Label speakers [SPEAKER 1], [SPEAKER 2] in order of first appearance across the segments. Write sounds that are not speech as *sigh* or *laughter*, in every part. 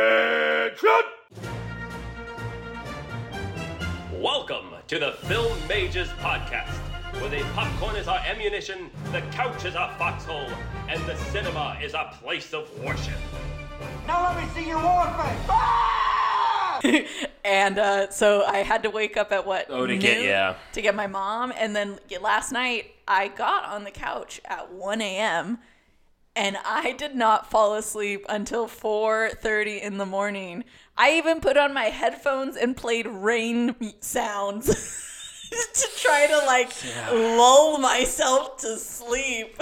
[SPEAKER 1] Attention!
[SPEAKER 2] Welcome to the Film Mages Podcast, where the popcorn is our ammunition, the couch is our foxhole, and the cinema is our place of worship.
[SPEAKER 3] Now let me see your war face.
[SPEAKER 4] and uh, so I had to wake up at what?
[SPEAKER 2] Oh, to get-
[SPEAKER 4] noon?
[SPEAKER 2] yeah.
[SPEAKER 4] To get my mom, and then last night I got on the couch at 1 a.m. and I did not fall asleep until 4:30 in the morning. I even put on my headphones and played rain m- sounds *laughs* to try to like lull myself to sleep.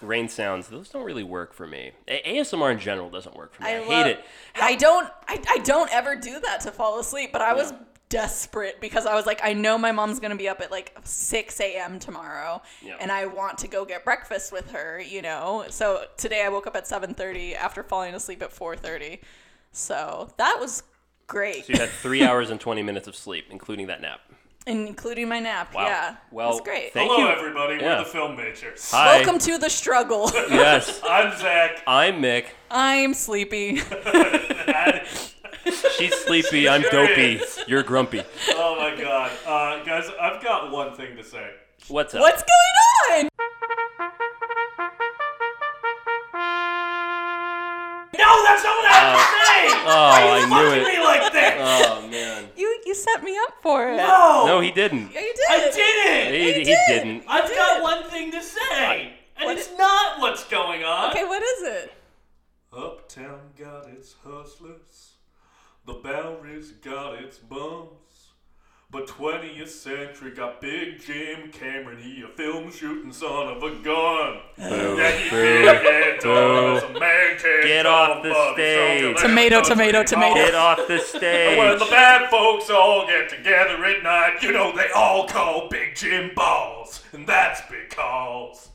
[SPEAKER 2] Rain sounds, those don't really work for me. A- ASMR in general doesn't work for me. I, hate
[SPEAKER 4] love-
[SPEAKER 2] it.
[SPEAKER 4] I don't. I, I don't ever do that to fall asleep. But I was desperate because I was like, I know my mom's gonna be up at like six a.m. tomorrow,
[SPEAKER 2] Yeah.
[SPEAKER 4] and I want to go get breakfast with her. You know. So today I woke up at seven thirty after falling asleep at four thirty. So that was great,
[SPEAKER 2] So you had
[SPEAKER 4] *laughs*
[SPEAKER 2] three hours and 20 minutes of sleep, including that nap.
[SPEAKER 4] including my nap.
[SPEAKER 2] Wow.
[SPEAKER 4] Yeah.
[SPEAKER 2] Well,
[SPEAKER 4] it was great. Oh,
[SPEAKER 2] thank
[SPEAKER 1] Hello,
[SPEAKER 2] you.
[SPEAKER 1] everybody.
[SPEAKER 2] Yeah.
[SPEAKER 1] We're the film majors.
[SPEAKER 2] Hi.
[SPEAKER 4] Welcome to the struggle.
[SPEAKER 2] *laughs* Yes.
[SPEAKER 1] I'm
[SPEAKER 2] *laughs*
[SPEAKER 1] Zach. *laughs*
[SPEAKER 2] I'm Mick. *laughs*
[SPEAKER 4] I'm sleepy. *laughs*
[SPEAKER 2] She's sleepy. I'm
[SPEAKER 1] Sure
[SPEAKER 2] dopey. You're grumpy.
[SPEAKER 1] Oh my god, uh, guys, I've got one thing to say.
[SPEAKER 2] What's up?
[SPEAKER 4] What's going on?
[SPEAKER 1] No, that's not what I have to say.
[SPEAKER 2] Oh, I knew
[SPEAKER 1] Fuck
[SPEAKER 2] it.
[SPEAKER 1] me like that.
[SPEAKER 2] Oh, man.
[SPEAKER 4] You you set me up for it.
[SPEAKER 1] No,
[SPEAKER 2] Uh, No, he didn't.
[SPEAKER 4] Oh. Yeah, you
[SPEAKER 1] I
[SPEAKER 4] did.
[SPEAKER 1] did it.
[SPEAKER 2] He, he
[SPEAKER 4] did. *laughs*
[SPEAKER 2] didn't.
[SPEAKER 1] I've got one thing to say, and
[SPEAKER 4] What
[SPEAKER 1] it's
[SPEAKER 4] i-
[SPEAKER 1] not what's going on.
[SPEAKER 4] Okay, what is it?
[SPEAKER 1] Uptown got its hustlers, the Bowery's got its bums, but 20th century got Big Jim Cameron, he a film shooting son of a gun. Yankee Doodle Dandy Dog is a man can't
[SPEAKER 2] Get
[SPEAKER 1] talk
[SPEAKER 2] off the
[SPEAKER 1] about his own
[SPEAKER 2] stage.
[SPEAKER 1] dilemma.
[SPEAKER 4] Tomato, tomato, tomato.
[SPEAKER 2] Get off the
[SPEAKER 1] When
[SPEAKER 2] stage.
[SPEAKER 1] the bad folks all get together at night, you know they all call Big Jim balls, and that's because.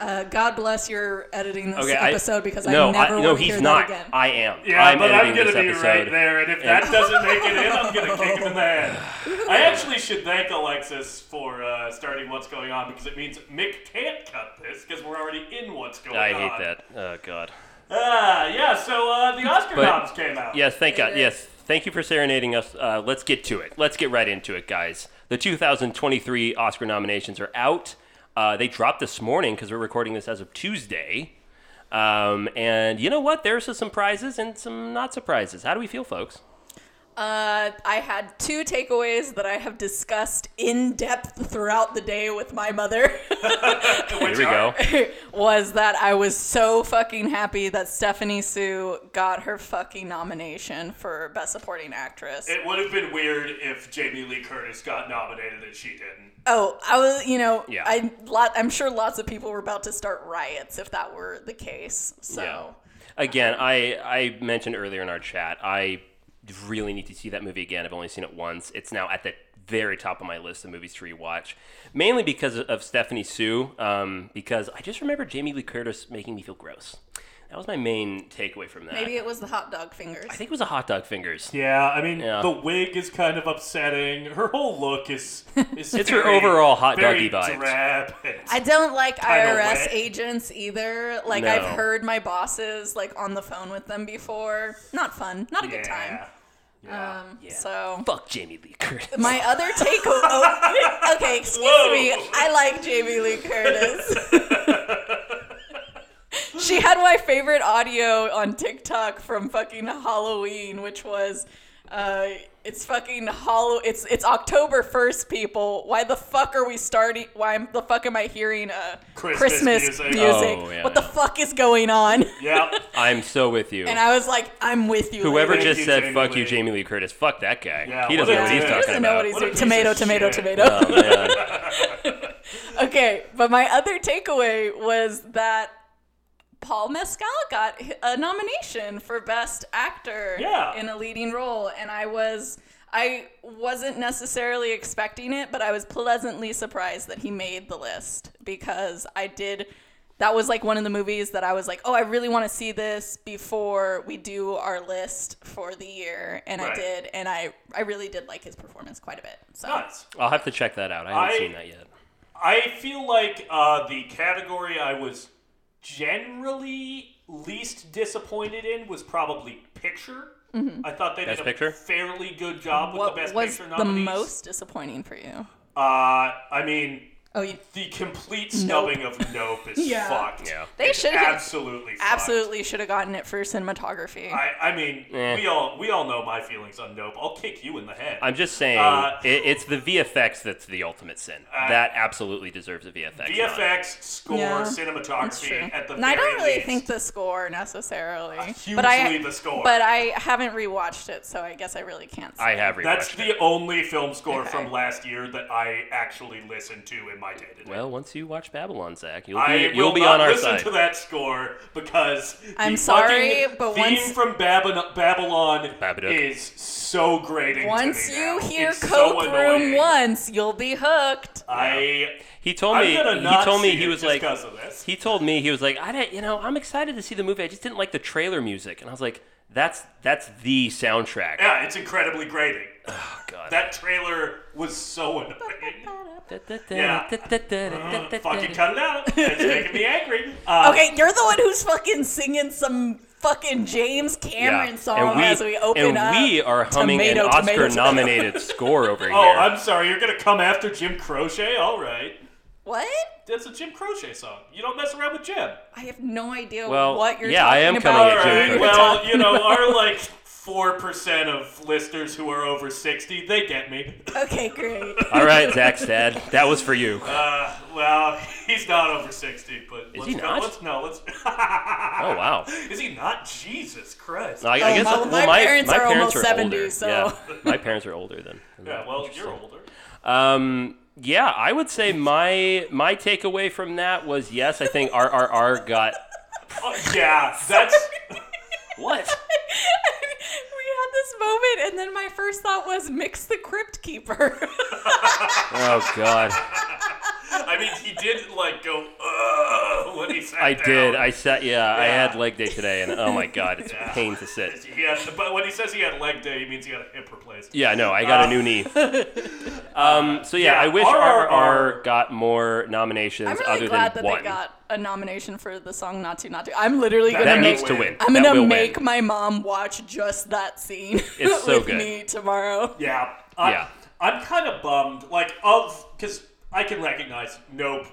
[SPEAKER 4] Uh, God bless your editing this
[SPEAKER 2] Okay, I-
[SPEAKER 4] episode because
[SPEAKER 2] no,
[SPEAKER 4] I never
[SPEAKER 2] no,
[SPEAKER 4] want to
[SPEAKER 2] he's
[SPEAKER 4] hear
[SPEAKER 2] not.
[SPEAKER 4] that again.
[SPEAKER 2] I am.
[SPEAKER 1] Yeah,
[SPEAKER 2] I'm
[SPEAKER 1] but I'm
[SPEAKER 2] editing
[SPEAKER 1] gonna
[SPEAKER 2] this
[SPEAKER 1] be
[SPEAKER 2] episode.
[SPEAKER 1] right there, and if that
[SPEAKER 2] And-
[SPEAKER 1] doesn't make it in, I'm gonna kick him in the head. I actually should thank Alexis for uh, starting what's going on because it means Mick can't cut this because we're already in what's going
[SPEAKER 2] I
[SPEAKER 1] on.
[SPEAKER 2] hate that. Oh God.
[SPEAKER 1] Ah, yeah. So uh, the Oscar
[SPEAKER 2] But-
[SPEAKER 1] noms came out. *laughs*
[SPEAKER 2] Yes, thank God.
[SPEAKER 4] is.
[SPEAKER 2] Yes, thank you for serenading us. Uh, let's get to it. Let's get right into it, guys. The 2023 Oscar nominations are out. Uh, they dropped this morning because we're recording this as of Tuesday. Um, and you know what? There's some surprises and some not surprises. How do we feel, folks?
[SPEAKER 4] uh, I had two takeaways that I have discussed in depth throughout the day with my mother. *laughs*
[SPEAKER 2] Here we go.
[SPEAKER 4] was that I was so fucking happy that Stephanie Sue got her fucking nomination for Best Supporting Actress.
[SPEAKER 1] It would have been weird if Jamie Lee Curtis got nominated and she didn't.
[SPEAKER 4] oh, I was, you know,
[SPEAKER 2] Yeah.
[SPEAKER 4] I lot, I'm sure lots of people were about to start riots if that were the case. So. um,
[SPEAKER 2] Again, I I mentioned earlier in our chat, I really need to see that movie again. I've only seen it once. It's now at the very top of my list of movies to rewatch, mainly because of Stephanie Sue. Um, because I just remember Jamie Lee Curtis making me feel gross. That was my main takeaway from that.
[SPEAKER 4] Maybe it was the hot dog fingers.
[SPEAKER 2] I think it was a hot dog fingers.
[SPEAKER 1] Yeah, I mean
[SPEAKER 2] Yeah.
[SPEAKER 1] the wig is kind of upsetting. Her whole
[SPEAKER 2] *laughs*
[SPEAKER 1] look is, is
[SPEAKER 2] It's her
[SPEAKER 1] very-
[SPEAKER 2] overall hot
[SPEAKER 1] very
[SPEAKER 2] doggy vibes.
[SPEAKER 1] drab and
[SPEAKER 4] I don't like
[SPEAKER 1] Kinda
[SPEAKER 4] IRS
[SPEAKER 1] wet.
[SPEAKER 4] agents either. Like
[SPEAKER 2] No.
[SPEAKER 4] I've heard my bosses like on the phone with them before. Not fun. Not a good time.
[SPEAKER 1] Yeah. Yeah.
[SPEAKER 4] Um, So
[SPEAKER 2] Fuck Jamie Lee Curtis.
[SPEAKER 4] *laughs* my other takeaway. Oh, *laughs* okay, excuse
[SPEAKER 1] Whoa.
[SPEAKER 4] me. I like Jamie Lee Curtis. *laughs* she had my favorite audio on TikTok from fucking Halloween, which was. Uh, it's fucking hollow. It's it's October first, people. Why the fuck are we starting? Why am- the fuck am I hearing uh,
[SPEAKER 1] Christmas
[SPEAKER 4] Christmas,
[SPEAKER 1] music.
[SPEAKER 4] music?
[SPEAKER 2] Oh, yeah,
[SPEAKER 4] what the
[SPEAKER 2] yeah.
[SPEAKER 4] fuck is going on?
[SPEAKER 1] *laughs* yeah.
[SPEAKER 2] I'm so with you.
[SPEAKER 4] And I was like, I'm with you.
[SPEAKER 2] Whoever
[SPEAKER 4] lady.
[SPEAKER 2] just
[SPEAKER 1] you,
[SPEAKER 2] said
[SPEAKER 1] Jamie
[SPEAKER 2] "fuck
[SPEAKER 1] Lee."
[SPEAKER 2] you, Jamie Lee Curtis," fuck that guy.
[SPEAKER 1] Yeah,
[SPEAKER 2] he
[SPEAKER 1] what
[SPEAKER 2] doesn't
[SPEAKER 1] a
[SPEAKER 2] know what he's
[SPEAKER 1] dude.
[SPEAKER 2] talking
[SPEAKER 4] he doesn't know
[SPEAKER 2] about.
[SPEAKER 4] what he's
[SPEAKER 1] What a
[SPEAKER 4] doing.
[SPEAKER 1] piece
[SPEAKER 4] Tomato,
[SPEAKER 1] of
[SPEAKER 4] tomato,
[SPEAKER 1] shit.
[SPEAKER 4] tomato.
[SPEAKER 2] oh man.
[SPEAKER 4] *laughs* Okay, but my other takeaway was that Paul Mescal got a nomination for Best Actor
[SPEAKER 1] Yeah.
[SPEAKER 4] in a leading role, and I was I wasn't necessarily expecting it, but I was pleasantly surprised that he made the list because I did. That was like one of the movies that I was like, oh, I really want to see this before we do our list for the year, and
[SPEAKER 1] Right.
[SPEAKER 4] I did, and I I really did like his performance quite a bit. So
[SPEAKER 1] Nuts.
[SPEAKER 2] I'll have to check that out. I haven't
[SPEAKER 1] I-
[SPEAKER 2] seen that yet.
[SPEAKER 1] I feel like uh, the category I was generally least disappointed in was probably picture. I thought they
[SPEAKER 2] Best
[SPEAKER 1] did a
[SPEAKER 2] Picture?
[SPEAKER 1] fairly good job with
[SPEAKER 4] What
[SPEAKER 1] Mm-hmm. the best
[SPEAKER 4] was
[SPEAKER 1] picture
[SPEAKER 4] the
[SPEAKER 1] nominees.
[SPEAKER 4] most disappointing for you?
[SPEAKER 1] Uh, I mean,
[SPEAKER 4] Oh, you
[SPEAKER 1] the complete snubbing of Nope
[SPEAKER 4] *laughs*
[SPEAKER 1] is
[SPEAKER 4] Yeah.
[SPEAKER 1] fucked.
[SPEAKER 2] Yeah.
[SPEAKER 4] They
[SPEAKER 1] It's
[SPEAKER 4] should've-
[SPEAKER 1] absolutely fucked.
[SPEAKER 4] absolutely should have gotten it for cinematography.
[SPEAKER 1] I, I mean,
[SPEAKER 2] Eh.
[SPEAKER 1] we all we all know my feelings on Nope. I'll kick you in the head.
[SPEAKER 2] I'm just saying,
[SPEAKER 1] Uh,
[SPEAKER 2] it, it's the VFX that's the ultimate sin. that absolutely deserves a VFX. nod.
[SPEAKER 1] VFX, score,
[SPEAKER 4] Yeah, That's true.
[SPEAKER 1] cinematography at the
[SPEAKER 4] and I don't
[SPEAKER 1] very
[SPEAKER 4] really
[SPEAKER 1] least. Uh,
[SPEAKER 4] think the score necessarily.
[SPEAKER 1] hugely
[SPEAKER 4] but I,
[SPEAKER 1] the score.
[SPEAKER 4] But I haven't rewatched it, so I guess I really can't say.
[SPEAKER 2] I have rewatched
[SPEAKER 1] That's the
[SPEAKER 2] it.
[SPEAKER 1] only film score
[SPEAKER 4] Okay.
[SPEAKER 1] from last year that I actually listened to in my day to day.
[SPEAKER 2] Well, once you watch Babylon, Zach, you'll be,
[SPEAKER 1] I
[SPEAKER 2] you'll
[SPEAKER 1] will
[SPEAKER 2] be
[SPEAKER 1] not
[SPEAKER 2] on our
[SPEAKER 1] listen
[SPEAKER 2] side.
[SPEAKER 1] to that score because
[SPEAKER 4] I'm
[SPEAKER 1] the
[SPEAKER 4] sorry,
[SPEAKER 1] fucking
[SPEAKER 4] but
[SPEAKER 1] theme
[SPEAKER 4] once-
[SPEAKER 1] from Babylon, Babylon
[SPEAKER 2] Babadook.
[SPEAKER 1] is so grating. to
[SPEAKER 4] Once
[SPEAKER 1] me
[SPEAKER 4] you
[SPEAKER 1] now.
[SPEAKER 4] hear
[SPEAKER 1] It's so
[SPEAKER 4] Coke Room
[SPEAKER 1] annoying. Uh,
[SPEAKER 4] once, you'll be hooked.
[SPEAKER 1] I
[SPEAKER 2] He told
[SPEAKER 1] I'm
[SPEAKER 2] me.
[SPEAKER 1] gonna
[SPEAKER 2] He
[SPEAKER 1] not
[SPEAKER 2] told me
[SPEAKER 1] see
[SPEAKER 2] he
[SPEAKER 1] it
[SPEAKER 2] was
[SPEAKER 1] just
[SPEAKER 2] like.
[SPEAKER 1] 'cause of this.
[SPEAKER 2] He told me he was like, I didn't, you know, I'm excited to see the movie. I just didn't like the trailer music, and I was like, that's that's the soundtrack.
[SPEAKER 1] yeah, it's incredibly grating.
[SPEAKER 2] God.
[SPEAKER 1] That trailer was so annoying. Yeah. Uh, Fucking
[SPEAKER 2] Yeah.
[SPEAKER 1] cut it out. It's making me angry. Uh,
[SPEAKER 4] Okay, you're the one who's fucking singing some fucking James Cameron song
[SPEAKER 2] And we,
[SPEAKER 4] as we open
[SPEAKER 2] and
[SPEAKER 4] up.
[SPEAKER 2] we are humming
[SPEAKER 4] Tomato,
[SPEAKER 2] an
[SPEAKER 4] tomato,
[SPEAKER 2] Oscar
[SPEAKER 4] tomato.
[SPEAKER 2] nominated score over here.
[SPEAKER 1] *laughs* Oh, I'm sorry. You're gonna come after Jim Croce? All right.
[SPEAKER 4] *laughs* What?
[SPEAKER 1] That's a Jim Croce song. You don't mess around with Jim.
[SPEAKER 4] I have no idea
[SPEAKER 2] Well,
[SPEAKER 4] what you're
[SPEAKER 2] yeah, I
[SPEAKER 4] talking
[SPEAKER 2] am coming
[SPEAKER 4] about.
[SPEAKER 1] All
[SPEAKER 2] at Jim
[SPEAKER 1] right.
[SPEAKER 2] Croce.
[SPEAKER 4] *laughs*
[SPEAKER 1] Well, you know, our like four percent of listeners who are over sixty, they get me.
[SPEAKER 4] Okay, great. *laughs*
[SPEAKER 2] All right, Zach's dad. That was for you.
[SPEAKER 1] Uh, well, he's not over sixty, but
[SPEAKER 2] Is
[SPEAKER 1] let's
[SPEAKER 2] he
[SPEAKER 1] go-
[SPEAKER 2] not?
[SPEAKER 1] Let's no. Let's. *laughs*
[SPEAKER 2] Oh, wow.
[SPEAKER 1] Is he not? Jesus Christ.
[SPEAKER 2] No, I, I
[SPEAKER 4] Oh,
[SPEAKER 2] guess
[SPEAKER 4] my-
[SPEAKER 2] well,
[SPEAKER 4] my
[SPEAKER 2] my
[SPEAKER 4] parents
[SPEAKER 2] my
[SPEAKER 4] are almost
[SPEAKER 2] are
[SPEAKER 4] 70,
[SPEAKER 2] older.
[SPEAKER 4] so- *laughs*
[SPEAKER 2] Yeah, my parents are older than. than
[SPEAKER 1] yeah.
[SPEAKER 2] that.
[SPEAKER 1] Well, you're older.
[SPEAKER 2] Um, yeah, I would say my my takeaway from that was yes, I think RRR
[SPEAKER 1] *laughs*
[SPEAKER 2] got
[SPEAKER 1] Oh, yeah. That's.
[SPEAKER 2] what?
[SPEAKER 4] we had this moment, and then my first thought was mix the Crypt Keeper. *laughs*
[SPEAKER 2] Oh God,
[SPEAKER 1] I mean, he did like go Ugh, when he sat
[SPEAKER 2] I
[SPEAKER 1] down.
[SPEAKER 2] did. I sat. Yeah, I
[SPEAKER 1] Yeah.
[SPEAKER 2] had leg day today, and oh my God, it's a pain to sit.
[SPEAKER 1] He had, but when he says he had leg day, he means he had a hip replaced.
[SPEAKER 2] Yeah, no, I got a new
[SPEAKER 1] *laughs*
[SPEAKER 2] knee. Um, so yeah,
[SPEAKER 1] Uh, yeah,
[SPEAKER 2] I wish
[SPEAKER 1] RRR
[SPEAKER 2] RRR got more nominations
[SPEAKER 4] I'm really
[SPEAKER 2] other
[SPEAKER 4] glad
[SPEAKER 2] than
[SPEAKER 4] that
[SPEAKER 2] one.
[SPEAKER 4] they got a nomination for the song "Not to Not to." I'm literally
[SPEAKER 1] That
[SPEAKER 4] gonna
[SPEAKER 2] that
[SPEAKER 4] make.
[SPEAKER 2] needs to win.
[SPEAKER 4] I'm
[SPEAKER 2] That
[SPEAKER 4] gonna
[SPEAKER 2] will
[SPEAKER 4] make
[SPEAKER 2] Win.
[SPEAKER 4] my mom watch just that scene
[SPEAKER 2] It's so
[SPEAKER 4] *laughs* with
[SPEAKER 2] good.
[SPEAKER 4] me tomorrow.
[SPEAKER 1] Yeah. I,
[SPEAKER 2] Yeah.
[SPEAKER 1] I'm kind of bummed, like, of, because I can recognize Nope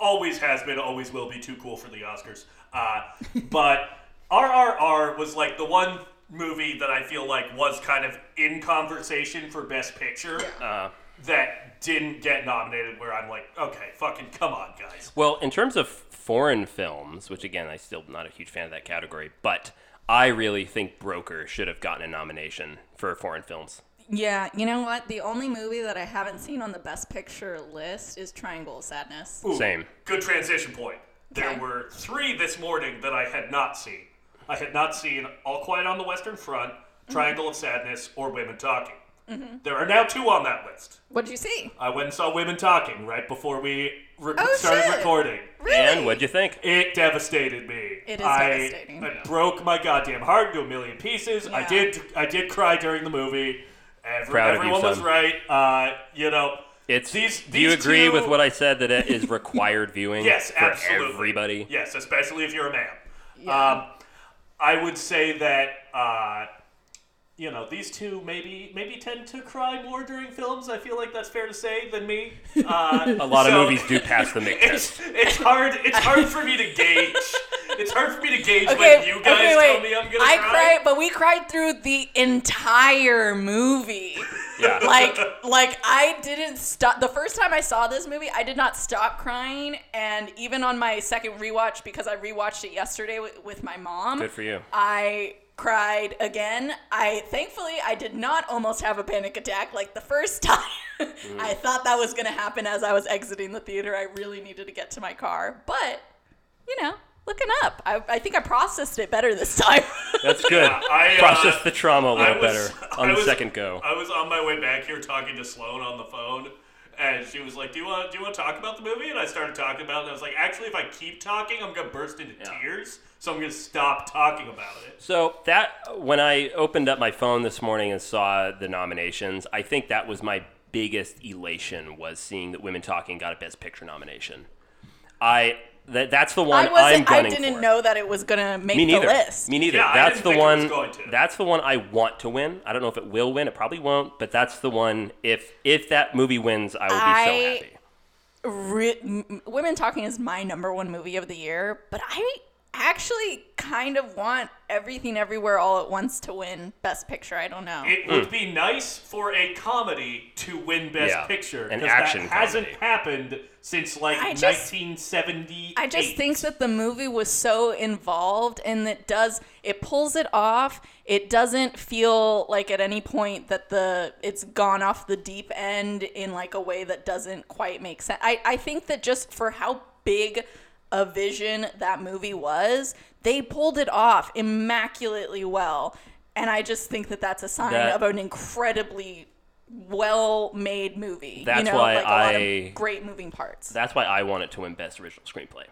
[SPEAKER 1] always has been, always will be too cool for the Oscars.
[SPEAKER 2] *laughs*
[SPEAKER 1] Uh, but RRR was, like, the one movie that I feel like was kind of in conversation for Best Picture
[SPEAKER 2] Uh,
[SPEAKER 1] that didn't get nominated, where I'm like, okay, fucking come on, guys.
[SPEAKER 2] Well, in terms of foreign films, which again, I still not a huge fan of that category, but I really think Broker should have gotten a nomination for foreign films.
[SPEAKER 4] Yeah, you know what? The only movie that I haven't seen on the Best Picture list is Triangle of Sadness.
[SPEAKER 1] Ooh,
[SPEAKER 2] Same.
[SPEAKER 1] Good transition point. There
[SPEAKER 4] Okay.
[SPEAKER 1] were three this morning that I had not seen. I had not seen All Quiet on the Western Front, Triangle of Sadness, or Women Talking.
[SPEAKER 4] Mm-hmm.
[SPEAKER 1] There are now two on that list.
[SPEAKER 4] What'd you see?
[SPEAKER 1] I went and saw Women Talking right before we rec-
[SPEAKER 4] Oh,
[SPEAKER 1] started
[SPEAKER 4] shit.
[SPEAKER 1] recording.
[SPEAKER 4] Really?
[SPEAKER 2] And what'd you think?
[SPEAKER 1] It devastated me.
[SPEAKER 4] It is
[SPEAKER 1] I,
[SPEAKER 4] devastating.
[SPEAKER 1] I broke my goddamn heart into a million pieces. I
[SPEAKER 4] Yeah.
[SPEAKER 1] did. I did cry during the movie. Every,
[SPEAKER 2] Proud of you,
[SPEAKER 1] everyone was
[SPEAKER 2] son.
[SPEAKER 1] right. Uh, you know,
[SPEAKER 2] It's.
[SPEAKER 1] These-
[SPEAKER 2] do you
[SPEAKER 1] these
[SPEAKER 2] agree
[SPEAKER 1] two-
[SPEAKER 2] with what I said that it is required viewing
[SPEAKER 1] *laughs* Yes,
[SPEAKER 2] for
[SPEAKER 1] absolutely.
[SPEAKER 2] everybody?
[SPEAKER 1] Yes, especially if you're a man.
[SPEAKER 4] Yeah.
[SPEAKER 1] Um, I would say that uh, you know these two maybe maybe tend to cry more during films. I feel like that's fair to say
[SPEAKER 2] *laughs*
[SPEAKER 1] than me. Uh,
[SPEAKER 2] A lot
[SPEAKER 1] so-
[SPEAKER 2] of movies do pass
[SPEAKER 1] *laughs*
[SPEAKER 2] the MIG
[SPEAKER 1] It's,
[SPEAKER 2] test.
[SPEAKER 1] it's hard. It's hard for me to gauge. It's hard for me to gauge when
[SPEAKER 4] Okay,
[SPEAKER 1] you guys
[SPEAKER 4] okay,
[SPEAKER 1] tell
[SPEAKER 4] wait.
[SPEAKER 1] me I'm gonna
[SPEAKER 4] I
[SPEAKER 1] cry.
[SPEAKER 4] cried, but we cried through the entire
[SPEAKER 1] *laughs*
[SPEAKER 4] movie.
[SPEAKER 2] Yeah.
[SPEAKER 4] like like I didn't stop the first time I saw this movie, I did not stop crying and even on my second rewatch because I rewatched it yesterday with, with my mom.
[SPEAKER 2] Good for you.
[SPEAKER 4] I cried again. I thankfully I did not almost have a panic attack like the first *laughs* time. I
[SPEAKER 2] Mm.
[SPEAKER 4] thought that was going to happen as I was exiting the theater. I really needed to get to my car, but you know, looking up. I, I think I processed it better this *laughs* time.
[SPEAKER 2] That's good.
[SPEAKER 1] I, uh,
[SPEAKER 2] Process the trauma a
[SPEAKER 1] I
[SPEAKER 2] little
[SPEAKER 1] was- *laughs*
[SPEAKER 2] better on
[SPEAKER 1] I
[SPEAKER 2] the
[SPEAKER 1] was-
[SPEAKER 2] second go.
[SPEAKER 1] I was on my way back here talking to Sloan on the phone, and she was like, "Do you want do you want to talk about the movie?" And I started talking about it. And I was like, "Actually, if I keep talking, I'm gonna burst into tears, so I'm gonna stop talking about it."
[SPEAKER 2] So that when I opened up my phone this morning and saw the nominations, I think that was my biggest elation was seeing that Women Talking got a Best Picture nomination. I That, that's the one
[SPEAKER 4] I
[SPEAKER 2] I'm
[SPEAKER 4] wasn't. I
[SPEAKER 2] gunning
[SPEAKER 4] didn't
[SPEAKER 2] for.
[SPEAKER 4] know that it was gonna make
[SPEAKER 2] Me
[SPEAKER 4] the
[SPEAKER 2] neither.
[SPEAKER 4] list.
[SPEAKER 2] Me neither.
[SPEAKER 1] Yeah, I
[SPEAKER 2] that's
[SPEAKER 1] didn't
[SPEAKER 2] the
[SPEAKER 1] think it was
[SPEAKER 2] one.
[SPEAKER 1] going to.
[SPEAKER 2] That's the one I want to win. I don't know if it will win. It probably won't. But that's the one. If if that movie wins, I will be
[SPEAKER 4] I-
[SPEAKER 2] so happy.
[SPEAKER 4] Re- m- Women Talking is my number one movie of the year, but I actually kind of want Everything Everywhere All at Once to win Best Picture. I don't know.
[SPEAKER 1] It would be nice for a comedy to win Best
[SPEAKER 2] Hmm. Yeah,
[SPEAKER 1] Picture
[SPEAKER 2] an
[SPEAKER 1] because
[SPEAKER 2] action
[SPEAKER 1] that hasn't
[SPEAKER 2] comedy.
[SPEAKER 1] happened since like
[SPEAKER 4] I just-
[SPEAKER 1] 1978.
[SPEAKER 4] I just think that the movie was so involved and it does it pulls it off. It doesn't feel like at any point that the it's gone off the deep end in like a way that doesn't quite make sense. I, I think that just for how big a vision that movie was, they pulled it off immaculately well. And I just think that that's a sign
[SPEAKER 2] That-
[SPEAKER 4] of an incredibly well-made movie.
[SPEAKER 2] That's
[SPEAKER 4] you know,
[SPEAKER 2] why
[SPEAKER 4] like a lot
[SPEAKER 2] I-
[SPEAKER 4] of great moving parts.
[SPEAKER 2] That's why I want it to win Best Original Screenplay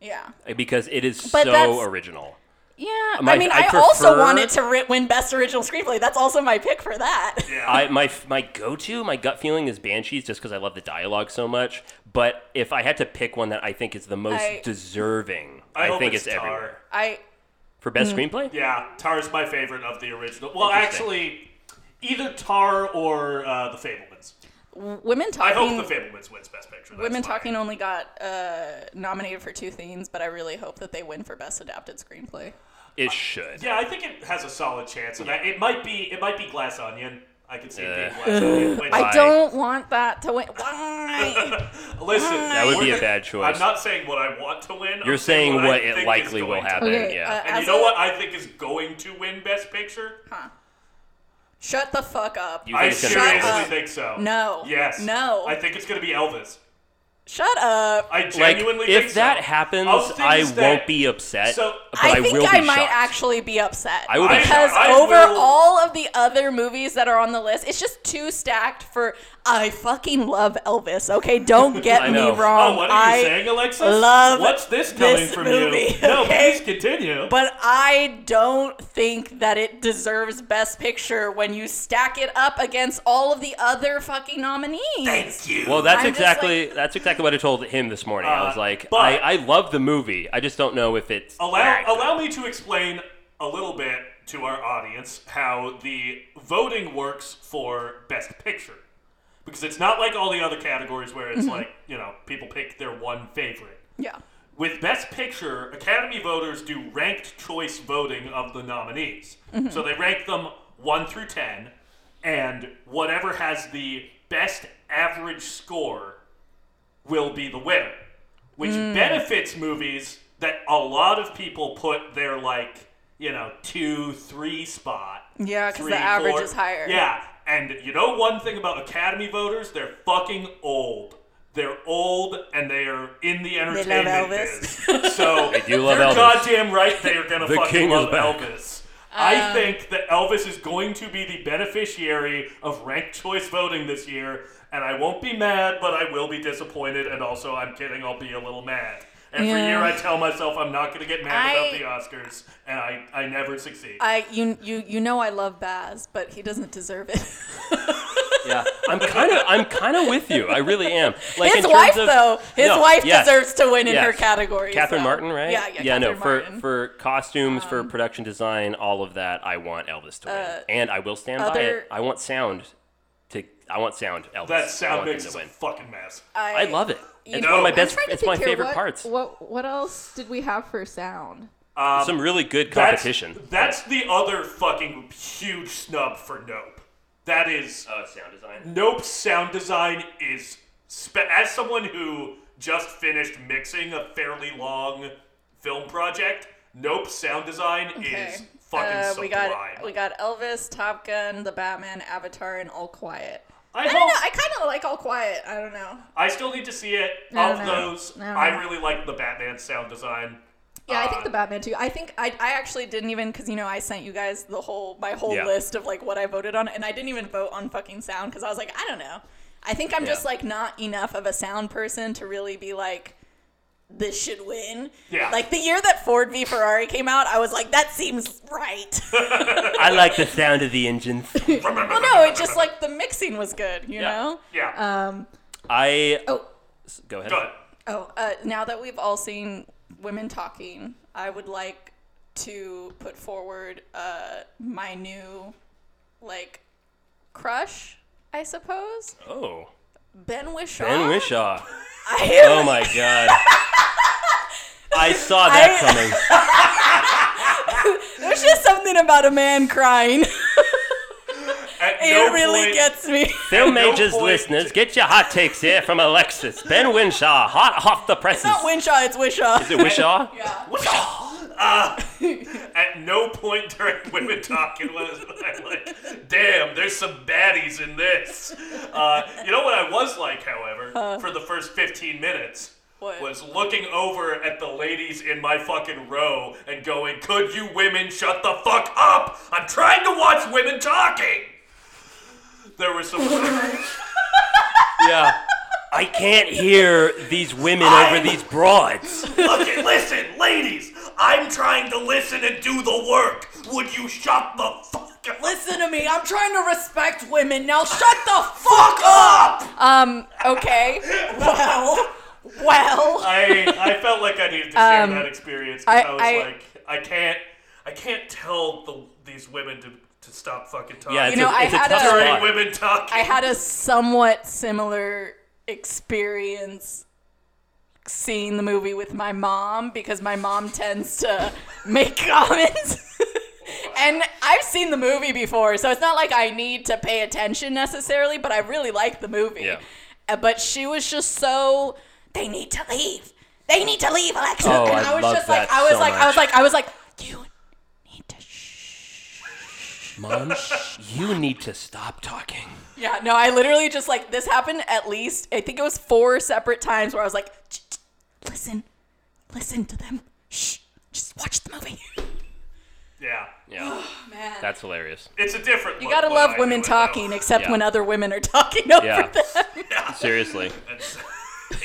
[SPEAKER 4] yeah.
[SPEAKER 2] because it is
[SPEAKER 4] But
[SPEAKER 2] so
[SPEAKER 4] that's-
[SPEAKER 2] original.
[SPEAKER 4] Yeah,
[SPEAKER 2] My-
[SPEAKER 4] I mean,
[SPEAKER 2] Um, I
[SPEAKER 4] I, also
[SPEAKER 2] prefer-
[SPEAKER 4] wanted to ri- win Best Original Screenplay. That's also my pick for that.
[SPEAKER 2] I my my go to my gut feeling is Banshees just because I love the dialogue so much. But if I had to pick one that I think is the most
[SPEAKER 4] I-
[SPEAKER 2] deserving,
[SPEAKER 1] I,
[SPEAKER 2] I,
[SPEAKER 1] hope
[SPEAKER 2] think
[SPEAKER 1] it's,
[SPEAKER 2] it's,
[SPEAKER 1] Tar.
[SPEAKER 2] everywhere
[SPEAKER 4] I
[SPEAKER 2] for
[SPEAKER 4] Hmm.
[SPEAKER 2] Best Screenplay.
[SPEAKER 1] Yeah, Tar is my favorite of the original. Well,
[SPEAKER 2] Interesting.
[SPEAKER 1] actually, either Tar or uh, The Fablemans.
[SPEAKER 4] women
[SPEAKER 1] I
[SPEAKER 4] talking.
[SPEAKER 1] hope The Fablemans wins Best Picture. that's
[SPEAKER 4] women
[SPEAKER 1] my-
[SPEAKER 4] talking only got uh, nominated for two things, but I really hope that they win for Best Adapted Screenplay.
[SPEAKER 2] It should.
[SPEAKER 1] Yeah, I think it has a solid chance, and I, it might be it might be Glass Onion. I can see it
[SPEAKER 2] Yeah.
[SPEAKER 1] being Glass Onion. which-
[SPEAKER 4] I don't want that to win.
[SPEAKER 2] *laughs*
[SPEAKER 4] Why?
[SPEAKER 1] Listen,
[SPEAKER 4] That
[SPEAKER 2] would
[SPEAKER 1] we're
[SPEAKER 2] be a
[SPEAKER 1] not-
[SPEAKER 2] bad choice.
[SPEAKER 1] I'm not saying what I want to win.
[SPEAKER 2] You're
[SPEAKER 1] I'm
[SPEAKER 2] saying
[SPEAKER 1] I
[SPEAKER 2] what
[SPEAKER 1] think
[SPEAKER 2] it
[SPEAKER 1] is
[SPEAKER 2] likely will
[SPEAKER 1] going to
[SPEAKER 2] happen.
[SPEAKER 1] win.
[SPEAKER 4] Okay,
[SPEAKER 2] yeah.
[SPEAKER 4] uh,
[SPEAKER 1] And
[SPEAKER 4] As
[SPEAKER 1] you know
[SPEAKER 4] a-
[SPEAKER 1] what I think is going to win Best Picture?
[SPEAKER 4] Shut the fuck up.
[SPEAKER 2] You think
[SPEAKER 1] I
[SPEAKER 2] it's gonna be
[SPEAKER 1] seriously
[SPEAKER 2] Elvis?
[SPEAKER 4] up.
[SPEAKER 1] think so.
[SPEAKER 4] No.
[SPEAKER 1] Yes.
[SPEAKER 4] No.
[SPEAKER 1] I think it's going to be Elvis.
[SPEAKER 4] Shut up.
[SPEAKER 1] I
[SPEAKER 2] Like,
[SPEAKER 1] genuinely think
[SPEAKER 2] if that
[SPEAKER 1] so.
[SPEAKER 2] happens,
[SPEAKER 1] Of things
[SPEAKER 2] I
[SPEAKER 1] that-
[SPEAKER 2] won't be upset.
[SPEAKER 1] So-
[SPEAKER 2] but
[SPEAKER 4] I
[SPEAKER 2] I,
[SPEAKER 4] think
[SPEAKER 2] will be
[SPEAKER 4] I might
[SPEAKER 2] shocked.
[SPEAKER 4] actually be upset
[SPEAKER 2] I will be
[SPEAKER 4] because
[SPEAKER 2] shocked.
[SPEAKER 1] I
[SPEAKER 4] over
[SPEAKER 1] will-
[SPEAKER 4] all of the other movies that are on the list, it's just too stacked for. I fucking love Elvis.
[SPEAKER 2] *laughs*
[SPEAKER 4] Okay, don't
[SPEAKER 2] I
[SPEAKER 4] get me
[SPEAKER 2] know.
[SPEAKER 4] wrong.
[SPEAKER 1] Oh, what are you
[SPEAKER 4] I-
[SPEAKER 1] saying, Alexis?
[SPEAKER 4] love
[SPEAKER 1] What's this coming
[SPEAKER 4] this
[SPEAKER 1] from
[SPEAKER 4] movie,
[SPEAKER 1] you? No,
[SPEAKER 4] okay?
[SPEAKER 1] please continue.
[SPEAKER 4] But I don't think that it deserves Best Picture when you stack it up against all of the other fucking nominees.
[SPEAKER 1] you.
[SPEAKER 2] Well, that's
[SPEAKER 4] I'm just
[SPEAKER 2] exactly that's exactly what I told him this morning. I
[SPEAKER 1] Uh,
[SPEAKER 2] was like,
[SPEAKER 1] but-
[SPEAKER 2] I, I love the movie. I just don't know if it's
[SPEAKER 1] Allow
[SPEAKER 2] that
[SPEAKER 1] allow me to explain a little bit to our audience how the voting works for best picture. Because it's not like all the other categories where it's like, you know, people pick their one favorite.
[SPEAKER 4] Yeah.
[SPEAKER 1] With Best Picture, Academy voters do ranked choice voting of the nominees.
[SPEAKER 4] Mm-hmm.
[SPEAKER 1] So they rank them 1 through 10, and whatever has the best average score will be the winner, which
[SPEAKER 4] Mm.
[SPEAKER 1] benefits movies that a lot of people put their, like, you know, 2, 3 spot.
[SPEAKER 4] Yeah, 'cause the
[SPEAKER 1] three,
[SPEAKER 4] average
[SPEAKER 1] four-
[SPEAKER 4] is higher.
[SPEAKER 1] Yeah, and you know one thing about Academy voters? They're fucking old. They're old and they are in the entertainment
[SPEAKER 4] love Elvis.
[SPEAKER 1] biz.
[SPEAKER 4] *laughs*
[SPEAKER 1] So they
[SPEAKER 2] do love
[SPEAKER 1] are
[SPEAKER 2] Elvis.
[SPEAKER 1] goddamn right they are gonna
[SPEAKER 2] The
[SPEAKER 1] fucking
[SPEAKER 2] king is
[SPEAKER 1] love
[SPEAKER 2] back.
[SPEAKER 1] Elvis. I
[SPEAKER 4] Um,
[SPEAKER 1] think that Elvis is going to be the beneficiary of ranked choice voting this year, and I won't be mad, but I will be disappointed. And also, I'm kidding, I'll be a little mad. Every
[SPEAKER 4] Yeah.
[SPEAKER 1] year, I tell myself I'm not going to get mad
[SPEAKER 4] I-
[SPEAKER 1] about the Oscars, and I, I never succeed.
[SPEAKER 4] I you you you know I love Baz, but he doesn't deserve it.
[SPEAKER 2] Yeah, I'm kind of I'm kind of with you. I really am. Like in
[SPEAKER 4] his
[SPEAKER 2] terms
[SPEAKER 4] wife
[SPEAKER 2] of-
[SPEAKER 4] though, his
[SPEAKER 2] No,
[SPEAKER 4] wife
[SPEAKER 2] yes,
[SPEAKER 4] deserves to win in
[SPEAKER 2] yes.
[SPEAKER 4] her category.
[SPEAKER 2] Catherine
[SPEAKER 4] so-
[SPEAKER 2] Martin, right?
[SPEAKER 4] Yeah, yeah,
[SPEAKER 2] yeah. No,
[SPEAKER 4] Catherine
[SPEAKER 2] for
[SPEAKER 4] Martin. Um,
[SPEAKER 2] for costumes, for production design, all of that, I want Elvis to win, and I will stand by
[SPEAKER 4] uh, other-
[SPEAKER 2] it. I want sound to I want sound Elvis.
[SPEAKER 1] that
[SPEAKER 2] I
[SPEAKER 1] sound
[SPEAKER 2] want him
[SPEAKER 1] mix
[SPEAKER 2] to
[SPEAKER 1] is a
[SPEAKER 2] win.
[SPEAKER 1] fucking mess.
[SPEAKER 2] I love it. It's
[SPEAKER 4] know-
[SPEAKER 2] one of my
[SPEAKER 1] I'm
[SPEAKER 2] best.
[SPEAKER 4] trying to
[SPEAKER 2] It's my
[SPEAKER 4] think here,
[SPEAKER 2] favorite
[SPEAKER 4] what-
[SPEAKER 2] parts.
[SPEAKER 4] What what else did we have for sound?
[SPEAKER 2] Some really good
[SPEAKER 1] That's-
[SPEAKER 2] competition.
[SPEAKER 1] That's, the other fucking huge snub for Nope. That is
[SPEAKER 2] oh, sound design.
[SPEAKER 1] Nope's sound design is spe- as someone who just finished mixing a fairly long film project. Nope's sound design is fucking
[SPEAKER 4] Uh,
[SPEAKER 1] sublime.
[SPEAKER 4] we got we got Elvis, Top Gun, The Batman, Avatar, and All Quiet.
[SPEAKER 1] I
[SPEAKER 4] I don't
[SPEAKER 1] hope-
[SPEAKER 4] know. I kind of like All Quiet. I don't know.
[SPEAKER 1] I still need to see it.
[SPEAKER 4] I
[SPEAKER 1] of
[SPEAKER 4] don't know.
[SPEAKER 1] those,
[SPEAKER 4] I don't
[SPEAKER 1] I
[SPEAKER 4] know.
[SPEAKER 1] really like the Batman sound design.
[SPEAKER 4] Yeah, I
[SPEAKER 1] Uh,
[SPEAKER 4] think the Batman too. I think I, I actually didn't even because you know I sent you guys the whole my whole
[SPEAKER 2] Yeah.
[SPEAKER 4] list of like what I voted on, and I didn't even vote on fucking sound because I was like I don't know. I think I'm just
[SPEAKER 2] Yeah.
[SPEAKER 4] like not enough of a sound person to really be like this should win.
[SPEAKER 1] Yeah.
[SPEAKER 4] Like the year that Ford v Ferrari came out, I was like that seems *laughs* right.
[SPEAKER 2] I like the sound of the
[SPEAKER 4] *laughs*
[SPEAKER 2] engines.
[SPEAKER 4] well, no, it just like the mixing was good, you know.
[SPEAKER 1] Yeah.
[SPEAKER 4] Um.
[SPEAKER 2] I
[SPEAKER 4] Oh,
[SPEAKER 2] go ahead.
[SPEAKER 1] Go ahead.
[SPEAKER 4] Oh, uh, now that we've all seen women talking, I would like to put forward uh, my new, like, crush. I suppose
[SPEAKER 2] Oh,
[SPEAKER 4] Ben Wishaw.
[SPEAKER 2] Ben Wishaw.
[SPEAKER 4] I
[SPEAKER 2] Oh my god. I saw that
[SPEAKER 4] I-
[SPEAKER 2] coming.
[SPEAKER 4] There's just something about a
[SPEAKER 2] *laughs*
[SPEAKER 4] man crying. it
[SPEAKER 1] At no
[SPEAKER 4] really
[SPEAKER 1] point,
[SPEAKER 4] gets me.
[SPEAKER 2] *laughs*
[SPEAKER 4] *laughs*
[SPEAKER 2] Film
[SPEAKER 1] no
[SPEAKER 2] Mages
[SPEAKER 1] point.
[SPEAKER 2] listeners, get your hot takes here from Alexis. Ben Winshaw, hot off the presses.
[SPEAKER 4] It's not Winshaw. It's Wishaw.
[SPEAKER 2] Is it Wishaw?
[SPEAKER 4] yeah.
[SPEAKER 1] at no point during *laughs* women talking was I like, damn, there's some baddies in this. Uh, you know what I was like, however, for the first 15 minutes.
[SPEAKER 4] What?
[SPEAKER 1] Was looking over at the ladies in my fucking row and going, Could you women shut the fuck up? I'm trying to watch women talking! There were some.
[SPEAKER 2] Yeah. I can't hear these women over these broads.
[SPEAKER 1] Look at, listen, ladies! I'm trying to listen and do the work! Would you shut the fuck up?
[SPEAKER 4] Listen to me. I'm trying to respect women. Now shut the fuck
[SPEAKER 1] Fuck up!
[SPEAKER 4] Um. Okay. *laughs* Well.
[SPEAKER 2] Uh,
[SPEAKER 4] Well.
[SPEAKER 1] I I felt like I needed to share that experience 'cause
[SPEAKER 4] Um, I-
[SPEAKER 1] I, was
[SPEAKER 4] I-
[SPEAKER 1] like, I can't, I can't tell the, these women to, to stop fucking talking.
[SPEAKER 2] Yeah,
[SPEAKER 4] You
[SPEAKER 2] it's
[SPEAKER 4] know,
[SPEAKER 2] a,
[SPEAKER 4] I
[SPEAKER 2] it's a
[SPEAKER 4] had
[SPEAKER 2] tough
[SPEAKER 4] a-
[SPEAKER 1] Sorry,
[SPEAKER 2] spot.
[SPEAKER 1] women talking.
[SPEAKER 4] I had a somewhat similar experience seeing the movie with my mom because my mom tends to make *laughs* comments. and I've seen the movie before, so it's not like I need to pay attention necessarily, but I really like the movie.
[SPEAKER 2] Yeah.
[SPEAKER 4] Uh, But she was just so they need to leave. They need to leave, Alexa.
[SPEAKER 2] Oh,
[SPEAKER 4] and
[SPEAKER 2] I
[SPEAKER 4] was
[SPEAKER 2] love
[SPEAKER 4] just like
[SPEAKER 2] that
[SPEAKER 4] I was
[SPEAKER 2] so
[SPEAKER 4] like I
[SPEAKER 2] much.
[SPEAKER 4] was like I was like you need to shh.
[SPEAKER 2] Mom, you need to stop talking.
[SPEAKER 4] Yeah, no, I literally just like this happened at least I think it was four separate times where I was like, "Shh, shh, listen, listen to them. Shh, just watch the
[SPEAKER 1] *laughs*
[SPEAKER 4] movie.
[SPEAKER 1] yeah,
[SPEAKER 2] Yeah,
[SPEAKER 4] Oh, Man,
[SPEAKER 2] that's hilarious.
[SPEAKER 1] it's a different.
[SPEAKER 4] you gotta love women talking,
[SPEAKER 1] *laughs*
[SPEAKER 4] except when other women are *laughs* talking over
[SPEAKER 2] Yeah.
[SPEAKER 4] them.
[SPEAKER 2] Seriously.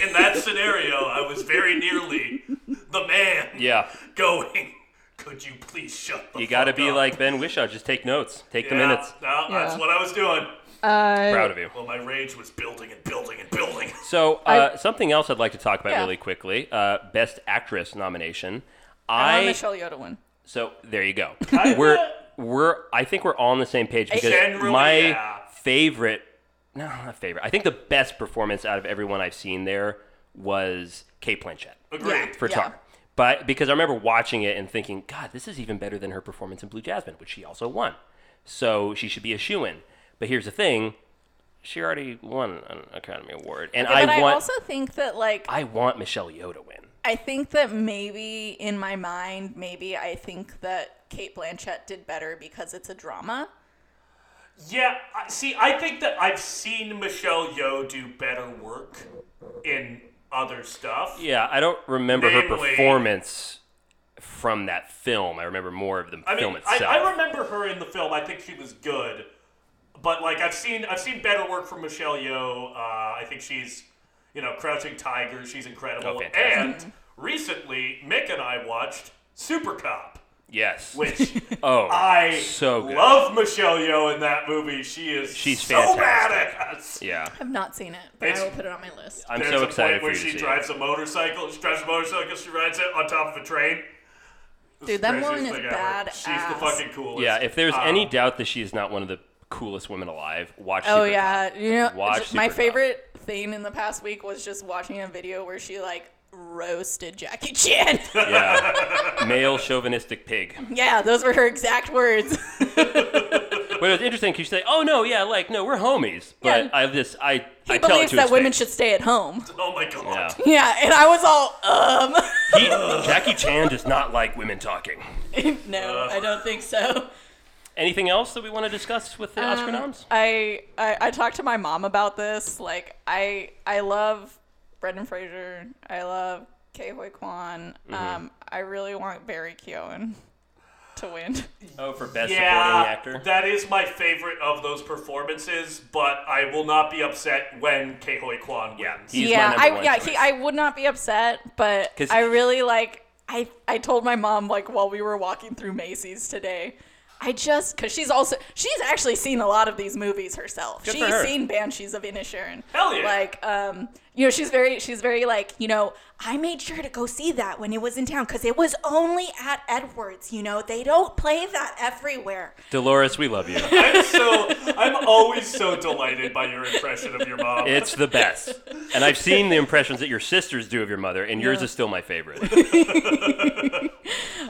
[SPEAKER 1] In that scenario, I was very nearly the man.
[SPEAKER 2] Yeah.
[SPEAKER 1] Going. Could you please shut the?
[SPEAKER 2] You gotta
[SPEAKER 1] fuck
[SPEAKER 2] be
[SPEAKER 1] up?"
[SPEAKER 2] like Ben Wishaw, just take notes, take the
[SPEAKER 1] Yeah,
[SPEAKER 2] minutes.
[SPEAKER 1] No,
[SPEAKER 4] Yeah.
[SPEAKER 1] that's what I was doing.
[SPEAKER 2] Proud of you.
[SPEAKER 1] Well, my rage was building and building and building. *laughs*
[SPEAKER 2] So, uh, something else I'd like to talk about
[SPEAKER 4] Yeah.
[SPEAKER 2] really quickly uh, Best Actress nomination.
[SPEAKER 4] I,
[SPEAKER 2] I.
[SPEAKER 4] Michelle Yoda one.
[SPEAKER 2] So, there you
[SPEAKER 4] *laughs*
[SPEAKER 2] go. we're, we're, I think we're all on the same page because
[SPEAKER 1] Generally,
[SPEAKER 2] my
[SPEAKER 1] yeah.
[SPEAKER 2] favorite, no, not favorite, I think the best performance out of everyone I've seen there was Kate Blanchett
[SPEAKER 1] Agreed.
[SPEAKER 2] for
[SPEAKER 4] Yeah.
[SPEAKER 2] Tar. But because I remember watching it and thinking, God, this is even better than her performance in Blue Jasmine, which she also won. So she should be a shoe in. But here's the thing she already won an Academy Award. And
[SPEAKER 4] but
[SPEAKER 2] I
[SPEAKER 4] I
[SPEAKER 2] want
[SPEAKER 4] also think that like
[SPEAKER 2] I want Michelle Yeoh to win.
[SPEAKER 4] I think that maybe in my mind, maybe I think that Kate Blanchett did better because it's a drama.
[SPEAKER 1] Yeah, I- see, I think that I've seen Michelle Yeoh do better work in other stuff.
[SPEAKER 2] Yeah, I don't remember her
[SPEAKER 1] Namely-
[SPEAKER 2] performance from that film. I remember more of the
[SPEAKER 1] I
[SPEAKER 2] film
[SPEAKER 1] mean, I,
[SPEAKER 2] itself.
[SPEAKER 1] I remember her in the film. I think she was good, but like I've seen, I've seen better work from Michelle Yeoh. Uh, I think she's, you know, Crouching Tiger. She's incredible.
[SPEAKER 2] Oh, fantastic.
[SPEAKER 1] and recently, Mick and I watched Super Cop,
[SPEAKER 2] yes.
[SPEAKER 1] which
[SPEAKER 2] *laughs* oh,
[SPEAKER 1] I
[SPEAKER 2] so good.
[SPEAKER 1] love Michelle Yeoh in that movie. She is
[SPEAKER 2] She's
[SPEAKER 1] so
[SPEAKER 2] fantastic.
[SPEAKER 1] badass.
[SPEAKER 2] yeah.
[SPEAKER 4] I've not seen it, but
[SPEAKER 1] It's-
[SPEAKER 4] I will put it on my list.
[SPEAKER 2] I'm
[SPEAKER 1] There's
[SPEAKER 2] so
[SPEAKER 1] a
[SPEAKER 2] excited
[SPEAKER 1] point where
[SPEAKER 2] for you
[SPEAKER 1] she
[SPEAKER 2] to see it.
[SPEAKER 1] drives a motorcycle. She drives a motorcycle. She rides it on top of a train.
[SPEAKER 4] Dude, that
[SPEAKER 1] Craziest
[SPEAKER 4] woman is
[SPEAKER 1] thing ever.
[SPEAKER 4] bad.
[SPEAKER 1] She's the fucking coolest.
[SPEAKER 2] Yeah, if there's
[SPEAKER 1] Um,
[SPEAKER 2] any doubt that she is not one of the coolest women alive, watch.
[SPEAKER 4] Oh
[SPEAKER 2] Supergirl.
[SPEAKER 4] yeah, you know
[SPEAKER 2] Watch
[SPEAKER 4] j- my
[SPEAKER 2] Supergirl.
[SPEAKER 4] favorite thing in the past week was just watching a video where she like roasted
[SPEAKER 2] *laughs*
[SPEAKER 4] Jackie Chan.
[SPEAKER 1] *laughs*
[SPEAKER 2] yeah. Male chauvinistic pig.
[SPEAKER 4] yeah, those were her exact words.
[SPEAKER 2] But it's interesting because you say, "Oh no, yeah, like no, we're homies." But
[SPEAKER 4] Yeah.
[SPEAKER 2] I this, I,
[SPEAKER 4] He *laughs*
[SPEAKER 2] I tell it
[SPEAKER 4] believes
[SPEAKER 2] to
[SPEAKER 4] that
[SPEAKER 2] his
[SPEAKER 4] women
[SPEAKER 2] face.
[SPEAKER 4] should stay at home. *laughs*
[SPEAKER 1] Oh my god.
[SPEAKER 2] Yeah.
[SPEAKER 4] Yeah, and I was um, all
[SPEAKER 2] He, Jackie Chan does not like women talking.
[SPEAKER 4] um, *laughs* no, I don't think so.
[SPEAKER 2] Anything else that we want to discuss with
[SPEAKER 4] Um,
[SPEAKER 2] the Oscar noms?
[SPEAKER 4] I, I I talked to my mom about this. Like I I love Brendan Fraser. I love Kei Hoi Kwan.
[SPEAKER 2] Mm-hmm.
[SPEAKER 4] Um, I really want Barry Keoghan to win.
[SPEAKER 2] Oh, for best
[SPEAKER 1] Yeah,
[SPEAKER 2] supporting actor.
[SPEAKER 1] that is my favorite of those performances, but I will not be upset when Kehoi Kwan wins.
[SPEAKER 2] yeah, he's
[SPEAKER 4] yeah,
[SPEAKER 2] my number
[SPEAKER 4] I
[SPEAKER 2] one
[SPEAKER 4] yeah,
[SPEAKER 2] choice.
[SPEAKER 4] he, I would not be upset, but
[SPEAKER 2] 'Cause-
[SPEAKER 4] I really like I I told my mom like while we were walking through Macy's today, I just because she's also she's actually seen a lot of these movies herself.
[SPEAKER 2] Good for
[SPEAKER 4] she's
[SPEAKER 2] her.
[SPEAKER 4] seen Banshees of Inisherin.
[SPEAKER 1] Hell yeah.
[SPEAKER 4] Like um, you know, she's very she's very like you know. I made sure to go see that when it was in town because it was only at Edwards. You know, they don't play that everywhere.
[SPEAKER 2] Dolores, we love
[SPEAKER 4] *laughs*
[SPEAKER 2] you.
[SPEAKER 1] I'm so I'm always so delighted by your impression of your mom.
[SPEAKER 2] It's the best. And I've seen the impressions that your sisters do of your mother, and yours is still my
[SPEAKER 4] *laughs*
[SPEAKER 2] favorite.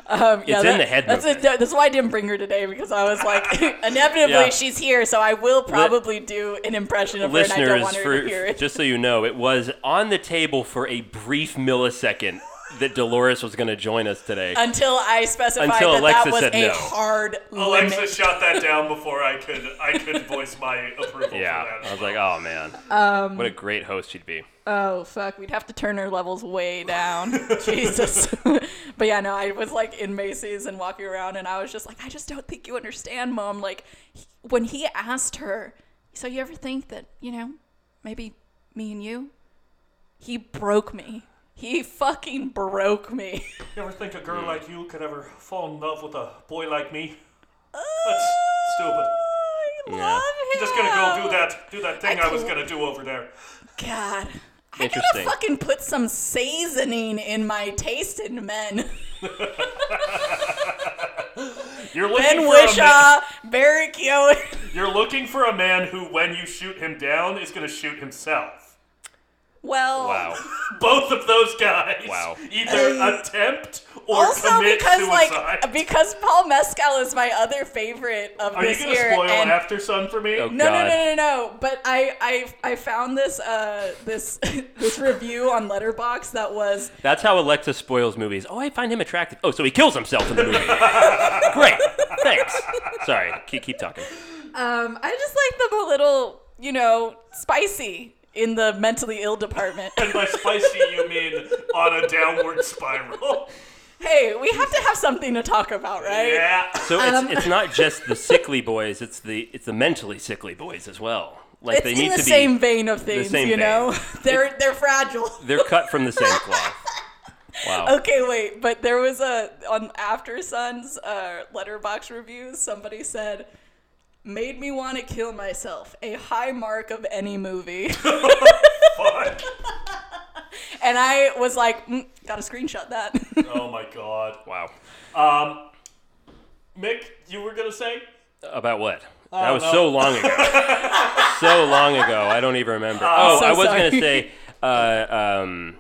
[SPEAKER 4] Um, yeah,
[SPEAKER 2] It's in the head
[SPEAKER 4] That's,
[SPEAKER 2] movement.
[SPEAKER 4] that- that's why I didn't bring her today because I was like, *laughs* inevitably
[SPEAKER 2] Yeah.
[SPEAKER 4] she's here, so I will probably do an impression of her, and I don't
[SPEAKER 2] Listeners,
[SPEAKER 4] want her
[SPEAKER 2] for,
[SPEAKER 4] to hear it.
[SPEAKER 2] just so you know, it was on the table for a brief millisecond that Dolores was going to join us today.
[SPEAKER 4] until I specified
[SPEAKER 2] Until
[SPEAKER 4] that
[SPEAKER 2] Alexa
[SPEAKER 4] that was
[SPEAKER 2] said
[SPEAKER 4] a
[SPEAKER 2] no.
[SPEAKER 4] hard
[SPEAKER 1] Alexa
[SPEAKER 4] limit.
[SPEAKER 1] shot that down before I could I could voice my approval.
[SPEAKER 2] yeah,
[SPEAKER 1] for
[SPEAKER 2] I
[SPEAKER 1] that.
[SPEAKER 2] was like, oh man,
[SPEAKER 4] Um,
[SPEAKER 2] what a great host she'd be.
[SPEAKER 4] Oh fuck, we'd have to turn her levels
[SPEAKER 1] *laughs*
[SPEAKER 4] way down. Jesus. *laughs* but yeah, no, I was like in Macy's and walking around and I was just like I just don't think you understand, mom. Like he- when he asked her, so you ever think that, you know, maybe me and you? He broke me. He fucking broke me. *laughs*
[SPEAKER 1] You ever think a girl like you could ever fall in love with a boy like me? That's stupid.
[SPEAKER 4] I love him.
[SPEAKER 1] Just gonna go do that do that thing
[SPEAKER 4] Oh. I
[SPEAKER 1] I, was
[SPEAKER 4] can't-
[SPEAKER 1] gonna do over there.
[SPEAKER 4] God. I gotta
[SPEAKER 2] Interesting.
[SPEAKER 4] fucking put some seasoning in my taste in men.
[SPEAKER 1] You're looking
[SPEAKER 4] Ben
[SPEAKER 1] for a man,
[SPEAKER 4] Wishaw, Barry Keoghan.
[SPEAKER 1] You're looking for a man who, when you shoot him down, is gonna shoot himself.
[SPEAKER 4] *laughs* Well,
[SPEAKER 2] Wow.
[SPEAKER 1] Both of those guys.
[SPEAKER 2] Wow.
[SPEAKER 1] Either attempt or
[SPEAKER 4] also
[SPEAKER 1] commit
[SPEAKER 4] because
[SPEAKER 1] suicide.
[SPEAKER 4] like *laughs* because Paul Mescal is my other favorite of
[SPEAKER 1] Are you
[SPEAKER 4] this
[SPEAKER 1] gonna
[SPEAKER 4] year.
[SPEAKER 1] spoil
[SPEAKER 4] and-
[SPEAKER 1] After Sun for me?
[SPEAKER 2] Okay.
[SPEAKER 4] no, no,
[SPEAKER 2] God.
[SPEAKER 4] no, no, no. But I, I, I found this, uh, this, *laughs* this review on Letterbox that was
[SPEAKER 2] That's how Alexa spoils movies. Oh, I find him attractive. Oh, so he kills himself in the movie. *laughs* great. Thanks. Sorry. Keep, keep talking.
[SPEAKER 4] Um, I just like them a little, you know, spicy in the mentally ill
[SPEAKER 1] *laughs*
[SPEAKER 4] department.
[SPEAKER 1] And by spicy, you mean on a downward spiral.
[SPEAKER 4] hey, we have to have something to talk about, right?
[SPEAKER 1] Yeah. *laughs*
[SPEAKER 2] So
[SPEAKER 4] Um,
[SPEAKER 2] it's, it's not just the sickly boys; it's the it's the mentally sickly boys as well. Like
[SPEAKER 4] It's
[SPEAKER 2] they
[SPEAKER 4] in
[SPEAKER 2] need
[SPEAKER 4] the
[SPEAKER 2] to
[SPEAKER 4] same
[SPEAKER 2] be
[SPEAKER 4] vein of things,
[SPEAKER 2] same
[SPEAKER 4] you know. *laughs*
[SPEAKER 2] vein.
[SPEAKER 4] they're they're fragile.
[SPEAKER 2] they're cut from the same cloth. Wow.
[SPEAKER 4] *laughs* Okay, wait, but there was a on After Sun's uh, letterbox reviews. Somebody said, "Made me want to kill myself." A high mark of any *laughs* movie,
[SPEAKER 1] Fuck.
[SPEAKER 4] and I was like, mm, "Gotta screenshot that."
[SPEAKER 1] *laughs* Oh my god.
[SPEAKER 2] Wow.
[SPEAKER 1] Um, Mick, you were gonna say?
[SPEAKER 2] About what?
[SPEAKER 4] Oh,
[SPEAKER 2] That was
[SPEAKER 1] no.
[SPEAKER 2] so long
[SPEAKER 4] *laughs*
[SPEAKER 2] ago. so long ago. I don't even remember. oh,
[SPEAKER 4] so
[SPEAKER 2] I was
[SPEAKER 4] sorry.
[SPEAKER 2] gonna say, uh, um,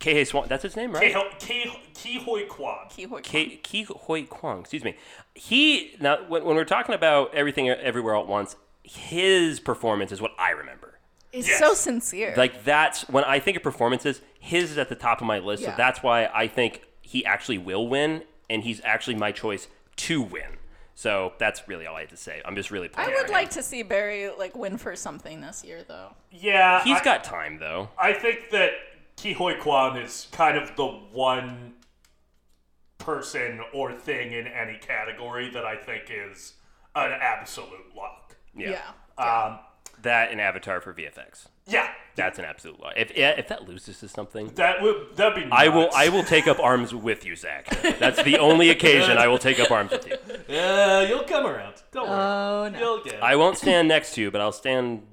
[SPEAKER 2] Kei Swan. That's his name, right?
[SPEAKER 1] Kihoi Quad.
[SPEAKER 2] Ki Ki Hoi Kwang, excuse me. He now when, when we're talking about everything everywhere all at once, his performance is what I remember.
[SPEAKER 4] It's
[SPEAKER 1] Yes.
[SPEAKER 4] so sincere.
[SPEAKER 2] Like that's when I think of performances, his is at the top of my list.
[SPEAKER 4] Yeah.
[SPEAKER 2] So that's why I think he actually will win, and he's actually my choice to win. So that's really all I had to say. I'm just really.
[SPEAKER 4] I
[SPEAKER 2] Playing
[SPEAKER 4] would like to see Barry like win for something this year, though.
[SPEAKER 1] Yeah.
[SPEAKER 2] He's
[SPEAKER 1] I,
[SPEAKER 2] got time though.
[SPEAKER 1] I think that Kihoi Kwan is kind of the one person or thing in any category that I think is an absolute lock.
[SPEAKER 2] Yeah.
[SPEAKER 1] Um,
[SPEAKER 2] That and Avatar for VFX.
[SPEAKER 1] yeah.
[SPEAKER 2] That's an absolute lie. If if that loses to something,
[SPEAKER 1] That would that'd be.
[SPEAKER 2] I will
[SPEAKER 1] nuts.
[SPEAKER 2] I will take up arms with you, Zach. That's the only occasion I will take up arms with you.
[SPEAKER 1] Uh, you'll come around. Don't worry.
[SPEAKER 4] Oh no.
[SPEAKER 1] You'll get. It.
[SPEAKER 2] I won't stand next to you, but I'll stand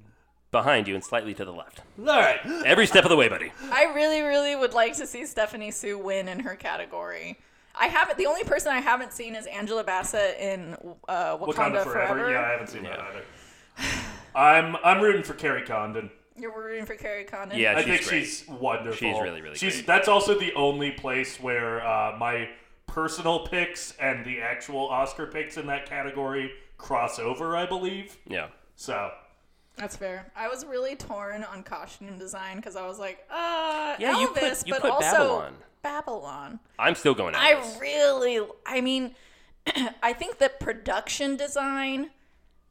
[SPEAKER 2] behind you and slightly to the left.
[SPEAKER 1] All right.
[SPEAKER 2] Every step of the way, buddy.
[SPEAKER 4] I really, really would like to see Stephanie Sue win in her category. I haven't. The only person I haven't seen is Angela Bassett in uh, Wakanda, Forever.
[SPEAKER 1] Wakanda Forever. Yeah, I haven't seen that either. I'm I'm rooting for Carrie Condon.
[SPEAKER 4] You're rooting for Carrie Condon.
[SPEAKER 2] Yeah,
[SPEAKER 1] I
[SPEAKER 2] she's
[SPEAKER 1] think
[SPEAKER 2] great.
[SPEAKER 1] she's wonderful.
[SPEAKER 2] She's really, really
[SPEAKER 1] She's
[SPEAKER 2] great.
[SPEAKER 1] that's also the only place where uh, my personal picks and the actual Oscar picks in that category cross over, I believe.
[SPEAKER 2] Yeah.
[SPEAKER 1] So
[SPEAKER 4] that's fair. I was really torn on costume design because I was like, uh,
[SPEAKER 2] Yeah,
[SPEAKER 4] Elvis,
[SPEAKER 2] you put- you
[SPEAKER 4] but
[SPEAKER 2] put
[SPEAKER 4] also
[SPEAKER 2] Babylon.
[SPEAKER 4] Babylon.
[SPEAKER 2] I'm still going out.
[SPEAKER 4] I really, I mean, *clears throat* I think that production design,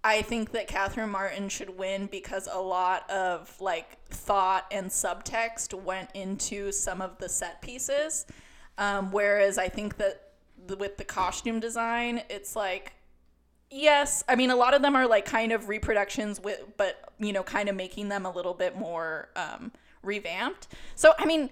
[SPEAKER 4] I think that Catherine Martin should win because a lot of like thought and subtext went into some of the set pieces. Um, whereas I think that the, with the costume design, it's like, yes, I mean, a lot of them are like kind of reproductions with, but you know, kind of making them a little bit more um, revamped. So, I mean,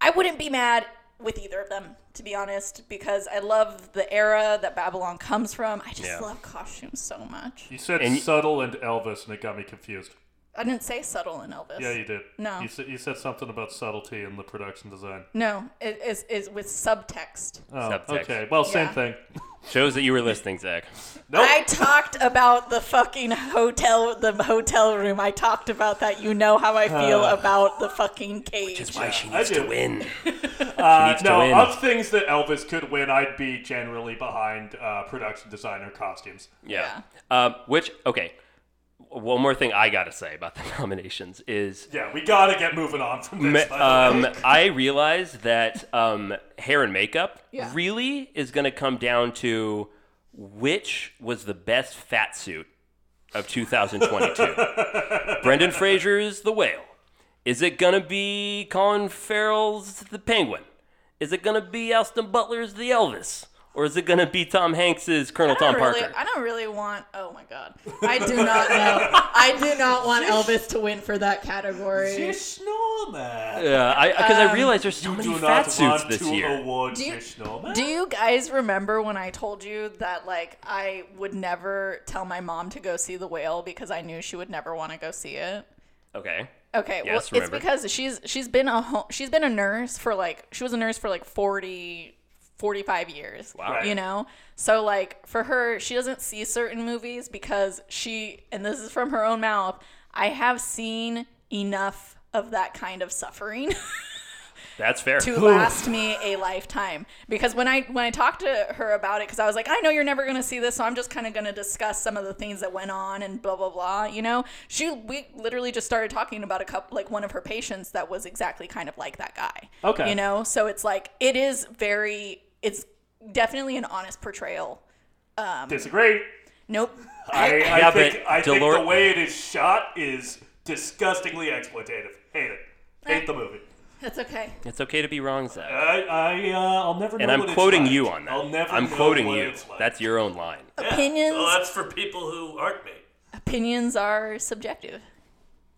[SPEAKER 4] I wouldn't be mad with either of them, to be honest, because I love the era that Babylon comes from. I just
[SPEAKER 2] Yeah.
[SPEAKER 4] love costumes so much.
[SPEAKER 1] You said
[SPEAKER 2] And-
[SPEAKER 1] subtle and Elvis, and it got me confused.
[SPEAKER 4] I didn't say subtle in Elvis.
[SPEAKER 1] Yeah, you did.
[SPEAKER 4] No.
[SPEAKER 1] You said, you said something about subtlety in the production design.
[SPEAKER 4] No, it is is with subtext.
[SPEAKER 1] Oh,
[SPEAKER 2] Subtext.
[SPEAKER 1] okay. Well, same
[SPEAKER 4] Yeah. *laughs*
[SPEAKER 1] thing.
[SPEAKER 2] Shows that you were listening, Zach.
[SPEAKER 1] Nope.
[SPEAKER 4] I talked about the fucking hotel, the hotel room. I talked about that. You know how I feel about the fucking cage.
[SPEAKER 2] That's Uh. why she
[SPEAKER 1] I
[SPEAKER 2] needs to
[SPEAKER 1] do.
[SPEAKER 2] win.
[SPEAKER 1] *laughs* Uh,
[SPEAKER 2] needs to
[SPEAKER 1] no,
[SPEAKER 2] win.
[SPEAKER 1] of things that Elvis could win, I'd be generally behind uh, production designer costumes.
[SPEAKER 2] Yeah. Um, which okay. One more thing I gotta say about the *laughs* nominations is
[SPEAKER 1] Yeah, we gotta get moving on from
[SPEAKER 2] Me-
[SPEAKER 1] this. by the
[SPEAKER 2] um,
[SPEAKER 1] way.
[SPEAKER 2] I realized that um, hair and makeup
[SPEAKER 4] Yeah.
[SPEAKER 2] really is going to come down to which was the best fat suit of
[SPEAKER 1] *laughs*
[SPEAKER 2] 2022. Brendan Fraser's The Whale. Is it going to be Colin Farrell's The Penguin? Is it going to be Austin Butler's The Elvis? Or is it going to be Tom Hanks's Colonel
[SPEAKER 4] I
[SPEAKER 2] Tom
[SPEAKER 4] don't really,
[SPEAKER 2] Parker?
[SPEAKER 4] I don't really want. Oh my god, I do not know. I do not want Elvis to win for that category.
[SPEAKER 1] snowman.
[SPEAKER 2] Yeah, because
[SPEAKER 4] um,
[SPEAKER 2] I, realized there's so many
[SPEAKER 1] Do
[SPEAKER 2] fat
[SPEAKER 1] not
[SPEAKER 2] suits
[SPEAKER 1] want
[SPEAKER 2] this
[SPEAKER 1] to
[SPEAKER 2] year.
[SPEAKER 1] award
[SPEAKER 4] Do you-
[SPEAKER 1] your snowman.
[SPEAKER 4] Do you guys remember when I told you that like I would never tell my mom to go see the whale because I knew she would never want to go see it?
[SPEAKER 2] Okay.
[SPEAKER 4] Okay,
[SPEAKER 2] Yes,
[SPEAKER 4] well,
[SPEAKER 2] remember.
[SPEAKER 4] it's because she's she's been a ho- she's been a nurse for like she was a nurse for like 40 45 years.
[SPEAKER 2] Wow.
[SPEAKER 4] You know? So like for her, she doesn't see certain movies because she and this is from her own mouth, I have seen enough of that kind of suffering *laughs*
[SPEAKER 2] That's fair.
[SPEAKER 4] to last me a lifetime because when i when i talked to her about it because i was like i know you're never going to see this so i'm just kind of going to discuss some of the things that went on and blah blah blah you know she we literally just started talking about a couple like one of her patients that was exactly kind of like that guy
[SPEAKER 1] Okay.
[SPEAKER 4] you know so it's like it is very it's definitely an honest portrayal
[SPEAKER 1] Disagree.
[SPEAKER 4] nope
[SPEAKER 1] I, I
[SPEAKER 2] Yeah,
[SPEAKER 1] think,
[SPEAKER 2] but
[SPEAKER 1] I think the
[SPEAKER 2] Delor-
[SPEAKER 1] way it is shot is disgustingly exploitative. Hate it. Hate the movie.
[SPEAKER 4] *laughs* that's okay
[SPEAKER 2] *laughs* It's okay to be wrong, Zach.
[SPEAKER 1] I, I, uh, I'll never.
[SPEAKER 2] and
[SPEAKER 1] know
[SPEAKER 2] I'm
[SPEAKER 1] what it's
[SPEAKER 2] quoting
[SPEAKER 1] like.
[SPEAKER 2] you on that.
[SPEAKER 1] I'll never.
[SPEAKER 2] I'm
[SPEAKER 1] know
[SPEAKER 2] quoting
[SPEAKER 1] what
[SPEAKER 2] you.
[SPEAKER 1] it's like.
[SPEAKER 2] That's your own line.
[SPEAKER 4] opinions
[SPEAKER 5] Well, that's for people who aren't me.
[SPEAKER 4] opinions are subjective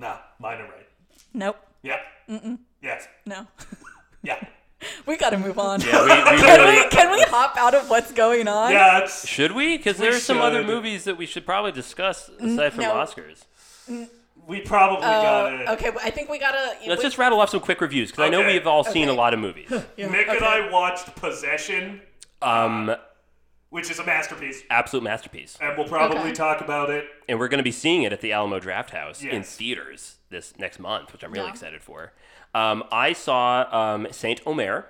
[SPEAKER 1] nah. Mine are right.
[SPEAKER 4] nope
[SPEAKER 1] Yep. Mm-mm. Yes.
[SPEAKER 4] no *laughs*
[SPEAKER 1] Yeah.
[SPEAKER 4] we gotta move on
[SPEAKER 2] We- we
[SPEAKER 4] can
[SPEAKER 2] really-
[SPEAKER 4] we can we hop out of what's going on
[SPEAKER 1] Yeah. It's,
[SPEAKER 2] should we? Because there are some other
[SPEAKER 1] should.
[SPEAKER 2] movies that we should probably discuss aside from
[SPEAKER 4] no.
[SPEAKER 2] Oscars.
[SPEAKER 1] we probably
[SPEAKER 5] Oh,
[SPEAKER 1] got it.
[SPEAKER 4] Oh, Okay, well, I think we gotta.
[SPEAKER 2] Let's
[SPEAKER 4] we-
[SPEAKER 2] just rattle off some quick reviews because I know
[SPEAKER 1] Okay.
[SPEAKER 2] we've all seen a lot of movies.
[SPEAKER 1] Nick and I watched Possession, uh,
[SPEAKER 2] Um,
[SPEAKER 1] which is a masterpiece,
[SPEAKER 2] absolute masterpiece,
[SPEAKER 1] and we'll probably
[SPEAKER 4] Okay.
[SPEAKER 1] talk about it.
[SPEAKER 2] and we're going to be seeing it at the Alamo Draft House in
[SPEAKER 1] Yes.
[SPEAKER 2] theaters this next month, which I'm really
[SPEAKER 4] Yeah.
[SPEAKER 2] excited for. Um, I saw um, Saint Omer.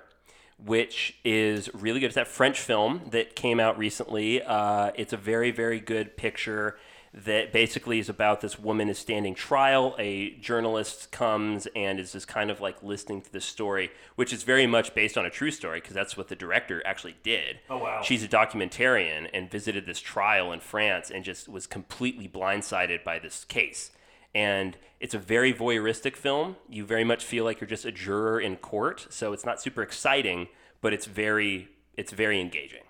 [SPEAKER 2] Which is really good. It's that French film that came out recently. Uh, it's a very, very good picture. that basically is about this woman is standing trial. A journalist comes and is just kind of like listening to the story, which is very much based on a true story because that's what the director actually did.
[SPEAKER 1] Oh, wow.
[SPEAKER 2] She's a documentarian and visited this trial in France and just was completely blindsided by this case. And it's a very voyeuristic film. You very much feel like you're just a juror in court, so it's not super exciting, but it's very it's very engaging.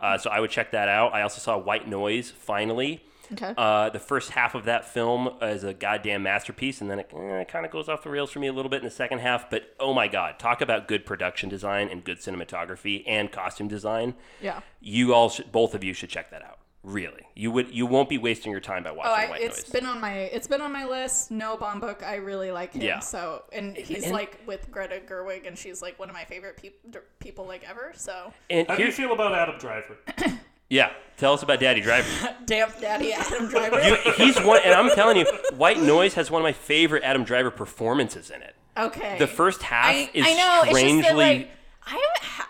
[SPEAKER 2] Uh, so I would check that out. I also saw White Noise finally.
[SPEAKER 4] Okay.
[SPEAKER 2] Uh, the first half of that film is a goddamn masterpiece, and then it, kind of goes off the rails for me a little bit in the second half. But oh my god, talk about good production design and good cinematography and costume design.
[SPEAKER 4] Yeah.
[SPEAKER 2] You all, should, both of you, should check that out. Really, you would you won't be wasting your time by
[SPEAKER 4] Oh,
[SPEAKER 2] watching
[SPEAKER 4] I,
[SPEAKER 2] White
[SPEAKER 4] it's
[SPEAKER 2] Noise.
[SPEAKER 4] been on my it's been on my list. No bomb book. I really like him.
[SPEAKER 2] Yeah.
[SPEAKER 4] So and he's
[SPEAKER 2] and-
[SPEAKER 4] like with Greta Gerwig, and she's like one of my favorite peop people like ever. So
[SPEAKER 2] and
[SPEAKER 1] How do
[SPEAKER 2] here-
[SPEAKER 1] you feel about Adam Driver?
[SPEAKER 2] yeah, tell us about Daddy Driver.
[SPEAKER 4] damn,
[SPEAKER 2] *laughs*
[SPEAKER 4] Daddy Adam Driver.
[SPEAKER 2] You- he's one, and I'm telling you, White Noise has one of my favorite Adam Driver performances in it.
[SPEAKER 4] okay.
[SPEAKER 2] The first half
[SPEAKER 4] I,
[SPEAKER 2] is
[SPEAKER 4] I know.
[SPEAKER 2] strangely.
[SPEAKER 4] It's just that, like, I'm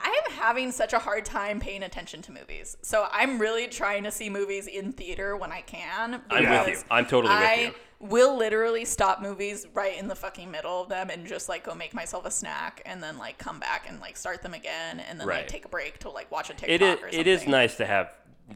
[SPEAKER 4] I'm having such a hard time paying attention to movies. So I'm really trying to see movies in theater when I can.
[SPEAKER 2] I'm with you.
[SPEAKER 4] because
[SPEAKER 2] I'm totally with you.
[SPEAKER 4] I will literally stop movies right in the fucking middle of them and just like go make myself a snack and then like come back and like start them again and then
[SPEAKER 2] Right.
[SPEAKER 4] like take a break to like watch a TikTok
[SPEAKER 2] it is
[SPEAKER 4] or something.
[SPEAKER 2] it is nice to have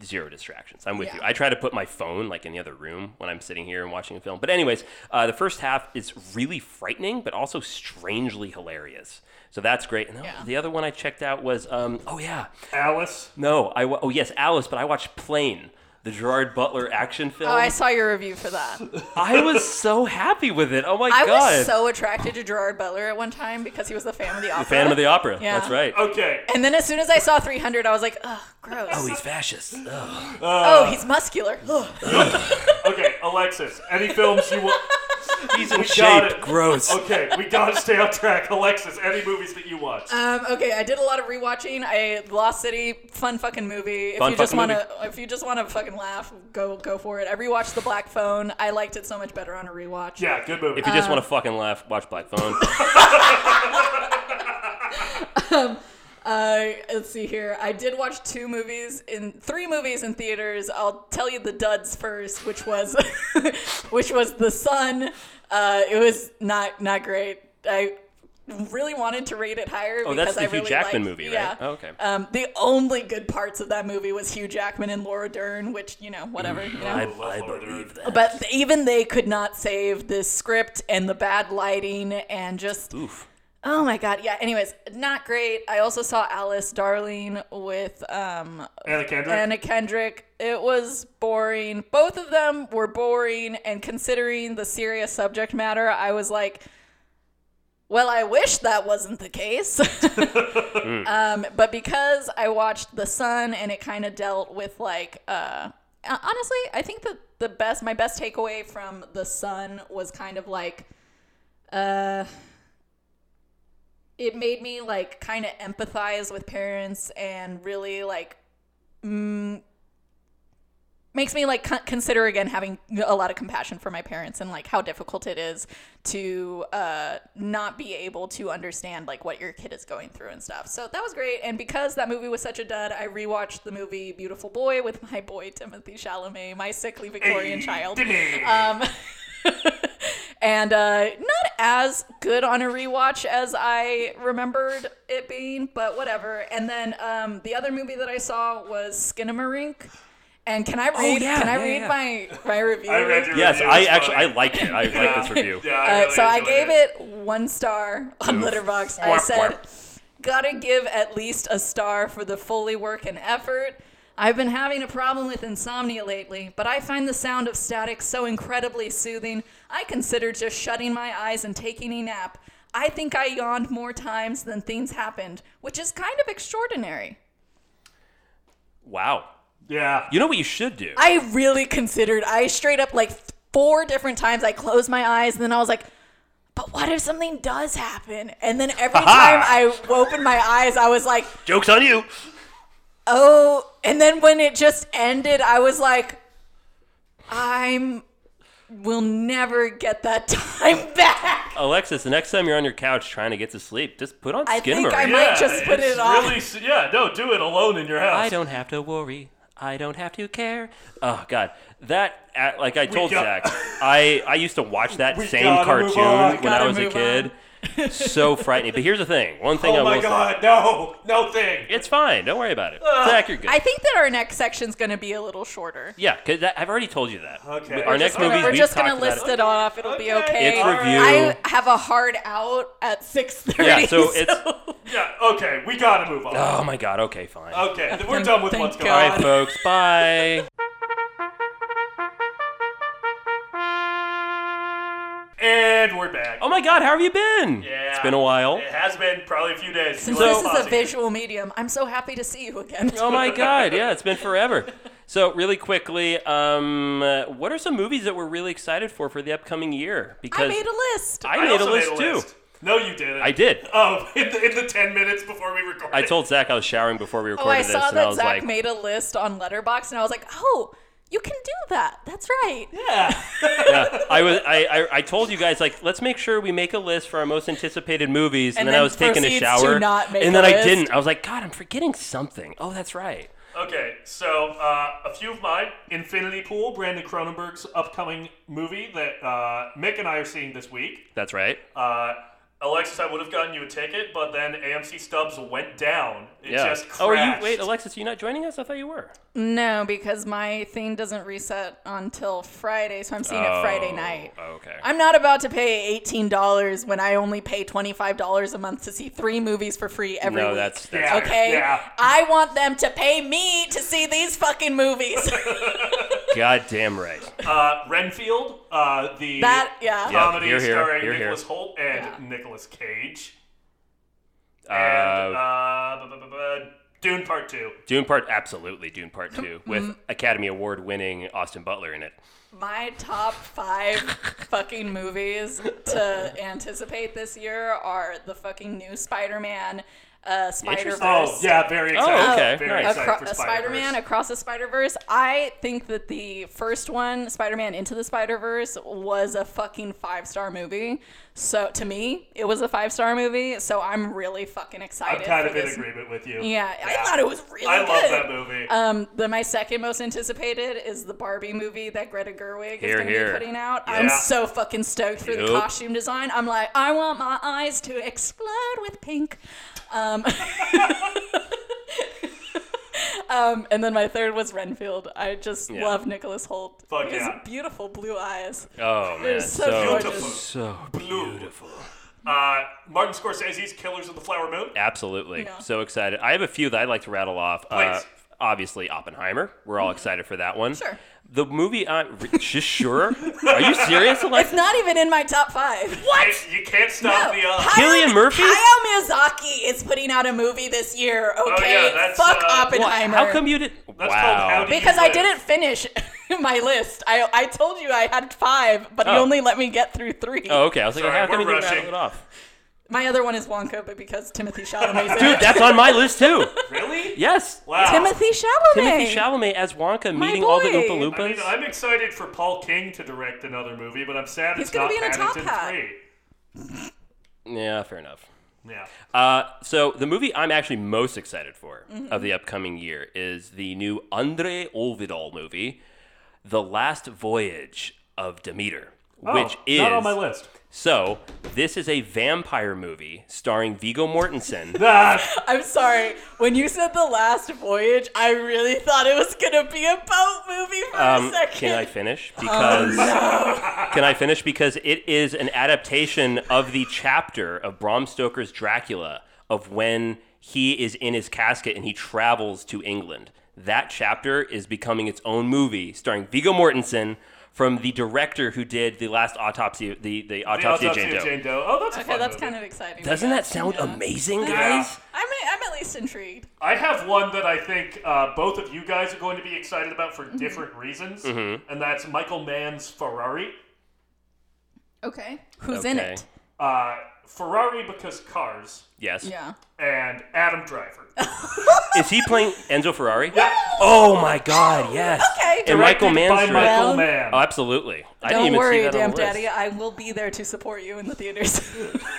[SPEAKER 2] zero distractions. I'm with
[SPEAKER 4] Yeah.
[SPEAKER 2] you. I try to put my phone like in the other room when I'm sitting here and watching a film. But anyways, uh, the first half is really frightening, but also strangely hilarious. So that's great. And the-
[SPEAKER 4] Yeah.
[SPEAKER 2] the other one I checked out was um, oh yeah
[SPEAKER 1] Alice.
[SPEAKER 2] no I wa- oh yes Alice, but I watched Plane. the Gerard Butler action film.
[SPEAKER 4] Oh, I saw your review for
[SPEAKER 2] *laughs*
[SPEAKER 4] that.
[SPEAKER 2] I was so happy with it. Oh my
[SPEAKER 4] I
[SPEAKER 2] god.
[SPEAKER 4] was so attracted to Gerard Butler at one time because he was the fan of the opera.
[SPEAKER 2] Phantom of the Opera.
[SPEAKER 4] Yeah.
[SPEAKER 2] That's right.
[SPEAKER 1] Okay.
[SPEAKER 4] And then as soon as I saw 300, I was like, ugh, gross.
[SPEAKER 2] Oh, he's fascist. Ugh.
[SPEAKER 4] oh, he's muscular. Ugh.
[SPEAKER 1] Okay, Alexis, any films you want?
[SPEAKER 2] *laughs* He's in
[SPEAKER 1] We got
[SPEAKER 2] shape.
[SPEAKER 1] it.
[SPEAKER 2] Gross.
[SPEAKER 1] Okay, we gotta stay on track. Alexis, any movies that you watch?
[SPEAKER 4] Um, okay, I did a lot of rewatching. I Lost City, fun fucking movie. If
[SPEAKER 2] Fun
[SPEAKER 4] you just
[SPEAKER 2] fucking
[SPEAKER 4] want to, if you just want to fucking laugh, go go for it. I rewatched The Black Phone. I liked it so much better on a rewatch.
[SPEAKER 1] Yeah, good movie.
[SPEAKER 2] If you just want to fucking laugh, watch Black
[SPEAKER 4] *laughs*
[SPEAKER 2] Phone.
[SPEAKER 4] Uh, let's see here. I did watch two movies in three movies in theaters. I'll tell you the duds first, which was, *laughs* which was The Sun. Uh, it was not not great. I really wanted to rate it higher.
[SPEAKER 2] Oh, that's
[SPEAKER 4] because
[SPEAKER 2] the
[SPEAKER 4] I
[SPEAKER 2] Hugh
[SPEAKER 4] really
[SPEAKER 2] Jackman
[SPEAKER 4] liked-
[SPEAKER 2] movie, right?
[SPEAKER 4] Yeah.
[SPEAKER 2] Oh,
[SPEAKER 4] *laughs*
[SPEAKER 2] okay.
[SPEAKER 4] Um, the only good parts of that movie was Hugh Jackman and Laura Dern, which you know, whatever. You know?
[SPEAKER 2] I, I believe that.
[SPEAKER 4] But even they could not save this script and the bad lighting and just
[SPEAKER 2] Oof.
[SPEAKER 4] oh my god, yeah. Anyways, not great. I also saw Alice Darling with um,
[SPEAKER 1] Anna Kendrick.
[SPEAKER 4] Anna Kendrick. It was boring. Both of them were boring, and considering the serious subject matter, I was like, well, I wish that wasn't the case. *laughs* um, but because I watched The Sun and it kind of dealt with like, uh, hon- honestly, I think that the best, my best takeaway from The Sun was kind of like, uh, it made me like kind of empathize with parents and really like mm, makes me like con- consider again having a lot of compassion for my parents and like how difficult it is to uh, not be able to understand like what your kid is going through and stuff. So that was great. And because that movie was such a dud, I rewatched the movie Beautiful Boy with my boy Timothy Chalamet, my sickly Victorian child. Um, and uh, not as good on a rewatch as I remembered it being, but whatever. And then um, the other movie that I saw was Skinamarink. And can I read?
[SPEAKER 2] Oh, yeah,
[SPEAKER 4] can I
[SPEAKER 2] yeah,
[SPEAKER 4] read
[SPEAKER 2] yeah.
[SPEAKER 4] my my review?
[SPEAKER 1] I read your
[SPEAKER 2] Yes,
[SPEAKER 1] review,
[SPEAKER 2] I
[SPEAKER 1] it's
[SPEAKER 2] actually I
[SPEAKER 1] funny.
[SPEAKER 2] like it. I like this review.
[SPEAKER 1] Yeah, I
[SPEAKER 4] Uh,
[SPEAKER 1] really
[SPEAKER 4] so I
[SPEAKER 1] enjoyed
[SPEAKER 4] gave it one star on Letterboxd. I
[SPEAKER 2] Wharp,
[SPEAKER 4] said,
[SPEAKER 2] wharp.
[SPEAKER 4] gotta give at least a star for the fully work and effort. I've been having a problem with insomnia lately, but I find the sound of static so incredibly soothing, I consider just shutting my eyes and taking a nap. I think I yawned more times than things happened, which is kind of extraordinary.
[SPEAKER 2] Wow.
[SPEAKER 1] Yeah.
[SPEAKER 2] You know what you should do?
[SPEAKER 4] I really considered. I straight up like four different times I closed my eyes and then I was like, but what if something does happen? And then
[SPEAKER 2] *laughs*
[SPEAKER 4] every time I opened my eyes, I was like,
[SPEAKER 2] Joke's on you.
[SPEAKER 4] oh. And then when it just ended, I was like, I'm will never get that *laughs* time back.
[SPEAKER 2] Alexis, the next time you're on your couch trying to get to sleep, just put on
[SPEAKER 4] I think
[SPEAKER 2] Skinamarink.
[SPEAKER 4] I might just put
[SPEAKER 1] it's
[SPEAKER 4] it on.
[SPEAKER 1] Really, s- yeah, no, do it alone in your house.
[SPEAKER 2] I don't have to worry. I don't have to care. Oh God, that uh, like I told
[SPEAKER 1] got- *laughs*
[SPEAKER 2] Zach, I I used to watch that
[SPEAKER 1] We
[SPEAKER 2] same
[SPEAKER 1] gotta move
[SPEAKER 2] cartoon
[SPEAKER 1] on.
[SPEAKER 2] when I
[SPEAKER 4] Gotta
[SPEAKER 2] was a
[SPEAKER 4] move
[SPEAKER 2] kid.
[SPEAKER 1] *laughs*
[SPEAKER 2] so frightening. But here's the thing. One thing I
[SPEAKER 1] Oh my
[SPEAKER 2] will say-
[SPEAKER 1] god, no, no thing.
[SPEAKER 2] it's fine. Don't worry about it. Zach, you're good.
[SPEAKER 4] I think that our next section's going to be a little shorter.
[SPEAKER 2] Yeah, because I've already told you that.
[SPEAKER 1] Okay.
[SPEAKER 2] Our
[SPEAKER 1] We're
[SPEAKER 2] next
[SPEAKER 1] just gonna-
[SPEAKER 2] movies
[SPEAKER 4] We're
[SPEAKER 2] we've
[SPEAKER 4] just
[SPEAKER 2] talked
[SPEAKER 4] gonna
[SPEAKER 2] about
[SPEAKER 4] list it off. It'll be
[SPEAKER 1] Okay.
[SPEAKER 4] okay.
[SPEAKER 2] It's review.
[SPEAKER 4] I have a hard out at six thirty.
[SPEAKER 2] Yeah,
[SPEAKER 4] *laughs*
[SPEAKER 2] so it's-
[SPEAKER 1] Yeah, okay, we gotta move on.
[SPEAKER 2] Oh my god. Okay, fine.
[SPEAKER 1] Okay, then we're done with
[SPEAKER 4] thank
[SPEAKER 1] what's going
[SPEAKER 4] God.
[SPEAKER 2] All
[SPEAKER 1] on.
[SPEAKER 2] right, folks.
[SPEAKER 1] *laughs*
[SPEAKER 2] Bye.
[SPEAKER 1] And we're back.
[SPEAKER 2] Oh my god, how have you been?
[SPEAKER 1] Yeah.
[SPEAKER 2] It's been a while.
[SPEAKER 1] It has been probably a few days.
[SPEAKER 4] Since
[SPEAKER 1] You
[SPEAKER 4] this
[SPEAKER 1] are
[SPEAKER 4] is a
[SPEAKER 1] pausing.
[SPEAKER 4] visual medium, I'm so happy to see you again.
[SPEAKER 2] *laughs* Oh my god, yeah, it's been forever. So really quickly, um, uh, what are some movies that we're really excited for for the upcoming year? Because
[SPEAKER 4] *laughs* I made a list.
[SPEAKER 2] I
[SPEAKER 1] I
[SPEAKER 2] made
[SPEAKER 1] also
[SPEAKER 2] list too.
[SPEAKER 1] No, you didn't.
[SPEAKER 2] I did.
[SPEAKER 1] *laughs* Oh, in the, in the 10 minutes before we recorded.
[SPEAKER 2] I told Zach I was showering before we
[SPEAKER 4] oh,
[SPEAKER 2] recorded
[SPEAKER 4] I
[SPEAKER 2] this,
[SPEAKER 4] saw
[SPEAKER 2] and I
[SPEAKER 4] that
[SPEAKER 2] was
[SPEAKER 4] Zach
[SPEAKER 2] like, *laughs*
[SPEAKER 4] made a list on Letterbox, and I was like, oh, you can do that. That's right.
[SPEAKER 2] yeah, I was, I, I, I told you guys like, let's make sure we make a list for our most anticipated movies, and,
[SPEAKER 4] And
[SPEAKER 2] then, I
[SPEAKER 4] then
[SPEAKER 2] was taking a
[SPEAKER 4] proceeds to
[SPEAKER 2] shower,
[SPEAKER 4] not make
[SPEAKER 2] and
[SPEAKER 4] a
[SPEAKER 2] then I
[SPEAKER 4] list.
[SPEAKER 2] didn't. I was like, God, I'm forgetting something. Oh, that's right.
[SPEAKER 1] Okay, so uh, a few of mine Infinity Pool, Brandon Cronenberg's upcoming movie that uh, Mick and I are seeing this week.
[SPEAKER 2] That's right.
[SPEAKER 1] Uh, Alexis, I would have gotten you a ticket, but then AMC Stubbs went down. It
[SPEAKER 2] yeah.
[SPEAKER 1] just crashed.
[SPEAKER 2] oh, are you wait, Alexis, are you not joining us? I thought you were.
[SPEAKER 4] No, because my thing doesn't reset until Friday, so I'm seeing it Friday
[SPEAKER 2] Oh,
[SPEAKER 4] night.
[SPEAKER 2] Okay.
[SPEAKER 4] I'm not about to pay $18 when I only pay $25 a month to see three movies for free every
[SPEAKER 2] no,
[SPEAKER 4] week.
[SPEAKER 2] that's, that's
[SPEAKER 1] Yeah.
[SPEAKER 4] okay?
[SPEAKER 1] Yeah.
[SPEAKER 4] I want them to pay me to see these
[SPEAKER 2] *laughs*
[SPEAKER 4] fucking movies.
[SPEAKER 2] goddamn right.
[SPEAKER 1] Uh, Renfield, uh, the
[SPEAKER 4] that, yeah.
[SPEAKER 2] Yeah.
[SPEAKER 1] comedy
[SPEAKER 2] here, here,
[SPEAKER 1] starring
[SPEAKER 2] here, here.
[SPEAKER 1] Nicholas Holt and Nicholas Cage, and
[SPEAKER 2] Uh,
[SPEAKER 1] uh, bu- bu- bu- bu- Dune Part Two.
[SPEAKER 2] Dune Part, absolutely Dune Part Two
[SPEAKER 4] mm.
[SPEAKER 2] with Academy Award winning Austin Butler in it.
[SPEAKER 4] My top five fucking movies to anticipate this year are the fucking new Spider Man, uh, Spider Verse.
[SPEAKER 2] Interesting.
[SPEAKER 1] Oh yeah, very excited.
[SPEAKER 2] okay,
[SPEAKER 1] very
[SPEAKER 2] nice.
[SPEAKER 1] excited for
[SPEAKER 4] Acro- Spider Man across the Spider Verse. I think that the first one, Spider Man Into the Spider Verse, was a fucking five star movie. So to me, it was a five star movie. So I'm really fucking excited.
[SPEAKER 1] I'm kind
[SPEAKER 4] for
[SPEAKER 1] of in
[SPEAKER 4] this.
[SPEAKER 1] agreement with you.
[SPEAKER 4] Yeah, I thought it was really
[SPEAKER 1] I
[SPEAKER 4] good.
[SPEAKER 1] love that movie.
[SPEAKER 4] Um, the my second most anticipated is the Barbie movie that Greta Gerwig is
[SPEAKER 2] Here,
[SPEAKER 4] going to
[SPEAKER 2] here.
[SPEAKER 4] be putting out. I'm
[SPEAKER 1] Yeah.
[SPEAKER 4] so fucking stoked for the
[SPEAKER 2] Yep.
[SPEAKER 4] costume design. I'm like, I want my eyes to explode with pink. Um, *laughs* um, and then my third was Renfield. I just
[SPEAKER 2] Yeah.
[SPEAKER 4] love Nicholas Holt.
[SPEAKER 1] Fuck
[SPEAKER 4] he has
[SPEAKER 1] yeah.
[SPEAKER 4] beautiful blue eyes.
[SPEAKER 2] Oh man,
[SPEAKER 4] They're so, gorgeous.
[SPEAKER 2] so beautiful.
[SPEAKER 1] uh, Martin Scorsese's Killers of the Flower Moon.
[SPEAKER 2] Absolutely.
[SPEAKER 4] Yeah.
[SPEAKER 2] So excited. I have a few that I'd like to rattle off. Uh,
[SPEAKER 1] Please.
[SPEAKER 2] obviously, Oppenheimer. We're all excited for that one.
[SPEAKER 4] Mm-hmm. Sure.
[SPEAKER 2] The movie, uh, re- *laughs* sh- sure? Are you serious,
[SPEAKER 4] It's
[SPEAKER 2] Alexis?
[SPEAKER 4] not even in my top
[SPEAKER 1] *laughs*
[SPEAKER 4] five.
[SPEAKER 1] What? You can't stop the. Uh,
[SPEAKER 4] Hayao-
[SPEAKER 2] Cillian Murphy?
[SPEAKER 4] Hayao Miyazaki is putting out a movie this year. Okay,
[SPEAKER 1] yeah, that's,
[SPEAKER 4] fuck
[SPEAKER 1] uh, well,
[SPEAKER 4] Oppenheimer.
[SPEAKER 2] How come you didn't?
[SPEAKER 1] that's called
[SPEAKER 2] wow.
[SPEAKER 1] Howdy
[SPEAKER 4] Because
[SPEAKER 1] Do
[SPEAKER 4] I
[SPEAKER 1] Live.
[SPEAKER 4] didn't finish *laughs* my list. I, I told you I had five, but
[SPEAKER 2] Oh.
[SPEAKER 4] you only let me get through three.
[SPEAKER 2] Oh, okay. I was like,
[SPEAKER 1] Sorry,
[SPEAKER 2] how come
[SPEAKER 1] we're
[SPEAKER 2] you didn't rattle
[SPEAKER 1] rushing.
[SPEAKER 2] it off?
[SPEAKER 4] My other one is Wonka, but because Timothy Chalamet's in
[SPEAKER 2] Dude,
[SPEAKER 4] it.
[SPEAKER 2] that's on my list too.
[SPEAKER 1] Really?
[SPEAKER 2] Yes.
[SPEAKER 1] Wow.
[SPEAKER 4] Timothy Chalamet.
[SPEAKER 2] Timothy Chalamet as Wonka
[SPEAKER 4] My
[SPEAKER 2] meeting all the
[SPEAKER 4] boy.
[SPEAKER 2] Oompa Loompas.
[SPEAKER 1] I mean, I'm excited for Paul King to direct another movie, but I'm sad
[SPEAKER 4] He's
[SPEAKER 1] it's
[SPEAKER 4] gonna
[SPEAKER 1] not
[SPEAKER 4] be in a top
[SPEAKER 1] Paddington
[SPEAKER 4] hat.
[SPEAKER 1] 3.
[SPEAKER 2] yeah, fair enough.
[SPEAKER 1] Yeah.
[SPEAKER 2] Uh, so the movie I'm actually most excited for of the upcoming year is the new Andre Olvidal movie, The Last Voyage of Demeter, which is
[SPEAKER 1] Oh, not on my list.
[SPEAKER 2] so. This is a vampire movie starring Vigo Mortensen.
[SPEAKER 1] Ah,
[SPEAKER 4] I'm sorry. When you said the last voyage, I really thought it was gonna be a boat movie for a
[SPEAKER 2] Um,
[SPEAKER 4] *laughs* second. Oh,
[SPEAKER 2] can I finish? Because can I finish? Because it is an adaptation of the chapter of Bram Stoker's Dracula of when he is in his casket and he travels to England. That chapter is becoming its own movie, starring Viggo Mortensen from the director who did the last autopsy, the the
[SPEAKER 1] the
[SPEAKER 2] autopsy,
[SPEAKER 1] Autopsy
[SPEAKER 2] of Jane Doe.
[SPEAKER 1] Jane Doe. Oh, that's a
[SPEAKER 4] okay,
[SPEAKER 1] fun
[SPEAKER 4] that's
[SPEAKER 1] movie.
[SPEAKER 4] kind of exciting.
[SPEAKER 2] Doesn't
[SPEAKER 4] Yeah.
[SPEAKER 2] that sound amazing,
[SPEAKER 1] Yeah.
[SPEAKER 2] guys?
[SPEAKER 4] I'm, I'm at least intrigued.
[SPEAKER 1] I have one that I think uh, both of you guys are going to be excited about
[SPEAKER 4] Mm-hmm.
[SPEAKER 1] for different reasons,
[SPEAKER 2] Mm-hmm.
[SPEAKER 1] and that's Michael Mann's Ferrari.
[SPEAKER 4] Okay. Who's in
[SPEAKER 2] Okay.
[SPEAKER 4] it?
[SPEAKER 1] Uh, Ferrari because cars,
[SPEAKER 2] Yes.
[SPEAKER 4] Yeah.
[SPEAKER 1] and Adam Driver.
[SPEAKER 4] *laughs*
[SPEAKER 2] Is he playing Enzo Ferrari? Oh my God! Yes.
[SPEAKER 4] Okay.
[SPEAKER 2] And Michael
[SPEAKER 1] Directed
[SPEAKER 2] Mann's
[SPEAKER 1] by
[SPEAKER 2] direct-
[SPEAKER 1] Michael
[SPEAKER 4] Well-
[SPEAKER 1] Mann.
[SPEAKER 2] Oh, absolutely. I didn't
[SPEAKER 4] Don't
[SPEAKER 2] even
[SPEAKER 4] worry,
[SPEAKER 2] see that on
[SPEAKER 4] damn
[SPEAKER 2] the list.
[SPEAKER 4] daddy. I will be there to support you in the theaters.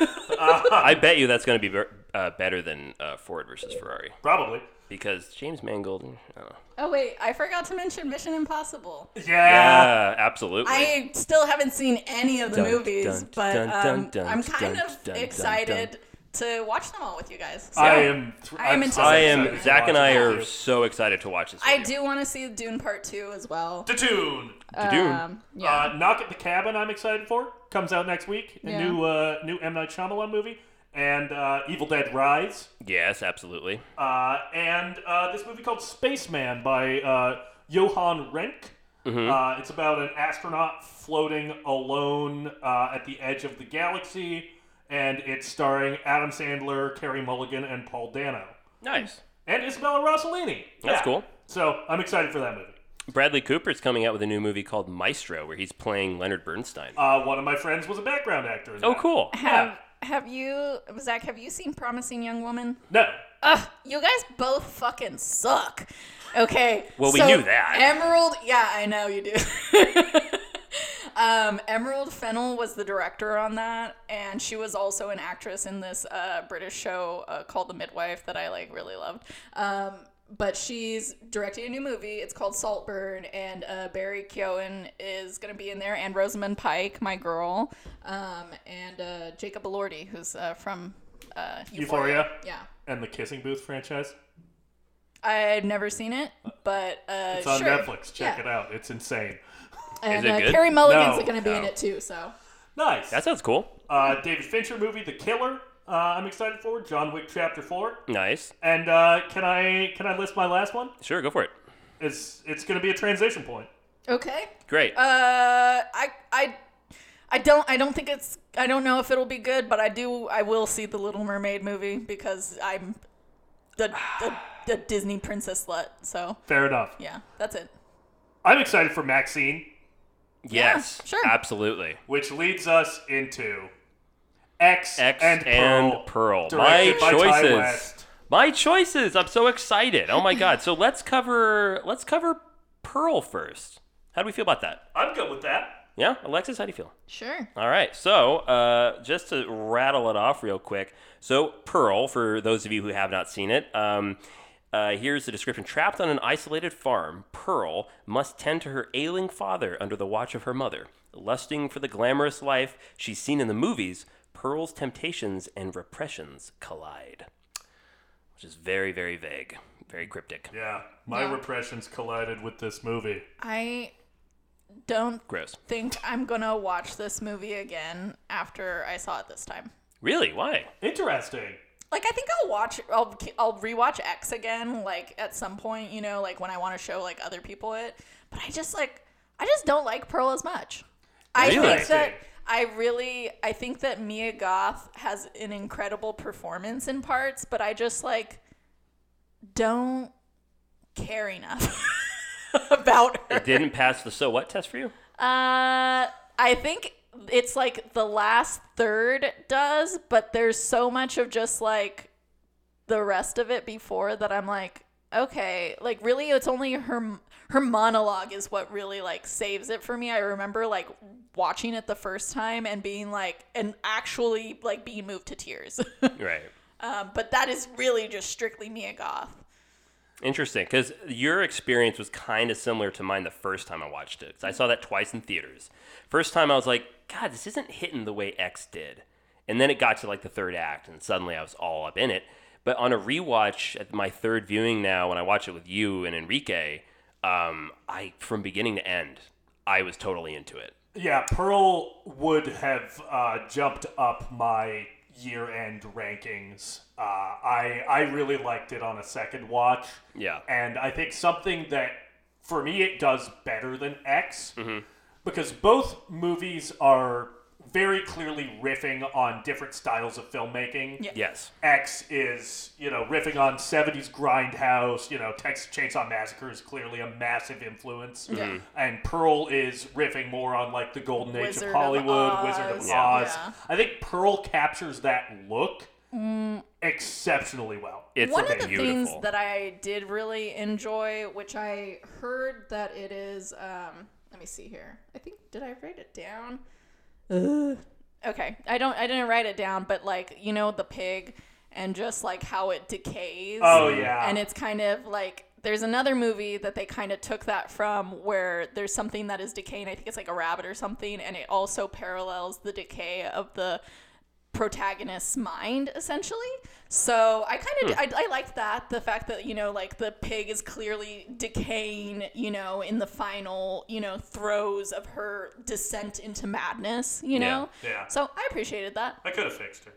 [SPEAKER 2] I bet you that's going to be ver- uh, better than uh, Ford versus Ferrari
[SPEAKER 1] Probably.
[SPEAKER 2] because James Mangold. Oh.
[SPEAKER 4] oh wait, I forgot to mention Mission Impossible.
[SPEAKER 1] Yeah.
[SPEAKER 2] Yeah, absolutely.
[SPEAKER 4] I still haven't seen any of the
[SPEAKER 2] Dun,
[SPEAKER 4] movies,
[SPEAKER 2] dun,
[SPEAKER 4] but
[SPEAKER 2] dun,
[SPEAKER 4] um,
[SPEAKER 2] dun, dun,
[SPEAKER 4] I'm kind
[SPEAKER 2] dun,
[SPEAKER 4] of
[SPEAKER 2] dun, dun,
[SPEAKER 4] excited to watch them all with you guys. So
[SPEAKER 1] I am.
[SPEAKER 4] I am
[SPEAKER 1] I'm so
[SPEAKER 2] I
[SPEAKER 1] excited
[SPEAKER 2] am.
[SPEAKER 1] to
[SPEAKER 2] Zach and
[SPEAKER 1] watch
[SPEAKER 2] I
[SPEAKER 1] it
[SPEAKER 2] are
[SPEAKER 1] with
[SPEAKER 2] so excited to watch this.
[SPEAKER 4] I
[SPEAKER 2] with you.
[SPEAKER 4] do want to see Dune Part Two as well.
[SPEAKER 1] you. Dune.
[SPEAKER 2] To Dune.
[SPEAKER 4] Um, yeah,
[SPEAKER 1] Uh, Knock at the Cabin, I'm excited for. Comes out next week. A
[SPEAKER 4] Yeah.
[SPEAKER 1] new uh, new M Night Shyamalan movie, and uh, Evil Dead Rise,
[SPEAKER 2] yes, absolutely.
[SPEAKER 1] uh, and uh, this movie called Spaceman by uh, Johan Renck.
[SPEAKER 2] Mm-hmm.
[SPEAKER 1] Uh, it's about an astronaut floating alone uh, at the edge of the galaxy, and it's starring Adam Sandler, Carey Mulligan, and Paul Dano,
[SPEAKER 2] Nice.
[SPEAKER 1] and Isabella Rossellini.
[SPEAKER 2] That's cool.
[SPEAKER 1] So I'm excited for that movie.
[SPEAKER 2] Bradley Cooper's coming out with a new movie called Maestro, where he's playing Leonard Bernstein.
[SPEAKER 1] Uh, one of my friends was a background actor. In
[SPEAKER 2] oh,
[SPEAKER 1] that.
[SPEAKER 2] cool.
[SPEAKER 4] have have you Zach? Have you seen Promising Young Woman?
[SPEAKER 1] No,
[SPEAKER 4] Ugh, you guys both fucking suck. Okay.
[SPEAKER 2] Well, we
[SPEAKER 4] so
[SPEAKER 2] knew that.
[SPEAKER 4] Emerald, yeah, I know you do. *laughs* um, Emerald Fennel was the director on that, and she was also an actress in this uh, British show uh, called The Midwife that I like really loved. Um, but she's directing a new movie. It's called Saltburn, and uh, Barry Keoghan is going to be in there, and Rosamund Pike, my girl, um, and uh, Jacob Elordi, who's uh, from uh, Euphoria.
[SPEAKER 1] Euphoria.
[SPEAKER 4] Yeah,
[SPEAKER 1] and the Kissing Booth franchise.
[SPEAKER 4] I've never seen it, but uh,
[SPEAKER 1] It's on
[SPEAKER 4] sure.
[SPEAKER 1] Netflix. Check
[SPEAKER 4] Yeah.
[SPEAKER 1] it out. It's insane.
[SPEAKER 4] And
[SPEAKER 2] it
[SPEAKER 4] uh,
[SPEAKER 2] good?
[SPEAKER 4] Carrie Mulligan's
[SPEAKER 1] No.
[SPEAKER 4] going to be in it too. So
[SPEAKER 1] Nice.
[SPEAKER 2] That sounds cool.
[SPEAKER 1] uh, David Fincher movie, The Killer. Uh, I'm excited for John Wick Chapter Four.
[SPEAKER 2] Nice.
[SPEAKER 1] And uh, can I can I list my last one?
[SPEAKER 2] Sure, go for it.
[SPEAKER 1] It's it's going to be a transition point.
[SPEAKER 4] okay,
[SPEAKER 2] Great.
[SPEAKER 4] Uh, I I I don't I don't think it's I don't know if it'll be good, but I do I will see the Little Mermaid movie because I'm the the, the Disney princess slut. So
[SPEAKER 1] Fair enough.
[SPEAKER 4] yeah, that's it.
[SPEAKER 1] I'm excited for Maxine,
[SPEAKER 2] yes.
[SPEAKER 4] sure.
[SPEAKER 2] Absolutely.
[SPEAKER 1] which leads us into X,
[SPEAKER 2] X
[SPEAKER 1] and
[SPEAKER 2] and,
[SPEAKER 1] Pearl.
[SPEAKER 2] Pearl. My
[SPEAKER 1] directed by Ty
[SPEAKER 2] choices.
[SPEAKER 1] West.
[SPEAKER 2] My choices. I'm so excited. Oh my god. So let's cover let's cover Pearl first. How do we feel about that?
[SPEAKER 1] I'm good with that.
[SPEAKER 2] Yeah, Alexis, how do you feel?
[SPEAKER 4] Sure.
[SPEAKER 2] All right. So, uh, just to rattle it off real quick. So, Pearl, for those of you who have not seen it, um, uh, here's the description. Trapped on an isolated farm, Pearl must tend to her ailing father under the watch of her mother. Lusting for the glamorous life she's seen in the movies, Pearl's temptations and repressions collide. Which is very, very vague, very cryptic.
[SPEAKER 1] Yeah, my
[SPEAKER 4] Yeah.
[SPEAKER 1] repressions collided with this movie.
[SPEAKER 4] I don't
[SPEAKER 2] Gross.
[SPEAKER 4] think I'm gonna watch this movie again after I saw it this time.
[SPEAKER 2] Really? Why?
[SPEAKER 1] Interesting.
[SPEAKER 4] Like I think I'll watch I'll I'll rewatch X again like at some point, you know, like when I want to show like other people it. But I just like I just don't like Pearl as much. I think
[SPEAKER 1] Interesting.
[SPEAKER 4] that I really I think that Mia Goth has an incredible performance in parts, but I just like don't care enough *laughs* about her.
[SPEAKER 2] It didn't pass the so what test for you?
[SPEAKER 4] Uh, I think it's like the last third does, but there's so much of just like the rest of it before that I'm like, okay, like really, it's only her her monologue is what really like saves it for me. I remember like watching it the first time and being like, and actually like being moved to tears. *laughs*
[SPEAKER 2] Right.
[SPEAKER 4] um, but that is really just strictly Mia Goth.
[SPEAKER 2] Interesting, because your experience was kind of similar to mine the first time I watched it. 'Cause I saw that twice in theaters. First time I was like, God, this isn't hitting the way X did. And then it got to like the third act, and suddenly I was all up in it. But on a rewatch at my third viewing now, when I watch it with you and Enrique, um, I from beginning to end, I was totally into it.
[SPEAKER 1] Yeah, Pearl would have uh, jumped up my year-end rankings. Uh, I I really liked it on a second watch.
[SPEAKER 2] Yeah.
[SPEAKER 1] and I think something that for me it does better than X
[SPEAKER 2] Mm-hmm.
[SPEAKER 1] because both movies are very clearly riffing on different styles of filmmaking.
[SPEAKER 4] Yeah.
[SPEAKER 2] Yes.
[SPEAKER 1] X is, you know, riffing on 70s grindhouse, you know, Texas Chainsaw Massacre is clearly a massive influence.
[SPEAKER 2] Mm-hmm.
[SPEAKER 4] Mhm.
[SPEAKER 1] And Pearl is riffing more on like the golden age
[SPEAKER 4] Wizard
[SPEAKER 1] of
[SPEAKER 4] of
[SPEAKER 1] Hollywood, Wizard of
[SPEAKER 4] Oz, Yeah.
[SPEAKER 1] Oz.
[SPEAKER 4] yeah.
[SPEAKER 1] I think Pearl captures that look exceptionally well.
[SPEAKER 2] It's
[SPEAKER 4] Mm. One of the
[SPEAKER 2] beautiful.
[SPEAKER 4] things that I did really enjoy, which I heard that it is, um, let me see here. I think did I write it down? Okay, I don't. I didn't write it down, but like you know the pig, and just like how it decays.
[SPEAKER 1] Oh yeah.
[SPEAKER 2] Ah.
[SPEAKER 4] And it's kind of like there's another movie that they kind of took that from where there's something that is decaying. I think it's like a rabbit or something, and it also parallels the decay of the protagonist's mind essentially. So I kind of
[SPEAKER 2] Hmm.
[SPEAKER 4] I, I liked that the fact that you know like the pig is clearly decaying you know in the final you know throes of her descent into madness you know
[SPEAKER 1] yeah.
[SPEAKER 4] so I appreciated that
[SPEAKER 1] I could have fixed her.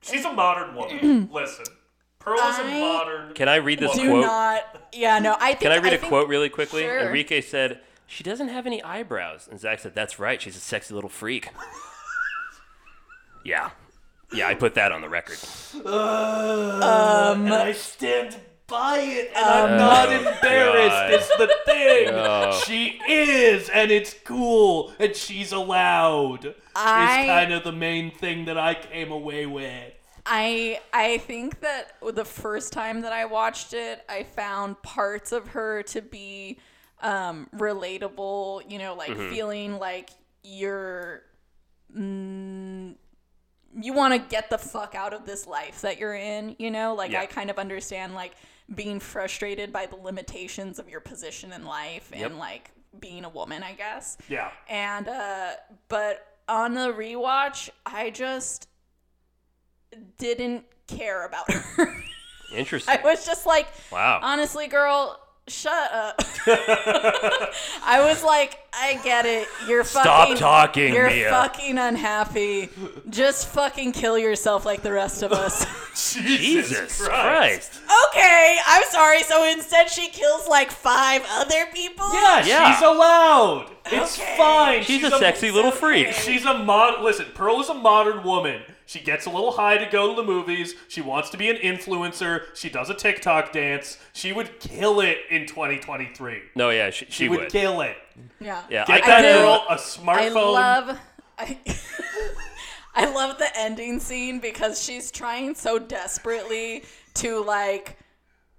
[SPEAKER 1] She's a
[SPEAKER 4] *clears throat*
[SPEAKER 1] modern woman. Listen, Pearl is a
[SPEAKER 4] I-
[SPEAKER 1] modern.
[SPEAKER 2] Can I read this
[SPEAKER 4] do
[SPEAKER 2] quote?
[SPEAKER 4] not yeah no I think
[SPEAKER 2] Can I read
[SPEAKER 4] a
[SPEAKER 2] a quote really quickly?
[SPEAKER 4] Sure.
[SPEAKER 2] Enrique said, She doesn't have any eyebrows. And Zach said, That's right. She's a sexy little freak. yeah. Yeah, I put that on the record.
[SPEAKER 1] Uh, and I stand by it, and I'm
[SPEAKER 2] not embarrassed. God. It's
[SPEAKER 1] the *laughs* thing.
[SPEAKER 2] Oh.
[SPEAKER 1] She is, and it's cool, and she's allowed.
[SPEAKER 4] I- kind
[SPEAKER 1] of the main thing that I came away with.
[SPEAKER 4] I I think that the first time that I watched it, I found parts of her to be um, relatable. You know, like
[SPEAKER 2] Mm-hmm.
[SPEAKER 4] feeling like you're. Mm, you want to get the fuck out of this life that you're in, you know? Like,
[SPEAKER 2] Yeah.
[SPEAKER 4] I kind of understand, like, being frustrated by the limitations of your position in life and
[SPEAKER 2] Yep.
[SPEAKER 4] like being a woman, I guess.
[SPEAKER 1] Yeah.
[SPEAKER 4] And uh but on the rewatch, I just didn't care about
[SPEAKER 2] *laughs*
[SPEAKER 4] her.
[SPEAKER 2] Interesting.
[SPEAKER 4] I was just like,
[SPEAKER 2] Wow.
[SPEAKER 4] honestly, girl,
[SPEAKER 2] *laughs*
[SPEAKER 4] shut up. I was like, I get it. You're
[SPEAKER 2] Stop
[SPEAKER 4] fucking
[SPEAKER 2] talking,
[SPEAKER 4] You're
[SPEAKER 2] Mia."
[SPEAKER 4] fucking unhappy. Just fucking kill yourself like the rest
[SPEAKER 2] *laughs*
[SPEAKER 4] of us.
[SPEAKER 2] Jesus Christ.
[SPEAKER 4] okay, I'm sorry. So instead, she kills like five other people.
[SPEAKER 1] Yeah,
[SPEAKER 2] Yeah.
[SPEAKER 1] she's allowed. It's
[SPEAKER 4] Okay.
[SPEAKER 1] fine.
[SPEAKER 2] She's, a sexy little freak.
[SPEAKER 1] She's a mod. Listen, Pearl is a modern woman. She gets a little high to go to the movies. She wants to be an influencer. She does a TikTok dance. She would kill it in 2023.
[SPEAKER 2] No, yeah, she, she,
[SPEAKER 1] She
[SPEAKER 2] would.
[SPEAKER 1] would kill it.
[SPEAKER 4] Yeah.
[SPEAKER 2] yeah,
[SPEAKER 1] Get
[SPEAKER 2] I,
[SPEAKER 1] that
[SPEAKER 4] do-
[SPEAKER 1] girl a
[SPEAKER 4] I
[SPEAKER 1] smartphone.
[SPEAKER 4] love. I, *laughs* I love the ending scene because she's trying so desperately to like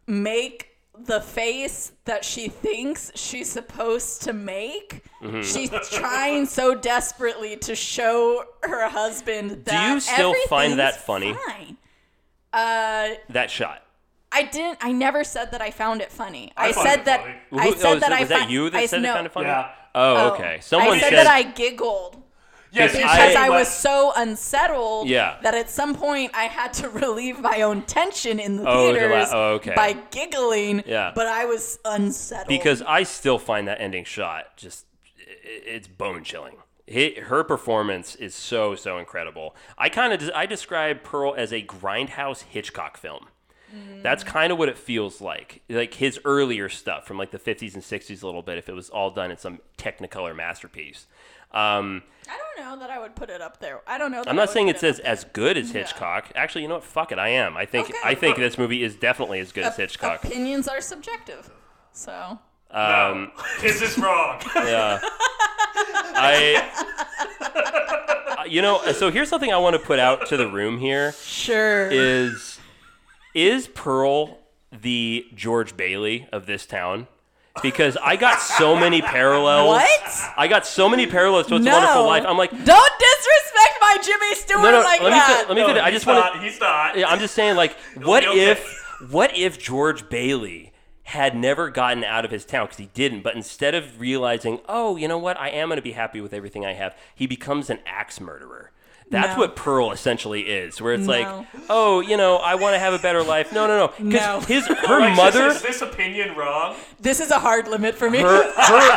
[SPEAKER 4] make the face that she thinks she's supposed to make.
[SPEAKER 2] Mm-hmm.
[SPEAKER 4] She's trying so desperately to show her husband that
[SPEAKER 2] you still find that
[SPEAKER 4] everything's
[SPEAKER 2] funny?
[SPEAKER 4] fine. Uh,
[SPEAKER 2] that shot.
[SPEAKER 4] I didn't. I never said that I found it funny. I,
[SPEAKER 1] found
[SPEAKER 4] said
[SPEAKER 1] it
[SPEAKER 4] that.
[SPEAKER 1] funny.
[SPEAKER 2] Who-
[SPEAKER 4] I
[SPEAKER 2] oh,
[SPEAKER 4] said
[SPEAKER 2] is-
[SPEAKER 4] that I
[SPEAKER 2] was that
[SPEAKER 4] found-
[SPEAKER 2] you that
[SPEAKER 4] I,
[SPEAKER 2] said
[SPEAKER 4] no,
[SPEAKER 2] it kind of funny?
[SPEAKER 1] Yeah.
[SPEAKER 2] Oh,
[SPEAKER 4] Oh.
[SPEAKER 2] okay. Someone
[SPEAKER 4] I said
[SPEAKER 2] says,
[SPEAKER 4] that I giggled
[SPEAKER 1] Yes,
[SPEAKER 2] Because
[SPEAKER 1] you
[SPEAKER 4] because
[SPEAKER 1] said
[SPEAKER 4] I,
[SPEAKER 1] you
[SPEAKER 4] was
[SPEAKER 1] let-
[SPEAKER 4] so unsettled
[SPEAKER 2] Yeah.
[SPEAKER 4] that at some point I had to *laughs* relieve my own tension in the
[SPEAKER 2] Oh, the la-
[SPEAKER 4] theaters
[SPEAKER 2] oh, okay.
[SPEAKER 4] by giggling.
[SPEAKER 2] Yeah.
[SPEAKER 4] But I was unsettled.
[SPEAKER 2] because I still find that ending shot just i- it's bone chilling. Hi- Her performance is so so incredible. I kind of I describe Pearl as a grindhouse Hitchcock film.
[SPEAKER 4] Mm.
[SPEAKER 2] That's kind of what it feels like. Like his earlier stuff from like the 50s and 60s a little bit if it was all done in some technicolor masterpiece. Um,
[SPEAKER 4] I don't know that I would put it up there. I don't know. That
[SPEAKER 2] I'm
[SPEAKER 4] I
[SPEAKER 2] not
[SPEAKER 4] would
[SPEAKER 2] saying
[SPEAKER 4] put
[SPEAKER 2] it's
[SPEAKER 4] it
[SPEAKER 2] as, as good as Hitchcock. Actually, you know what? Fuck it. I am. I think
[SPEAKER 4] Okay.
[SPEAKER 2] I think this movie is definitely as good
[SPEAKER 4] up
[SPEAKER 2] as Hitchcock.
[SPEAKER 4] Opinions are subjective. So
[SPEAKER 2] Um,
[SPEAKER 1] Is
[SPEAKER 4] *laughs*
[SPEAKER 1] this wrong?
[SPEAKER 2] Yeah. I. Uh,
[SPEAKER 1] *laughs*
[SPEAKER 2] You know, so here's something I want to put out to the room here
[SPEAKER 4] sure.
[SPEAKER 2] is is Pearl the George Bailey of this town? Because I got so many parallels.
[SPEAKER 4] what?
[SPEAKER 2] I got so many parallels to It's a
[SPEAKER 4] no.
[SPEAKER 2] Wonderful Life. I'm like,
[SPEAKER 4] don't disrespect my Jimmy Stewart
[SPEAKER 2] no, no.
[SPEAKER 4] like
[SPEAKER 2] let me
[SPEAKER 4] that.
[SPEAKER 2] fi- let me finish. I just want to.
[SPEAKER 1] He's not.
[SPEAKER 2] Yeah, I'm just saying, like, what
[SPEAKER 1] be okay.
[SPEAKER 2] if, what if George Bailey had never gotten out of his town because he didn't, but instead of realizing, oh, you know what, I am going to be happy with everything I have, he becomes an axe murderer. That's
[SPEAKER 4] No.
[SPEAKER 2] what Pearl essentially is, where it's
[SPEAKER 4] No.
[SPEAKER 2] like, oh, you know, I want to have a better life. No, no, no,
[SPEAKER 4] *laughs* No.
[SPEAKER 2] because his her
[SPEAKER 1] Alexis,
[SPEAKER 2] mother.
[SPEAKER 1] Is this opinion wrong?
[SPEAKER 4] This is a hard limit for me.
[SPEAKER 2] Her, her,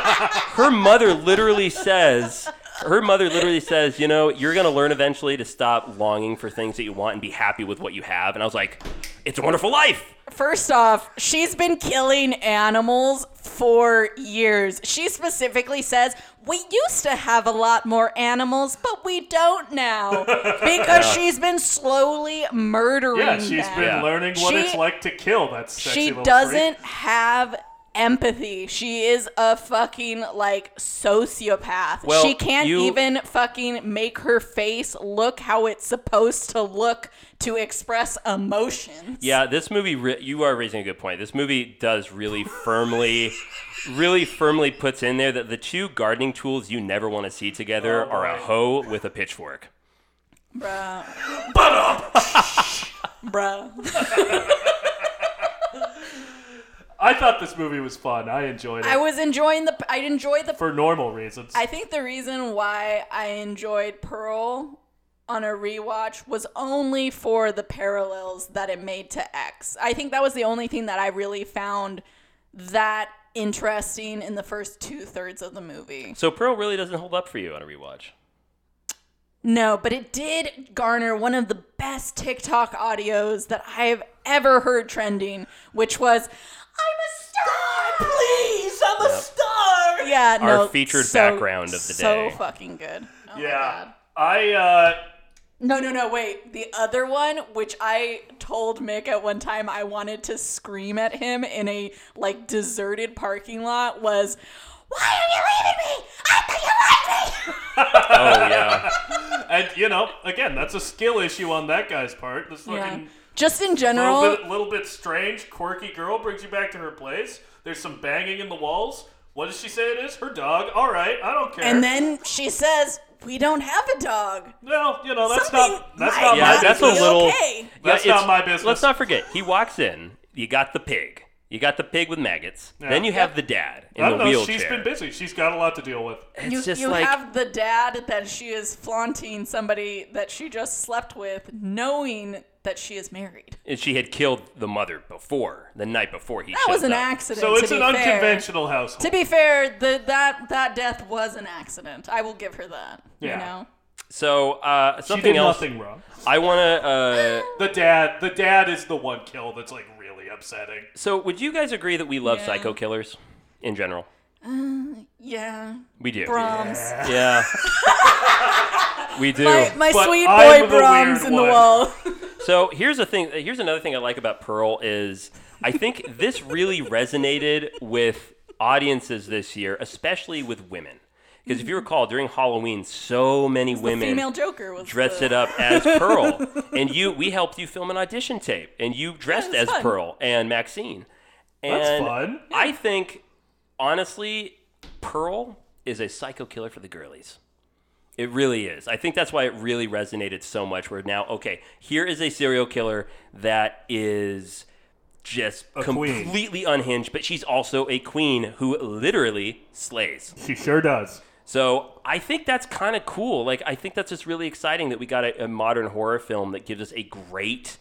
[SPEAKER 2] her mother literally says, her mother literally says, you know, you're going to learn eventually to stop longing for things that you want and be happy with what you have. And I was like, it's a wonderful life.
[SPEAKER 4] First off, she's been killing animals for years. She specifically says, We used to have a lot more animals, but we don't
[SPEAKER 1] *laughs*
[SPEAKER 4] now. Because she's been slowly murdering
[SPEAKER 1] Yeah, she's
[SPEAKER 4] them.
[SPEAKER 1] been
[SPEAKER 2] Yeah.
[SPEAKER 1] learning what
[SPEAKER 4] She-
[SPEAKER 1] it's like to kill. That sexy
[SPEAKER 4] she
[SPEAKER 1] little
[SPEAKER 4] doesn't
[SPEAKER 1] freak.
[SPEAKER 4] have empathy. She is a fucking like sociopath.
[SPEAKER 2] Well,
[SPEAKER 4] she can't
[SPEAKER 2] you-
[SPEAKER 4] even fucking make her face look how it's supposed to look to express emotions.
[SPEAKER 2] Yeah, this movie. Re- you are raising a good point. This movie does really
[SPEAKER 1] *laughs*
[SPEAKER 2] firmly, really firmly puts in there that the two gardening tools you never want to see together
[SPEAKER 1] Oh,
[SPEAKER 2] are a hoe with a pitchfork.
[SPEAKER 4] Bruh. Butt up! Bruh.
[SPEAKER 1] I thought this movie was fun. I enjoyed it
[SPEAKER 4] I was enjoying the. I enjoyed the.
[SPEAKER 1] for normal reasons.
[SPEAKER 4] I think the reason why I enjoyed Pearl on a rewatch was only for the parallels that it made to X. I think that was the only thing that I really found that interesting in the first two thirds of the movie.
[SPEAKER 2] So Pearl really doesn't hold up for you on a
[SPEAKER 1] *laughs*
[SPEAKER 2] rewatch.
[SPEAKER 4] No, but it did garner one of the best TikTok audios that I have ever heard trending, which was I'm a star, please, I'm a star. Yeah,
[SPEAKER 2] Our
[SPEAKER 4] no,
[SPEAKER 2] featured
[SPEAKER 4] so-
[SPEAKER 2] background of the day.
[SPEAKER 4] So fucking good. Oh my
[SPEAKER 1] yeah.
[SPEAKER 4] God.
[SPEAKER 1] I uh
[SPEAKER 4] No, no, no, wait. The other one, which I told Mick at one time I wanted to scream at him in a like deserted parking lot was Why are you leaving me? I thought you liked me
[SPEAKER 2] Oh yeah,
[SPEAKER 1] and you know, again, that's a skill issue on that guy's part. This
[SPEAKER 4] Yeah.
[SPEAKER 1] fucking
[SPEAKER 4] Just in general
[SPEAKER 1] little bit, little bit strange, quirky girl brings you back to her place. There's some banging in the walls. What does she say? It is her dog. All right, I don't care.
[SPEAKER 4] And then she says, "We don't have a dog."
[SPEAKER 1] well, you know, that's
[SPEAKER 4] Something
[SPEAKER 1] not that's
[SPEAKER 4] might
[SPEAKER 1] not
[SPEAKER 2] yeah.
[SPEAKER 1] my
[SPEAKER 4] not
[SPEAKER 2] that's a
[SPEAKER 1] business.
[SPEAKER 4] be
[SPEAKER 2] little.
[SPEAKER 4] okay.
[SPEAKER 2] Yeah,
[SPEAKER 1] That's
[SPEAKER 2] it's-
[SPEAKER 1] not my business.
[SPEAKER 2] Let's not forget. He walks in. you got the pig. You got the pig with maggots. Then you have the dad in
[SPEAKER 1] I
[SPEAKER 2] the
[SPEAKER 1] don't know.
[SPEAKER 2] wheelchair.
[SPEAKER 1] She's been busy. She's got a lot to deal with.
[SPEAKER 2] It's
[SPEAKER 4] you
[SPEAKER 2] just
[SPEAKER 4] you
[SPEAKER 2] like
[SPEAKER 4] have the dad that she is flaunting somebody that she just slept with, knowing that she is married.
[SPEAKER 2] and she had killed the mother before, the night before he
[SPEAKER 4] That
[SPEAKER 2] shows
[SPEAKER 4] was an
[SPEAKER 2] up.
[SPEAKER 4] accident.
[SPEAKER 1] So
[SPEAKER 4] to
[SPEAKER 1] it's
[SPEAKER 4] be
[SPEAKER 1] an
[SPEAKER 4] fair.
[SPEAKER 1] unconventional household.
[SPEAKER 4] To be fair, the, that that death was an accident. I will give her that.
[SPEAKER 1] Yeah.
[SPEAKER 4] You know.
[SPEAKER 2] So uh,
[SPEAKER 1] she
[SPEAKER 2] something
[SPEAKER 1] did
[SPEAKER 2] else.
[SPEAKER 1] nothing wrong.
[SPEAKER 2] I want to. Uh,
[SPEAKER 4] *laughs*
[SPEAKER 1] The dad, the dad is the one kill that's like really upsetting.
[SPEAKER 2] so would you guys agree that we love
[SPEAKER 4] Yeah.
[SPEAKER 2] psycho killers in general?
[SPEAKER 4] Yeah.
[SPEAKER 2] We do.
[SPEAKER 4] Brahms. *laughs*
[SPEAKER 2] Yeah. we do.
[SPEAKER 4] My, my
[SPEAKER 1] But
[SPEAKER 4] sweet
[SPEAKER 1] I'm
[SPEAKER 4] boy
[SPEAKER 1] the
[SPEAKER 4] Brahms
[SPEAKER 1] weird
[SPEAKER 4] in the
[SPEAKER 1] one.
[SPEAKER 4] wall. *laughs*
[SPEAKER 2] So here's the thing. Here's another thing I like about Pearl is I think this really resonated with audiences this year, especially with women. Because if you recall, during Halloween, so many women
[SPEAKER 4] Mm-hmm. Female Joker was
[SPEAKER 2] dressed
[SPEAKER 4] the-
[SPEAKER 2] it up as
[SPEAKER 4] *laughs*
[SPEAKER 2] Pearl, and you we helped you film an audition tape, and you dressed
[SPEAKER 4] Yeah, it
[SPEAKER 2] as
[SPEAKER 4] was fun.
[SPEAKER 2] Pearl and Maxine. And
[SPEAKER 1] That's fun.
[SPEAKER 2] I think, honestly, Pearl is a psycho killer for the girlies. It really is. I think that's why it really resonated so much. Where now, okay, here is a serial killer that is just
[SPEAKER 1] queen.
[SPEAKER 2] completely unhinged, but she's also a queen who literally slays.
[SPEAKER 1] She sure does.
[SPEAKER 2] So I think that's kind of cool. Like I think that's just really exciting that we got a, a modern horror film that gives us a great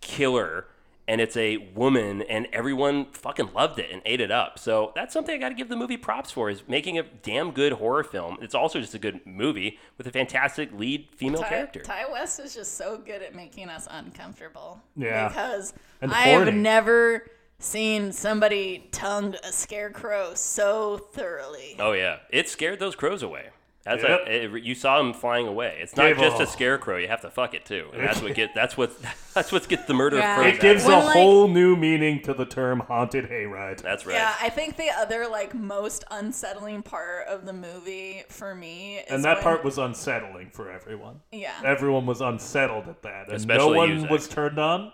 [SPEAKER 2] killer and it's a woman and everyone fucking loved it and ate it up. So that's something I got to give the movie props for is making a damn good horror film. It's also just a good movie with a fantastic lead female
[SPEAKER 4] Ty,
[SPEAKER 2] character.
[SPEAKER 4] Ty West is just so good at making us uncomfortable.
[SPEAKER 1] Yeah.
[SPEAKER 4] Because
[SPEAKER 1] And
[SPEAKER 4] I have
[SPEAKER 1] horny.
[SPEAKER 4] never seen somebody tongue a scarecrow so thoroughly.
[SPEAKER 2] Oh yeah, it scared those crows away. That's
[SPEAKER 1] Yep.
[SPEAKER 2] a, it- you saw them flying away. It's not
[SPEAKER 1] Gave
[SPEAKER 2] just a
[SPEAKER 1] a-
[SPEAKER 2] scarecrow. You have to fuck it too. And that's what
[SPEAKER 1] *laughs*
[SPEAKER 2] get that's what *laughs* that's what gets the murder
[SPEAKER 4] Yeah.
[SPEAKER 2] of crows.
[SPEAKER 1] It gives
[SPEAKER 2] out.
[SPEAKER 4] When,
[SPEAKER 1] a
[SPEAKER 4] like-
[SPEAKER 1] whole new meaning to the term haunted hayride.
[SPEAKER 2] That's right.
[SPEAKER 4] Yeah, I think the other like most unsettling part of the movie for me is
[SPEAKER 1] and that
[SPEAKER 4] when-
[SPEAKER 1] part was unsettling for everyone.
[SPEAKER 4] Yeah.
[SPEAKER 1] Everyone was unsettled at that. And no
[SPEAKER 2] Especially you,
[SPEAKER 1] one
[SPEAKER 2] Zach.
[SPEAKER 1] was turned on.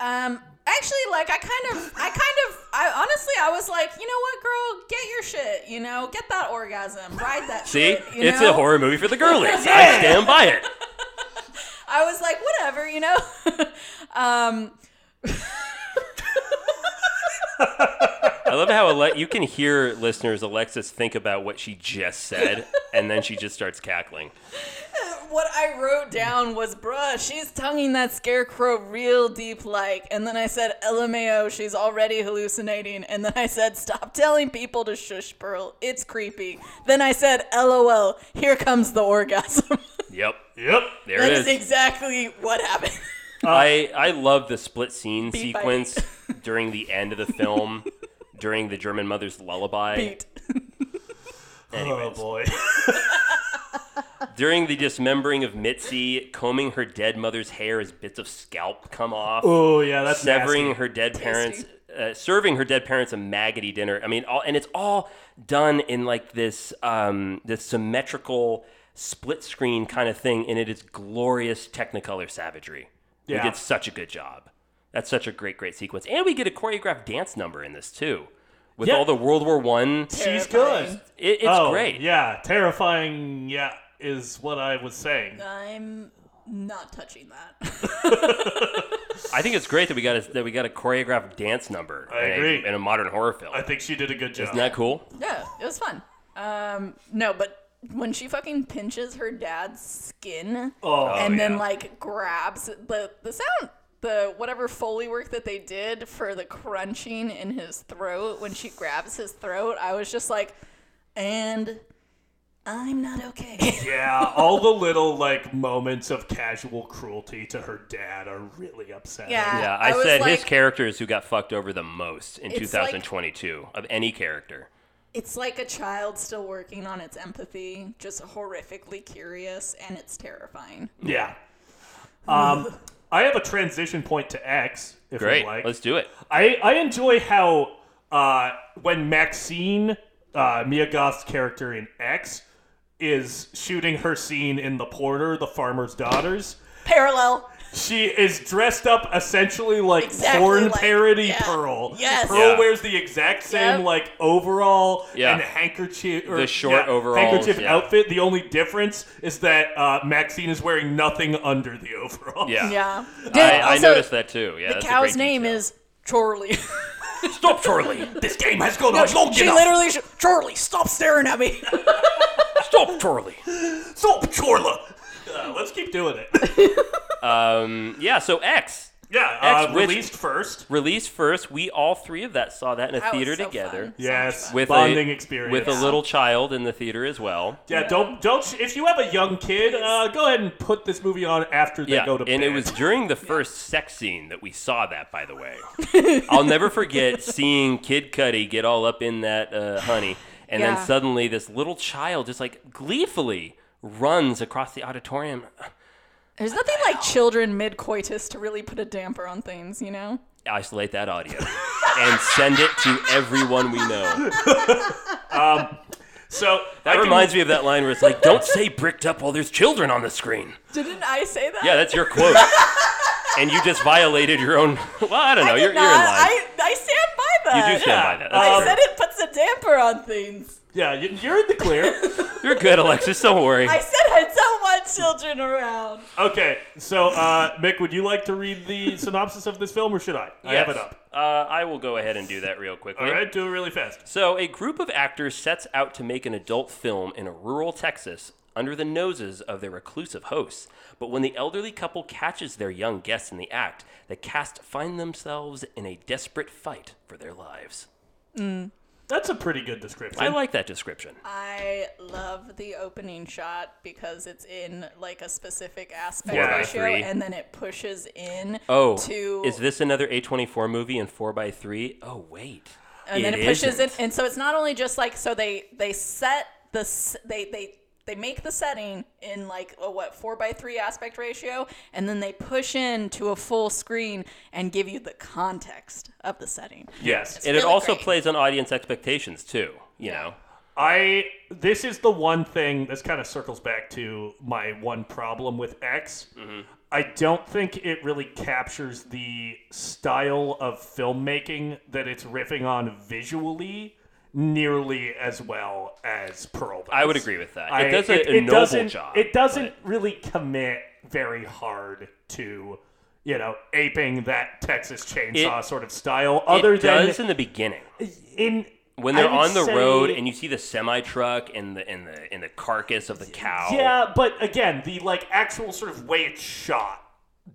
[SPEAKER 4] Um, actually, like I kind of, I kind of, I honestly, I was like, you know what, girl, get your shit, you know, get that orgasm, ride
[SPEAKER 2] *laughs*
[SPEAKER 4] that.
[SPEAKER 2] See,
[SPEAKER 4] shit, Uh, you
[SPEAKER 2] it's
[SPEAKER 4] know?
[SPEAKER 2] a horror movie for the
[SPEAKER 4] *laughs*
[SPEAKER 2] girlies. I stand by it.
[SPEAKER 4] I was like, whatever, you know. *laughs* um,
[SPEAKER 2] I love how Ale- you can hear listeners Alexis think about what she just said, and then she just starts cackling.
[SPEAKER 4] what I wrote down was, bruh, she's tonguing that scarecrow real deep, like, and then I said, LMAO, she's already hallucinating, and then I said, stop telling people to shush, Pearl, it's creepy. Then I said, LOL, here comes the orgasm. *laughs*
[SPEAKER 2] Yep,
[SPEAKER 1] Yep.
[SPEAKER 2] there
[SPEAKER 4] that
[SPEAKER 2] it
[SPEAKER 4] is
[SPEAKER 2] is.
[SPEAKER 4] exactly what happened.
[SPEAKER 2] I I love the split scene
[SPEAKER 4] Beat by
[SPEAKER 2] sequence during the end of the film, during the German mother's lullaby.
[SPEAKER 4] Beat.
[SPEAKER 1] Oh boy. *laughs*
[SPEAKER 2] During the dismembering of Mitzi, combing her dead mother's hair as bits of scalp come off,
[SPEAKER 1] oh yeah, that's
[SPEAKER 2] severing
[SPEAKER 1] nasty.
[SPEAKER 2] her dead parents, uh, serving her dead parents a maggoty dinner. I mean, all, and it's all done in like this um, this symmetrical split screen kind of thing, and it is glorious Technicolor savagery. We
[SPEAKER 1] Yeah.
[SPEAKER 2] did such a good job. That's such a great, great sequence, and we get a choreographed dance number in this too, with
[SPEAKER 1] Yeah.
[SPEAKER 2] all the World War One. It,
[SPEAKER 1] She's good.
[SPEAKER 2] it's
[SPEAKER 1] oh,
[SPEAKER 2] great.
[SPEAKER 1] Yeah, terrifying. Yeah, is what I was saying.
[SPEAKER 4] I'm not touching that. *laughs*
[SPEAKER 2] I think it's great that we got a, that we got a choreographed dance number.
[SPEAKER 1] I
[SPEAKER 2] in a-
[SPEAKER 1] agree.
[SPEAKER 2] in a modern horror film.
[SPEAKER 1] I think she did a good job.
[SPEAKER 2] Isn't that cool?
[SPEAKER 4] yeah, it was fun. Um, no, but when she fucking pinches her dad's skin
[SPEAKER 1] oh,
[SPEAKER 4] and then
[SPEAKER 2] yeah.
[SPEAKER 4] like grabs the the sound the whatever foley work that they did for the crunching in his throat when she grabs his throat, I was just like, and I'm not
[SPEAKER 2] *laughs*
[SPEAKER 4] okay.
[SPEAKER 1] yeah, all the little like moments of casual cruelty to her dad are really upsetting.
[SPEAKER 4] Yeah.
[SPEAKER 2] Yeah,
[SPEAKER 4] I
[SPEAKER 2] I,
[SPEAKER 4] was
[SPEAKER 2] said his
[SPEAKER 4] like-
[SPEAKER 2] character is who got fucked over the most in
[SPEAKER 4] It's
[SPEAKER 2] 2022 of any character.
[SPEAKER 4] it's like a child still working on its empathy, just horrifically curious, and it's terrifying.
[SPEAKER 1] Yeah. Um, I have a transition point to X. If
[SPEAKER 2] Great,
[SPEAKER 1] you like.
[SPEAKER 2] let's do it.
[SPEAKER 1] I, I enjoy how uh, when Maxine, uh, Mia Goth's character in X, is shooting her scene in The Porter, The Farmer's Daughters,
[SPEAKER 4] Parallel.
[SPEAKER 1] she is dressed up essentially like
[SPEAKER 4] Exactly
[SPEAKER 1] porn
[SPEAKER 4] like-
[SPEAKER 1] parody
[SPEAKER 4] yeah.
[SPEAKER 1] Pearl.
[SPEAKER 4] Yes.
[SPEAKER 1] Pearl
[SPEAKER 2] Yeah.
[SPEAKER 1] wears the exact same
[SPEAKER 4] Yep.
[SPEAKER 1] like overall
[SPEAKER 2] Yeah.
[SPEAKER 1] and handkerchief or
[SPEAKER 2] The short
[SPEAKER 1] yeah,
[SPEAKER 2] overalls,
[SPEAKER 1] handkerchief
[SPEAKER 2] yeah.
[SPEAKER 1] outfit. The only difference is that uh, Maxine is wearing nothing under the overall.
[SPEAKER 2] Yeah,
[SPEAKER 4] Yeah.
[SPEAKER 2] I, I noticed that too. Yeah,
[SPEAKER 4] the
[SPEAKER 2] that's a
[SPEAKER 4] cow's
[SPEAKER 2] great
[SPEAKER 4] name
[SPEAKER 2] detail.
[SPEAKER 4] is Chorley.
[SPEAKER 2] Stop, Charlie!
[SPEAKER 1] *laughs* This game has gone on long
[SPEAKER 4] she
[SPEAKER 1] enough.
[SPEAKER 4] literally, sh- Chorley, stop staring at me.
[SPEAKER 2] Stop, Charlie!
[SPEAKER 1] Stop, Chorla. *laughs* Uh, let's keep doing it.
[SPEAKER 2] Um, *laughs* yeah, so X
[SPEAKER 1] Yeah,
[SPEAKER 2] X,
[SPEAKER 1] uh,
[SPEAKER 2] which-
[SPEAKER 1] released first.
[SPEAKER 2] released first. We all three of that saw that in a
[SPEAKER 4] That was
[SPEAKER 2] theater
[SPEAKER 4] so
[SPEAKER 2] together.
[SPEAKER 4] fun.
[SPEAKER 1] Yes,
[SPEAKER 2] With
[SPEAKER 1] bonding
[SPEAKER 2] a,
[SPEAKER 1] experience
[SPEAKER 2] With a little child in the theater as well.
[SPEAKER 1] Yeah, don't don't. If you have a young kid, uh, go ahead and put this movie on after they
[SPEAKER 2] Yeah,
[SPEAKER 1] go to bed.
[SPEAKER 2] and it was during the first sex scene that we saw that. By the way, I'll never forget seeing Kid Cudi get all up in that uh, honey, and
[SPEAKER 4] Yeah.
[SPEAKER 2] then suddenly this little child just like gleefully runs across the auditorium.
[SPEAKER 4] There's nothing like children mid coitus to really put a damper on things, you know?
[SPEAKER 2] Isolate that audio and send it to everyone we know.
[SPEAKER 1] so
[SPEAKER 2] That reminds me of that line where it's like, "Don't say bricked up while there's children on the screen."
[SPEAKER 4] Didn't I say that?
[SPEAKER 2] Yeah, that's your quote. and you just violated your own. *laughs* Well, I don't know.
[SPEAKER 4] I did
[SPEAKER 2] you're,
[SPEAKER 4] not.
[SPEAKER 2] you're in line.
[SPEAKER 4] I, I Um, stand by that.
[SPEAKER 2] you do stand by that. That's
[SPEAKER 4] I
[SPEAKER 2] true.
[SPEAKER 4] said it puts a damper on things.
[SPEAKER 1] Yeah, you- you're in the clear.
[SPEAKER 2] *laughs* You're good, Alexis. Don't worry.
[SPEAKER 4] I said I don't want children around.
[SPEAKER 1] okay, so uh, Mick, would you like to read the synopsis of this film, or should I? I have it
[SPEAKER 2] Yes.
[SPEAKER 1] up.
[SPEAKER 2] Uh, I will go ahead and do that real quickly.
[SPEAKER 1] All right, do it really fast.
[SPEAKER 2] So, a group of actors sets out to make an adult film in rural Texas under the noses of their reclusive hosts. But when the elderly couple catches their young guests in the act, the cast find themselves in a desperate fight for their lives.
[SPEAKER 1] That's a pretty good description.
[SPEAKER 2] I like that description.
[SPEAKER 4] I love the opening shot because it's in like a specific aspect
[SPEAKER 1] Four by
[SPEAKER 4] ratio
[SPEAKER 2] three.
[SPEAKER 4] and then it pushes in
[SPEAKER 2] Oh,
[SPEAKER 4] to
[SPEAKER 2] is this another A24 movie in 4x3? Oh, wait.
[SPEAKER 4] and then it pushes
[SPEAKER 2] isn't.
[SPEAKER 4] it and so it's not only just like so they they set the s- they they they make the setting in like a what four by three aspect ratio and then they push in to a full screen and give you the context of the setting
[SPEAKER 1] yes,
[SPEAKER 2] and it
[SPEAKER 4] really
[SPEAKER 2] also
[SPEAKER 4] great.
[SPEAKER 2] plays on audience expectations too. You know,
[SPEAKER 1] I. This is the one thing. This kind of circles back to my one problem with X.
[SPEAKER 2] Mm-hmm.
[SPEAKER 1] I don't think it really captures the style of filmmaking that it's riffing on visually nearly as well as Pearl. Does.
[SPEAKER 2] I would agree with that.
[SPEAKER 1] I-
[SPEAKER 2] it does a a noble
[SPEAKER 1] doesn't,
[SPEAKER 2] job.
[SPEAKER 1] It doesn't really commit very hard to, you know, aping that Texas chainsaw
[SPEAKER 2] It-
[SPEAKER 1] sort of style.
[SPEAKER 2] but
[SPEAKER 1] Other
[SPEAKER 2] it
[SPEAKER 1] than
[SPEAKER 2] does in the beginning
[SPEAKER 1] in
[SPEAKER 2] when
[SPEAKER 1] I
[SPEAKER 2] they're
[SPEAKER 1] would
[SPEAKER 2] on the
[SPEAKER 1] say-
[SPEAKER 2] road and you see the semi truck and the and the and the carcass of the cow.
[SPEAKER 1] Yeah, but again, the like actual sort of way it's shot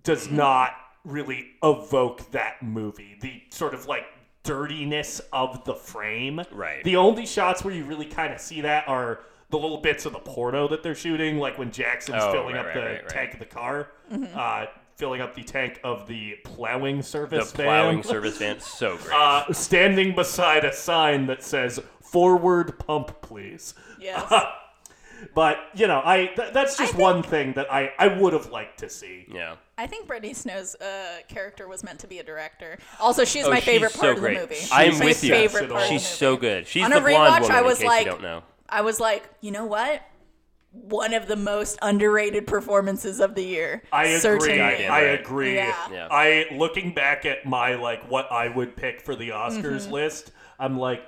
[SPEAKER 1] does
[SPEAKER 2] Mm-hmm.
[SPEAKER 1] not really evoke that movie. The sort of like dirtiness of the frame.
[SPEAKER 2] Right.
[SPEAKER 1] The only shots where you really kind of see that are the little bits of the porno that they're shooting, like when Jackson's
[SPEAKER 2] Oh,
[SPEAKER 1] filling
[SPEAKER 2] right,
[SPEAKER 1] up
[SPEAKER 2] right,
[SPEAKER 1] the
[SPEAKER 2] right, right.
[SPEAKER 1] tank of the car, uh, filling up the tank of the plowing
[SPEAKER 2] the
[SPEAKER 1] service. van. *laughs*
[SPEAKER 2] plowing service van, so great.
[SPEAKER 1] Uh, standing beside a sign that says "Forward Pump, Please."
[SPEAKER 4] yes
[SPEAKER 2] *laughs*
[SPEAKER 1] But you know, I th- that's just one thing that I I would have liked to see.
[SPEAKER 2] yeah,
[SPEAKER 4] i think brittany snow's uh, character was meant to be a director also she's my
[SPEAKER 2] Oh,
[SPEAKER 1] Oh,
[SPEAKER 2] she's
[SPEAKER 4] favorite
[SPEAKER 2] so
[SPEAKER 4] part of
[SPEAKER 2] great.
[SPEAKER 4] the movie
[SPEAKER 2] She's I am
[SPEAKER 4] my
[SPEAKER 2] with you.
[SPEAKER 4] favorite part of the
[SPEAKER 2] she's so good. She's
[SPEAKER 4] On
[SPEAKER 2] the
[SPEAKER 4] a
[SPEAKER 2] blonde
[SPEAKER 4] rewatch,
[SPEAKER 2] woman.
[SPEAKER 4] I was
[SPEAKER 2] in case
[SPEAKER 4] like-
[SPEAKER 2] you don't know.
[SPEAKER 4] I was like, you know what? One of the most underrated performances of the year.
[SPEAKER 1] I agree.
[SPEAKER 4] Certainly.
[SPEAKER 1] I agree.
[SPEAKER 4] Yeah.
[SPEAKER 2] Yeah.
[SPEAKER 1] I looking back at my like what I would pick for the Oscars
[SPEAKER 4] Mm-hmm.
[SPEAKER 1] list, I'm like,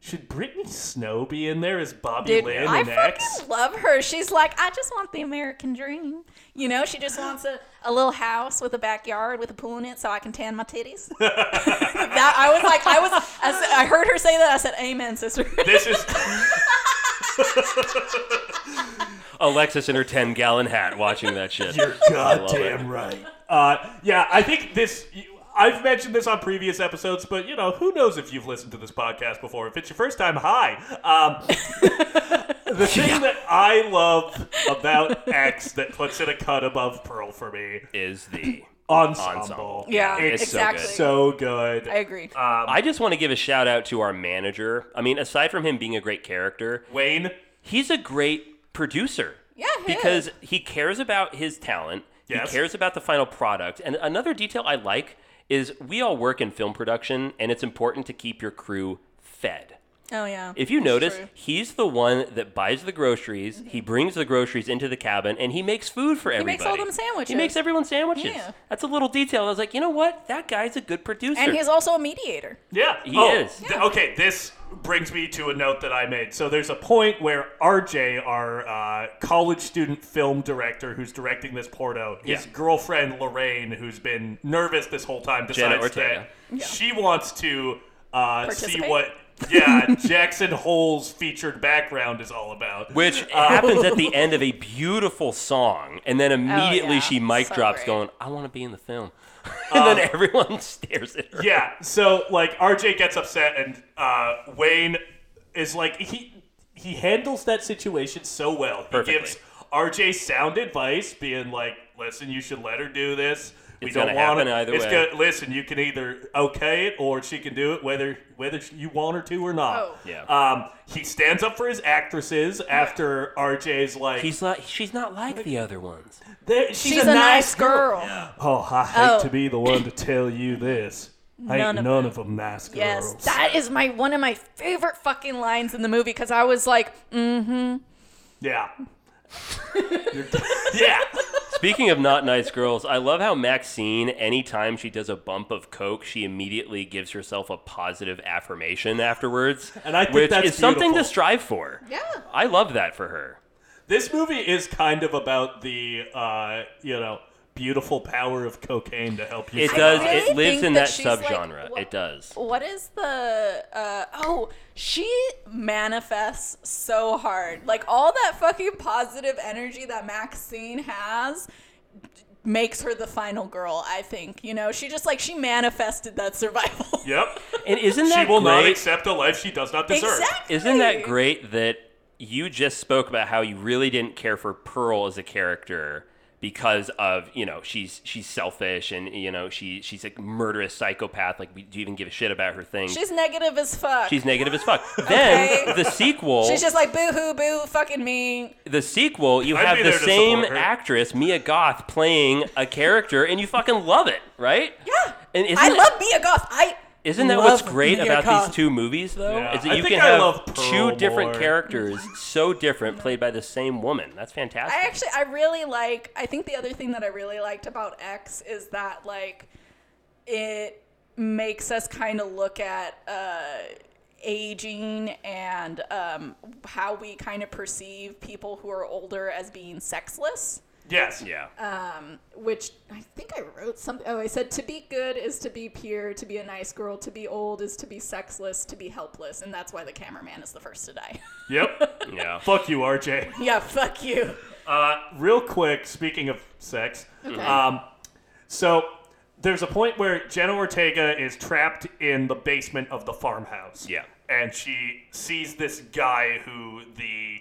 [SPEAKER 1] should Brittany Snow be in there as Bobby
[SPEAKER 4] Dude,
[SPEAKER 1] Lynn
[SPEAKER 4] I
[SPEAKER 1] in X?
[SPEAKER 4] fucking love her. She's like, I just want the American dream. You know, she just wants a, a little house with a backyard with a pool in it so I can tan my
[SPEAKER 1] *laughs*
[SPEAKER 4] titties. that I was like, I was, as I heard her say that. I said, Amen, sister. *laughs*
[SPEAKER 1] This is
[SPEAKER 2] Alexis in her ten gallon hat, watching that
[SPEAKER 1] *laughs*
[SPEAKER 2] shit.
[SPEAKER 1] goddamn right. Uh, yeah, I think this. I've mentioned this on previous episodes, but you know, who knows if you've listened to this podcast before? If it's your first time, hi.
[SPEAKER 4] *laughs*
[SPEAKER 1] Um, the thing that I love about X that puts it a cut above Pearl for me
[SPEAKER 2] is the
[SPEAKER 1] ensemble.
[SPEAKER 2] Ensemble.
[SPEAKER 4] Yeah,
[SPEAKER 2] It's so good.
[SPEAKER 4] exactly.
[SPEAKER 1] so good.
[SPEAKER 4] I agree.
[SPEAKER 1] Uh,
[SPEAKER 2] um, I just want to give a shout out to our manager. I mean, aside from him being a great character,
[SPEAKER 1] Wayne,
[SPEAKER 2] he's a great producer.
[SPEAKER 4] Yeah, he
[SPEAKER 2] because
[SPEAKER 4] is.
[SPEAKER 2] he cares about his talent.
[SPEAKER 1] Yes.
[SPEAKER 2] He cares about the final product. And another detail I like is we all work in film production, and it's important to keep your crew fed.
[SPEAKER 4] Oh yeah.
[SPEAKER 2] If you notice,
[SPEAKER 4] true. Mm-hmm.
[SPEAKER 2] he's the one that buys the groceries. He brings the groceries into the cabin, and he makes food for everybody.
[SPEAKER 4] makes all them sandwiches.
[SPEAKER 2] He makes everyone sandwiches.
[SPEAKER 4] Yeah.
[SPEAKER 2] That's a little detail. I was like, you know what? That guy's a good producer.
[SPEAKER 4] and he's also a mediator.
[SPEAKER 1] Yeah, Oh,
[SPEAKER 2] He is.
[SPEAKER 1] th- okay, this brings me to a note that I made. So there's a point where RJ, our uh, college student film director who's directing this Porto, his
[SPEAKER 2] Yeah.
[SPEAKER 1] girlfriend Lorraine, who's been nervous this whole time,
[SPEAKER 2] Jenna
[SPEAKER 1] decides
[SPEAKER 2] Ortega.
[SPEAKER 1] that she wants to uh, see
[SPEAKER 4] Participate?
[SPEAKER 1] what. yeah, Jackson Hole's featured background is all about. *laughs*
[SPEAKER 2] which happens at the end of a beautiful song, and
[SPEAKER 1] Oh,
[SPEAKER 2] then immediately
[SPEAKER 4] yeah.
[SPEAKER 2] she mic
[SPEAKER 4] So
[SPEAKER 2] drops,
[SPEAKER 4] great.
[SPEAKER 2] going, "I want to be in the film," *laughs* and then everyone *laughs* stares at her.
[SPEAKER 1] Um, Yeah, so like RJ gets upset and uh, Wayne is like he he handles that situation so well. He
[SPEAKER 2] Perfectly.
[SPEAKER 1] gives RJ sound advice, being like, "Listen, you should let her do this.
[SPEAKER 2] It's gonna
[SPEAKER 1] wanna-
[SPEAKER 2] happen either
[SPEAKER 1] it's
[SPEAKER 2] way."
[SPEAKER 1] Gonna, listen, you can either okay it or she can do it, whether whether you want her to or not."
[SPEAKER 4] Oh.
[SPEAKER 2] Yeah.
[SPEAKER 1] Um, he stands up for his actresses after RJ's like,
[SPEAKER 2] He's like, she's not like the other ones.
[SPEAKER 1] "There-
[SPEAKER 4] She's, a, nice girl.
[SPEAKER 1] Oh, I hate
[SPEAKER 4] Oh.
[SPEAKER 1] to be the one to tell you this. I ain't
[SPEAKER 4] None
[SPEAKER 1] none,
[SPEAKER 4] of
[SPEAKER 1] of them nice girls.
[SPEAKER 4] Yes, that is my one of my favorite fucking lines in the movie because I was like,
[SPEAKER 2] *laughs*
[SPEAKER 1] Yeah. *laughs* yeah.
[SPEAKER 2] Speaking of not nice girls, I love how Maxine, anytime she does a bump of coke, she immediately gives herself a positive affirmation afterwards,
[SPEAKER 1] And I think
[SPEAKER 2] which
[SPEAKER 1] that's
[SPEAKER 2] is something to
[SPEAKER 1] beautiful.
[SPEAKER 2] strive for.
[SPEAKER 4] Yeah.
[SPEAKER 2] I love that for her.
[SPEAKER 1] This movie is kind of about the, uh, you know, beautiful power of cocaine to help you.
[SPEAKER 2] It
[SPEAKER 1] survive.
[SPEAKER 2] does.
[SPEAKER 4] really
[SPEAKER 2] it lives
[SPEAKER 4] think
[SPEAKER 2] in
[SPEAKER 4] that
[SPEAKER 2] that
[SPEAKER 4] she's like,
[SPEAKER 2] subgenre.
[SPEAKER 4] wha-
[SPEAKER 2] it does.
[SPEAKER 4] What is the uh oh, she manifests so hard. Like all that fucking positive energy that Maxine has makes her the final girl, I think. You know, she just like she manifested
[SPEAKER 2] *laughs*
[SPEAKER 4] that survival.
[SPEAKER 1] Yep.
[SPEAKER 2] And isn't
[SPEAKER 1] She
[SPEAKER 2] that
[SPEAKER 1] will not
[SPEAKER 2] great?
[SPEAKER 1] accept a life she does not deserve.
[SPEAKER 4] exactly.
[SPEAKER 2] Isn't that great that you just spoke about how you really didn't care for Pearl as a character because of you know she's she's selfish and you know she she's a murderous psychopath. Like, we- do you even give a shit about her thing?
[SPEAKER 4] She's negative as fuck.
[SPEAKER 2] She's negative as
[SPEAKER 4] *laughs*
[SPEAKER 2] fuck. Then
[SPEAKER 4] Okay.
[SPEAKER 2] the sequel,
[SPEAKER 4] She's just like boo hoo boo fucking me.
[SPEAKER 2] the sequel, you
[SPEAKER 1] I'd
[SPEAKER 2] have
[SPEAKER 1] be
[SPEAKER 2] the
[SPEAKER 1] there to
[SPEAKER 2] same
[SPEAKER 1] support her.
[SPEAKER 2] actress Mia Goth playing a character, and you fucking love it, right?
[SPEAKER 4] Yeah.
[SPEAKER 2] And isn't
[SPEAKER 4] I
[SPEAKER 2] it-
[SPEAKER 4] love Mia Goth. I
[SPEAKER 2] Isn't that
[SPEAKER 4] love
[SPEAKER 2] what's great
[SPEAKER 4] Mia
[SPEAKER 2] about
[SPEAKER 4] Goth.
[SPEAKER 2] these two movies, though?
[SPEAKER 1] Yeah.
[SPEAKER 2] Is that
[SPEAKER 1] I
[SPEAKER 2] you
[SPEAKER 1] think
[SPEAKER 2] can
[SPEAKER 1] I
[SPEAKER 2] have
[SPEAKER 1] love
[SPEAKER 2] two
[SPEAKER 1] Pearl
[SPEAKER 2] different
[SPEAKER 1] more.
[SPEAKER 2] characters so different, played by the same woman. That's fantastic.
[SPEAKER 4] I actually I really like I think the other thing that I really liked about X is that like it makes us kind of look at uh aging and um how we kind of perceive people who are older as being sexless
[SPEAKER 1] Yes.
[SPEAKER 2] yeah.
[SPEAKER 4] which I think I wrote something oh I said to be good is to be pure to be a nice girl to be old is to be sexless to be helpless and that's why the cameraman is the first to die
[SPEAKER 1] Yep.
[SPEAKER 2] *laughs* yeah.
[SPEAKER 1] Fuck you, RJ.
[SPEAKER 4] yeah fuck you
[SPEAKER 1] real quick, speaking of sex, um, so there's a point where Jenna Ortega is trapped in the basement of the farmhouse.
[SPEAKER 2] Yeah.
[SPEAKER 1] And she sees this guy who the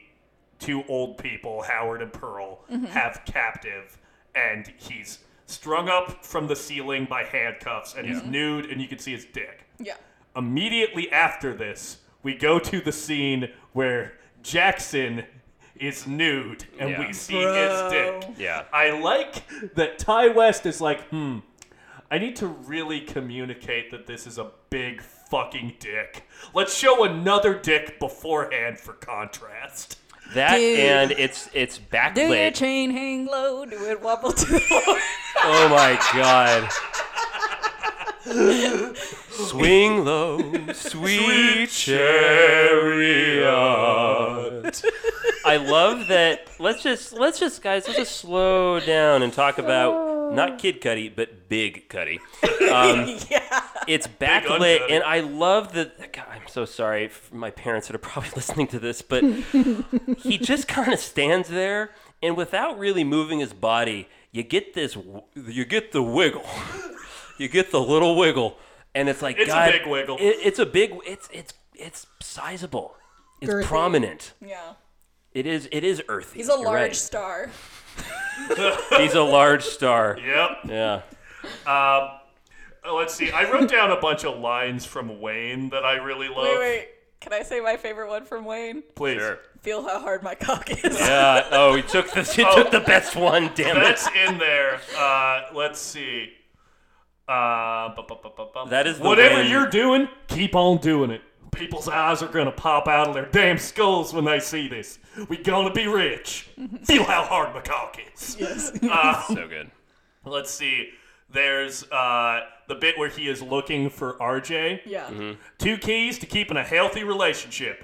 [SPEAKER 1] two old people, Howard and Pearl, have captive, and he's strung up from the ceiling by handcuffs, and he's nude, and you can see his dick
[SPEAKER 4] yeah
[SPEAKER 1] immediately after this, we go to the scene where Jackson is nude and
[SPEAKER 2] Yeah.
[SPEAKER 1] we see his dick.
[SPEAKER 2] Yeah.
[SPEAKER 1] I like that Ty West is like, hmm, I need to really communicate that this is a big fucking dick. Let's show another dick beforehand for contrast.
[SPEAKER 2] That
[SPEAKER 4] Dude.
[SPEAKER 2] and it's it's
[SPEAKER 4] do your
[SPEAKER 2] backlit.
[SPEAKER 4] chain hang low do it wobble to the floor
[SPEAKER 2] Oh my god. Swing low, sweet chariot. I love that. Let's just let's just guys let's just slow down and talk about not Kid Cudi but Big Cudi. Um,
[SPEAKER 4] yeah.
[SPEAKER 2] It's backlit,
[SPEAKER 1] uncut.
[SPEAKER 2] and I love that. God, I'm so sorry for my parents that are probably *laughs* listening to this, but he just kind of stands there, and without really moving his body, you get this, w- you get the wiggle, you get the little wiggle, and it's like
[SPEAKER 1] It's a
[SPEAKER 2] God,
[SPEAKER 1] big wiggle.
[SPEAKER 2] It, it's a big. It's it's it's sizable. It's prominent.
[SPEAKER 4] *laughs* Yeah.
[SPEAKER 2] It is it is earthy.
[SPEAKER 4] He's a
[SPEAKER 2] You're
[SPEAKER 4] large
[SPEAKER 2] right.
[SPEAKER 4] star.
[SPEAKER 2] He's a large
[SPEAKER 1] *laughs*
[SPEAKER 2] star. *laughs*
[SPEAKER 1] Yep.
[SPEAKER 2] Yeah.
[SPEAKER 1] Let's see. I wrote down a bunch of lines from Wayne that I really love.
[SPEAKER 4] Wait, wait. Can I say my favorite one from Wayne?
[SPEAKER 1] Please.
[SPEAKER 4] Feel how hard my cock is.
[SPEAKER 2] Yeah. Oh, he took the he took the best one. Damn it.
[SPEAKER 1] That's in there. Uh, let's see. Uh, bu- bu- bu- bu- bu-
[SPEAKER 2] That is the
[SPEAKER 1] whatever
[SPEAKER 2] Wayne-
[SPEAKER 1] you're doing. Keep on doing it. People's eyes are gonna pop out of their damn skulls when they see this. We gonna
[SPEAKER 2] *laughs*
[SPEAKER 1] be rich. Feel how hard McCall is.
[SPEAKER 2] so good.
[SPEAKER 1] Let's see. There's uh, the bit where he is looking for RJ.
[SPEAKER 4] *laughs* Yeah.
[SPEAKER 1] Two keys to keeping a healthy relationship.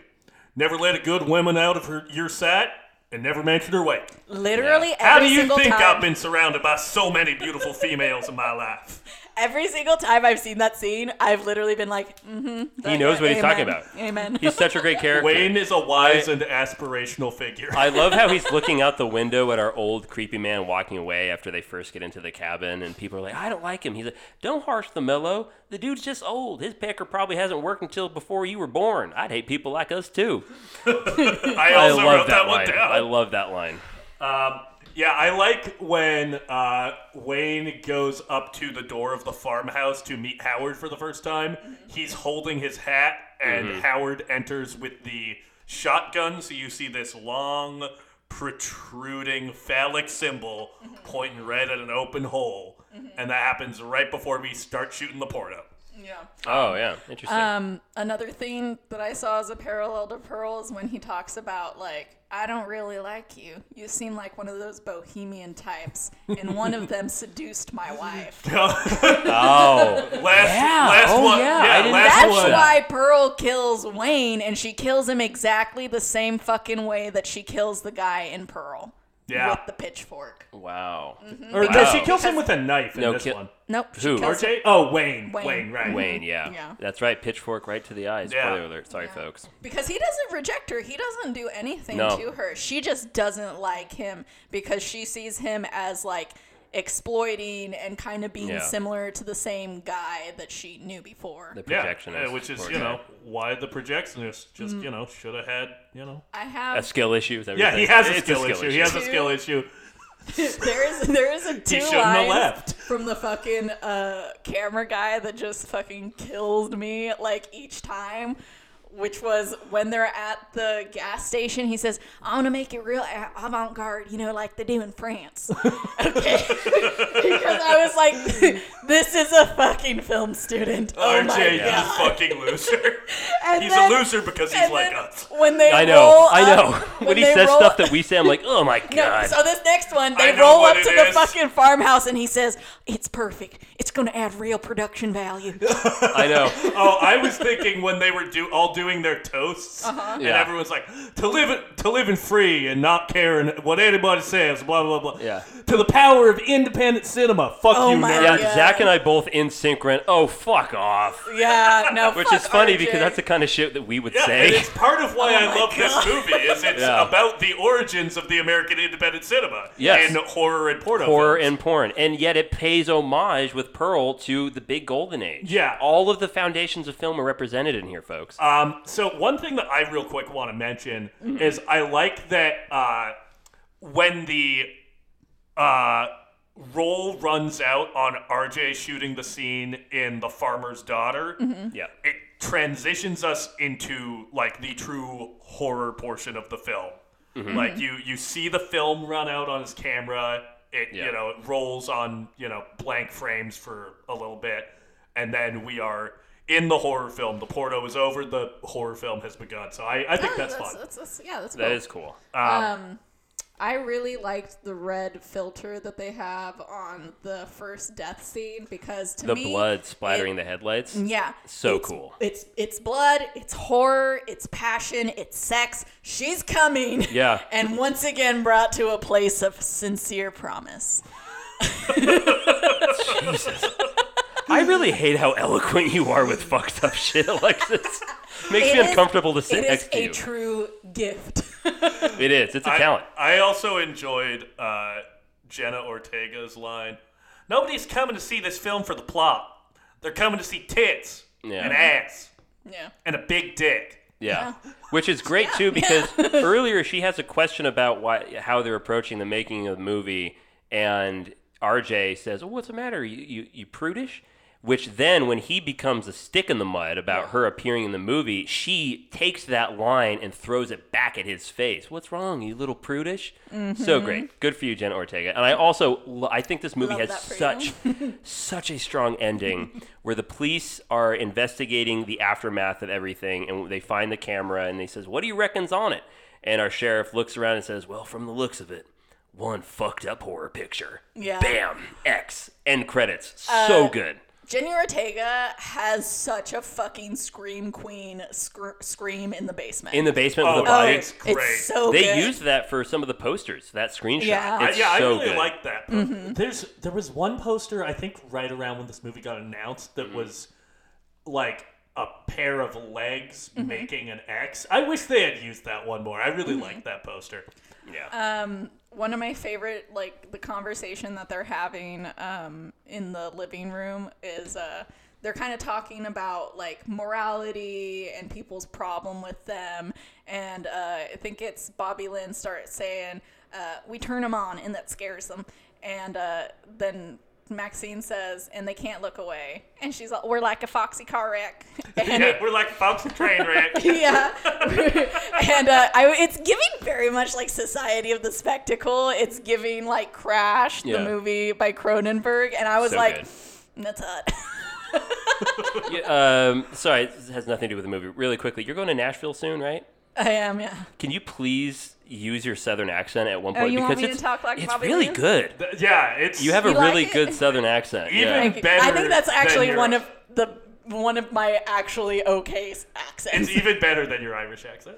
[SPEAKER 1] Never let a good woman out of her, your sight and never mention her weight.
[SPEAKER 4] Literally every
[SPEAKER 1] How do you
[SPEAKER 4] single
[SPEAKER 1] think
[SPEAKER 4] time.
[SPEAKER 1] I've been surrounded by so many beautiful females in my life?
[SPEAKER 4] every single time I've seen that scene, I've literally been like, mm-hmm.
[SPEAKER 2] He knows what he's talking about.
[SPEAKER 4] Amen.
[SPEAKER 2] He's such a great character.
[SPEAKER 1] Wayne is a wise and aspirational figure.
[SPEAKER 2] I love how he's looking out the window at our old creepy man walking away after they first get into the cabin, and people are like, "I don't like him." He's like, "Don't harsh the mellow. The dude's just old. His pecker probably hasn't worked until before you were born. I'd hate people like us too."
[SPEAKER 1] *laughs* I
[SPEAKER 2] I
[SPEAKER 1] also
[SPEAKER 2] love
[SPEAKER 1] wrote that,
[SPEAKER 2] that,
[SPEAKER 1] one
[SPEAKER 2] line.
[SPEAKER 1] down.
[SPEAKER 2] I love that line.
[SPEAKER 1] Um, yeah, I like when uh, Wayne goes up to the door of the farmhouse to meet Howard for the first time. He's holding his hat, and
[SPEAKER 2] Mm-hmm.
[SPEAKER 1] Howard enters with the shotgun. So you see this long, protruding phallic symbol pointing right at an open hole. And that happens right before we start shooting the porno.
[SPEAKER 4] yeah.
[SPEAKER 2] Oh yeah, interesting.
[SPEAKER 4] Um, another thing that I saw as a parallel to Pearl is when he talks about like, I don't really like you. You seem like one of those bohemian types, and one of them seduced my wife.
[SPEAKER 2] oh,
[SPEAKER 1] Last,
[SPEAKER 2] Yeah.
[SPEAKER 1] last
[SPEAKER 2] Oh,
[SPEAKER 1] one.
[SPEAKER 2] yeah. I
[SPEAKER 1] Yeah,
[SPEAKER 2] didn't-
[SPEAKER 1] last
[SPEAKER 4] That's
[SPEAKER 1] one.
[SPEAKER 4] why Pearl kills Wayne, and she kills him exactly the same fucking way that she kills the guy in Pearl
[SPEAKER 1] Yeah.
[SPEAKER 4] with the pitchfork.
[SPEAKER 2] wow.
[SPEAKER 1] Or no, she
[SPEAKER 2] Wow.
[SPEAKER 1] kills him with a knife in
[SPEAKER 2] No,
[SPEAKER 1] this
[SPEAKER 2] kill-
[SPEAKER 1] one.
[SPEAKER 4] Nope. She
[SPEAKER 2] Who?
[SPEAKER 4] kills him.
[SPEAKER 1] RJ? Oh, Wayne.
[SPEAKER 4] Wayne.
[SPEAKER 1] Wayne, right.
[SPEAKER 2] Wayne, yeah.
[SPEAKER 4] Yeah.
[SPEAKER 2] that's right. Pitchfork right to the eyes.
[SPEAKER 1] Yeah.
[SPEAKER 2] Spoiler alert. Sorry, folks.
[SPEAKER 4] Because he doesn't reject her. He doesn't do anything
[SPEAKER 2] No.
[SPEAKER 4] to her. She just doesn't like him because she sees him as like exploiting and kind of being
[SPEAKER 2] Yeah.
[SPEAKER 4] similar to the same guy that she knew before.
[SPEAKER 2] The
[SPEAKER 1] Yeah,
[SPEAKER 2] projectionist,
[SPEAKER 1] uh, which is
[SPEAKER 2] poor
[SPEAKER 1] you
[SPEAKER 2] guy.
[SPEAKER 1] know why the projectionist just you know should have had you know.
[SPEAKER 4] I
[SPEAKER 2] a
[SPEAKER 4] have
[SPEAKER 2] skill issue. Is that what
[SPEAKER 1] Yeah,
[SPEAKER 2] you're
[SPEAKER 1] he
[SPEAKER 2] saying?
[SPEAKER 1] has a
[SPEAKER 2] It's
[SPEAKER 1] skill, issue. He has a
[SPEAKER 4] Two-
[SPEAKER 1] skill issue.
[SPEAKER 4] *laughs* there is there is a two
[SPEAKER 1] shouldn't have
[SPEAKER 4] lines
[SPEAKER 1] left.
[SPEAKER 4] from the fucking uh, camera guy that just fucking killed me like each time. Which was when they're at the gas station. He says, "I want to make it real a- avant-garde, you know, like they do in France." *laughs* okay, because I was like, *laughs* "This is a fucking film student." Oh my
[SPEAKER 1] RJ, you
[SPEAKER 4] god!
[SPEAKER 1] fucking loser.
[SPEAKER 4] And
[SPEAKER 1] He's
[SPEAKER 4] then-
[SPEAKER 1] a loser because he's
[SPEAKER 4] and
[SPEAKER 1] like
[SPEAKER 4] then
[SPEAKER 1] us.
[SPEAKER 4] When they
[SPEAKER 2] I know.
[SPEAKER 4] roll
[SPEAKER 2] I
[SPEAKER 4] up-
[SPEAKER 2] know. *laughs* When, he
[SPEAKER 4] they
[SPEAKER 2] says
[SPEAKER 4] roll
[SPEAKER 2] stuff that we say, I'm like, oh my
[SPEAKER 4] no,
[SPEAKER 2] god.
[SPEAKER 4] so this next one, they
[SPEAKER 1] I know
[SPEAKER 4] roll
[SPEAKER 1] what
[SPEAKER 4] up
[SPEAKER 1] it
[SPEAKER 4] to the
[SPEAKER 1] is.
[SPEAKER 4] fucking farmhouse and he says, It's perfect. It's going to add real production value.
[SPEAKER 2] I know.
[SPEAKER 1] Oh, I was thinking when they were do all doing their toasts, and
[SPEAKER 2] Yeah.
[SPEAKER 1] everyone's like, "To live in- to living free and not caring what anybody says." Blah blah blah.
[SPEAKER 2] Yeah.
[SPEAKER 1] To the power of independent cinema. Fuck
[SPEAKER 4] Oh
[SPEAKER 1] you,
[SPEAKER 4] my
[SPEAKER 1] nerd.
[SPEAKER 2] Yeah,
[SPEAKER 4] Yeah.
[SPEAKER 2] Zach and I both in sync ran, oh, fuck off.
[SPEAKER 4] *laughs* yeah, no.
[SPEAKER 2] Which
[SPEAKER 4] fuck
[SPEAKER 2] is funny
[SPEAKER 4] RJ.
[SPEAKER 2] because that's the kind of shit that we would
[SPEAKER 1] Yeah, and
[SPEAKER 2] say.
[SPEAKER 1] it's part
[SPEAKER 4] *laughs*
[SPEAKER 1] of why I
[SPEAKER 4] Oh my
[SPEAKER 1] love this
[SPEAKER 4] God.
[SPEAKER 1] movie is it's
[SPEAKER 2] Yeah.
[SPEAKER 1] about the origins of the American independent cinema
[SPEAKER 2] Yes.
[SPEAKER 1] and horror and porno.
[SPEAKER 2] Horror
[SPEAKER 1] films.
[SPEAKER 2] and porn. And yet it pays homage with Pearl to the big golden age.
[SPEAKER 1] Yeah.
[SPEAKER 2] All of the foundations of film are represented in here, folks.
[SPEAKER 1] Um, so one thing that I real quick want to mention
[SPEAKER 4] Mm-hmm.
[SPEAKER 1] is I like that uh, when the uh, roll runs out on RJ shooting the scene in the farmer's daughter,
[SPEAKER 4] Mm-hmm.
[SPEAKER 2] yeah.
[SPEAKER 1] it transitions us into like the true horror portion of the film.
[SPEAKER 2] Mm-hmm.
[SPEAKER 1] Like you, you see the film run out on his camera. It
[SPEAKER 2] Yeah.
[SPEAKER 1] you know it rolls on you know blank frames for a little bit, and then we are in the horror film. The porno is over. The horror film has begun. So I, I think Oh, that's, fun.
[SPEAKER 4] yeah, that's
[SPEAKER 2] That is cool.
[SPEAKER 4] I really liked the red filter that they have on the first death scene because to
[SPEAKER 2] The
[SPEAKER 4] me.
[SPEAKER 2] blood splattering the headlights.
[SPEAKER 4] Yeah.
[SPEAKER 2] So
[SPEAKER 4] it's-
[SPEAKER 2] cool.
[SPEAKER 4] It's it's blood, it's horror, it's passion, it's sex. She's coming.
[SPEAKER 2] Yeah.
[SPEAKER 4] *laughs* And once again brought to a place of sincere promise.
[SPEAKER 2] I really hate how eloquent you are with fucked up shit, *laughs* Alexis. Makes
[SPEAKER 4] It
[SPEAKER 2] me
[SPEAKER 4] is-
[SPEAKER 2] uncomfortable to sit
[SPEAKER 4] It
[SPEAKER 2] next
[SPEAKER 4] is
[SPEAKER 2] to
[SPEAKER 4] a
[SPEAKER 2] you.
[SPEAKER 4] true gift. *laughs*
[SPEAKER 2] it is. It's a
[SPEAKER 1] I-
[SPEAKER 2] talent.
[SPEAKER 1] I, also enjoyed uh, Jenna Ortega's line. Nobody's coming to see this film for the plot. They're coming to see tits
[SPEAKER 2] Yeah.
[SPEAKER 1] and ass
[SPEAKER 4] yeah.
[SPEAKER 1] and a big dick.
[SPEAKER 2] Yeah. Which is great too because *laughs* earlier she has a question about why how they're approaching the making of the movie and RJ says, "Oh, what's the matter? You you, you prudish?" Which then, when he becomes a stick in the mud about her appearing in the movie, she takes that line and throws it back at his face. What's wrong, you little prudish? So
[SPEAKER 4] Mm-hmm.
[SPEAKER 2] great, good for you, Jenna Ortega. And I also, lo- I think this movie has
[SPEAKER 4] Love that for
[SPEAKER 2] such,
[SPEAKER 4] *laughs*
[SPEAKER 2] such a strong ending, where the police are investigating the aftermath of everything, and they find the camera, and he says, "What do you reckon's on it?" And our sheriff looks around and says, "Well, from the looks of it." One fucked up horror picture.
[SPEAKER 4] Yeah. Uh,
[SPEAKER 2] Bam. X. End credits. So good.
[SPEAKER 4] Jenny Ortega has such a fucking scream queen scr- scream in the basement.
[SPEAKER 2] in the basement
[SPEAKER 1] Oh,
[SPEAKER 2] with a body.
[SPEAKER 1] it's great.
[SPEAKER 4] It's so
[SPEAKER 2] they
[SPEAKER 4] good.
[SPEAKER 2] used that for some of the posters. That screenshot.
[SPEAKER 4] Yeah.
[SPEAKER 2] It's
[SPEAKER 1] yeah, I
[SPEAKER 2] so
[SPEAKER 1] really
[SPEAKER 2] good. Mm-hmm.
[SPEAKER 1] like that. There's there was one poster I think right around when this movie got announced that was like a pair of legs making an X. I wish they had used that one more. I really liked that poster.
[SPEAKER 2] Yeah.
[SPEAKER 4] one of my favorite like the conversation that they're having um, in the living room is uh, they're kind of talking about like morality and people's problem with them and uh, i think it's bobby lynn starts saying uh, we turn them on and that scares them and uh, then maxine says and they can't look away and she's like we're like a foxy car wreck *laughs* and
[SPEAKER 1] Yeah, we're like Fox Train Wreck.
[SPEAKER 4] yeah. *laughs* and uh, I, it's giving very much like Society of the Spectacle. It's giving like Crash,
[SPEAKER 2] Yeah.
[SPEAKER 4] the movie by Cronenberg. And I was
[SPEAKER 2] So
[SPEAKER 4] like,
[SPEAKER 2] good.
[SPEAKER 4] "Mm, that's hot. *laughs*
[SPEAKER 2] Yeah, um, sorry, this has nothing to do with the movie. Really quickly, you're going to Nashville soon, right?
[SPEAKER 4] I am, yeah.
[SPEAKER 2] Can you please use your southern accent at one point?
[SPEAKER 4] Oh, you
[SPEAKER 2] because
[SPEAKER 4] want me to
[SPEAKER 2] it's,
[SPEAKER 4] talk like
[SPEAKER 2] it's
[SPEAKER 4] Bobby
[SPEAKER 2] really
[SPEAKER 4] Lynn?
[SPEAKER 2] good.
[SPEAKER 1] yeah, it's
[SPEAKER 2] You have a
[SPEAKER 4] You like
[SPEAKER 2] really
[SPEAKER 4] it?
[SPEAKER 2] good southern accent.
[SPEAKER 1] Even
[SPEAKER 2] yeah.
[SPEAKER 1] better
[SPEAKER 4] I think that's
[SPEAKER 1] than
[SPEAKER 4] actually
[SPEAKER 1] your-
[SPEAKER 4] one of the one of my actually okay accents.
[SPEAKER 1] it's even better than your Irish accent.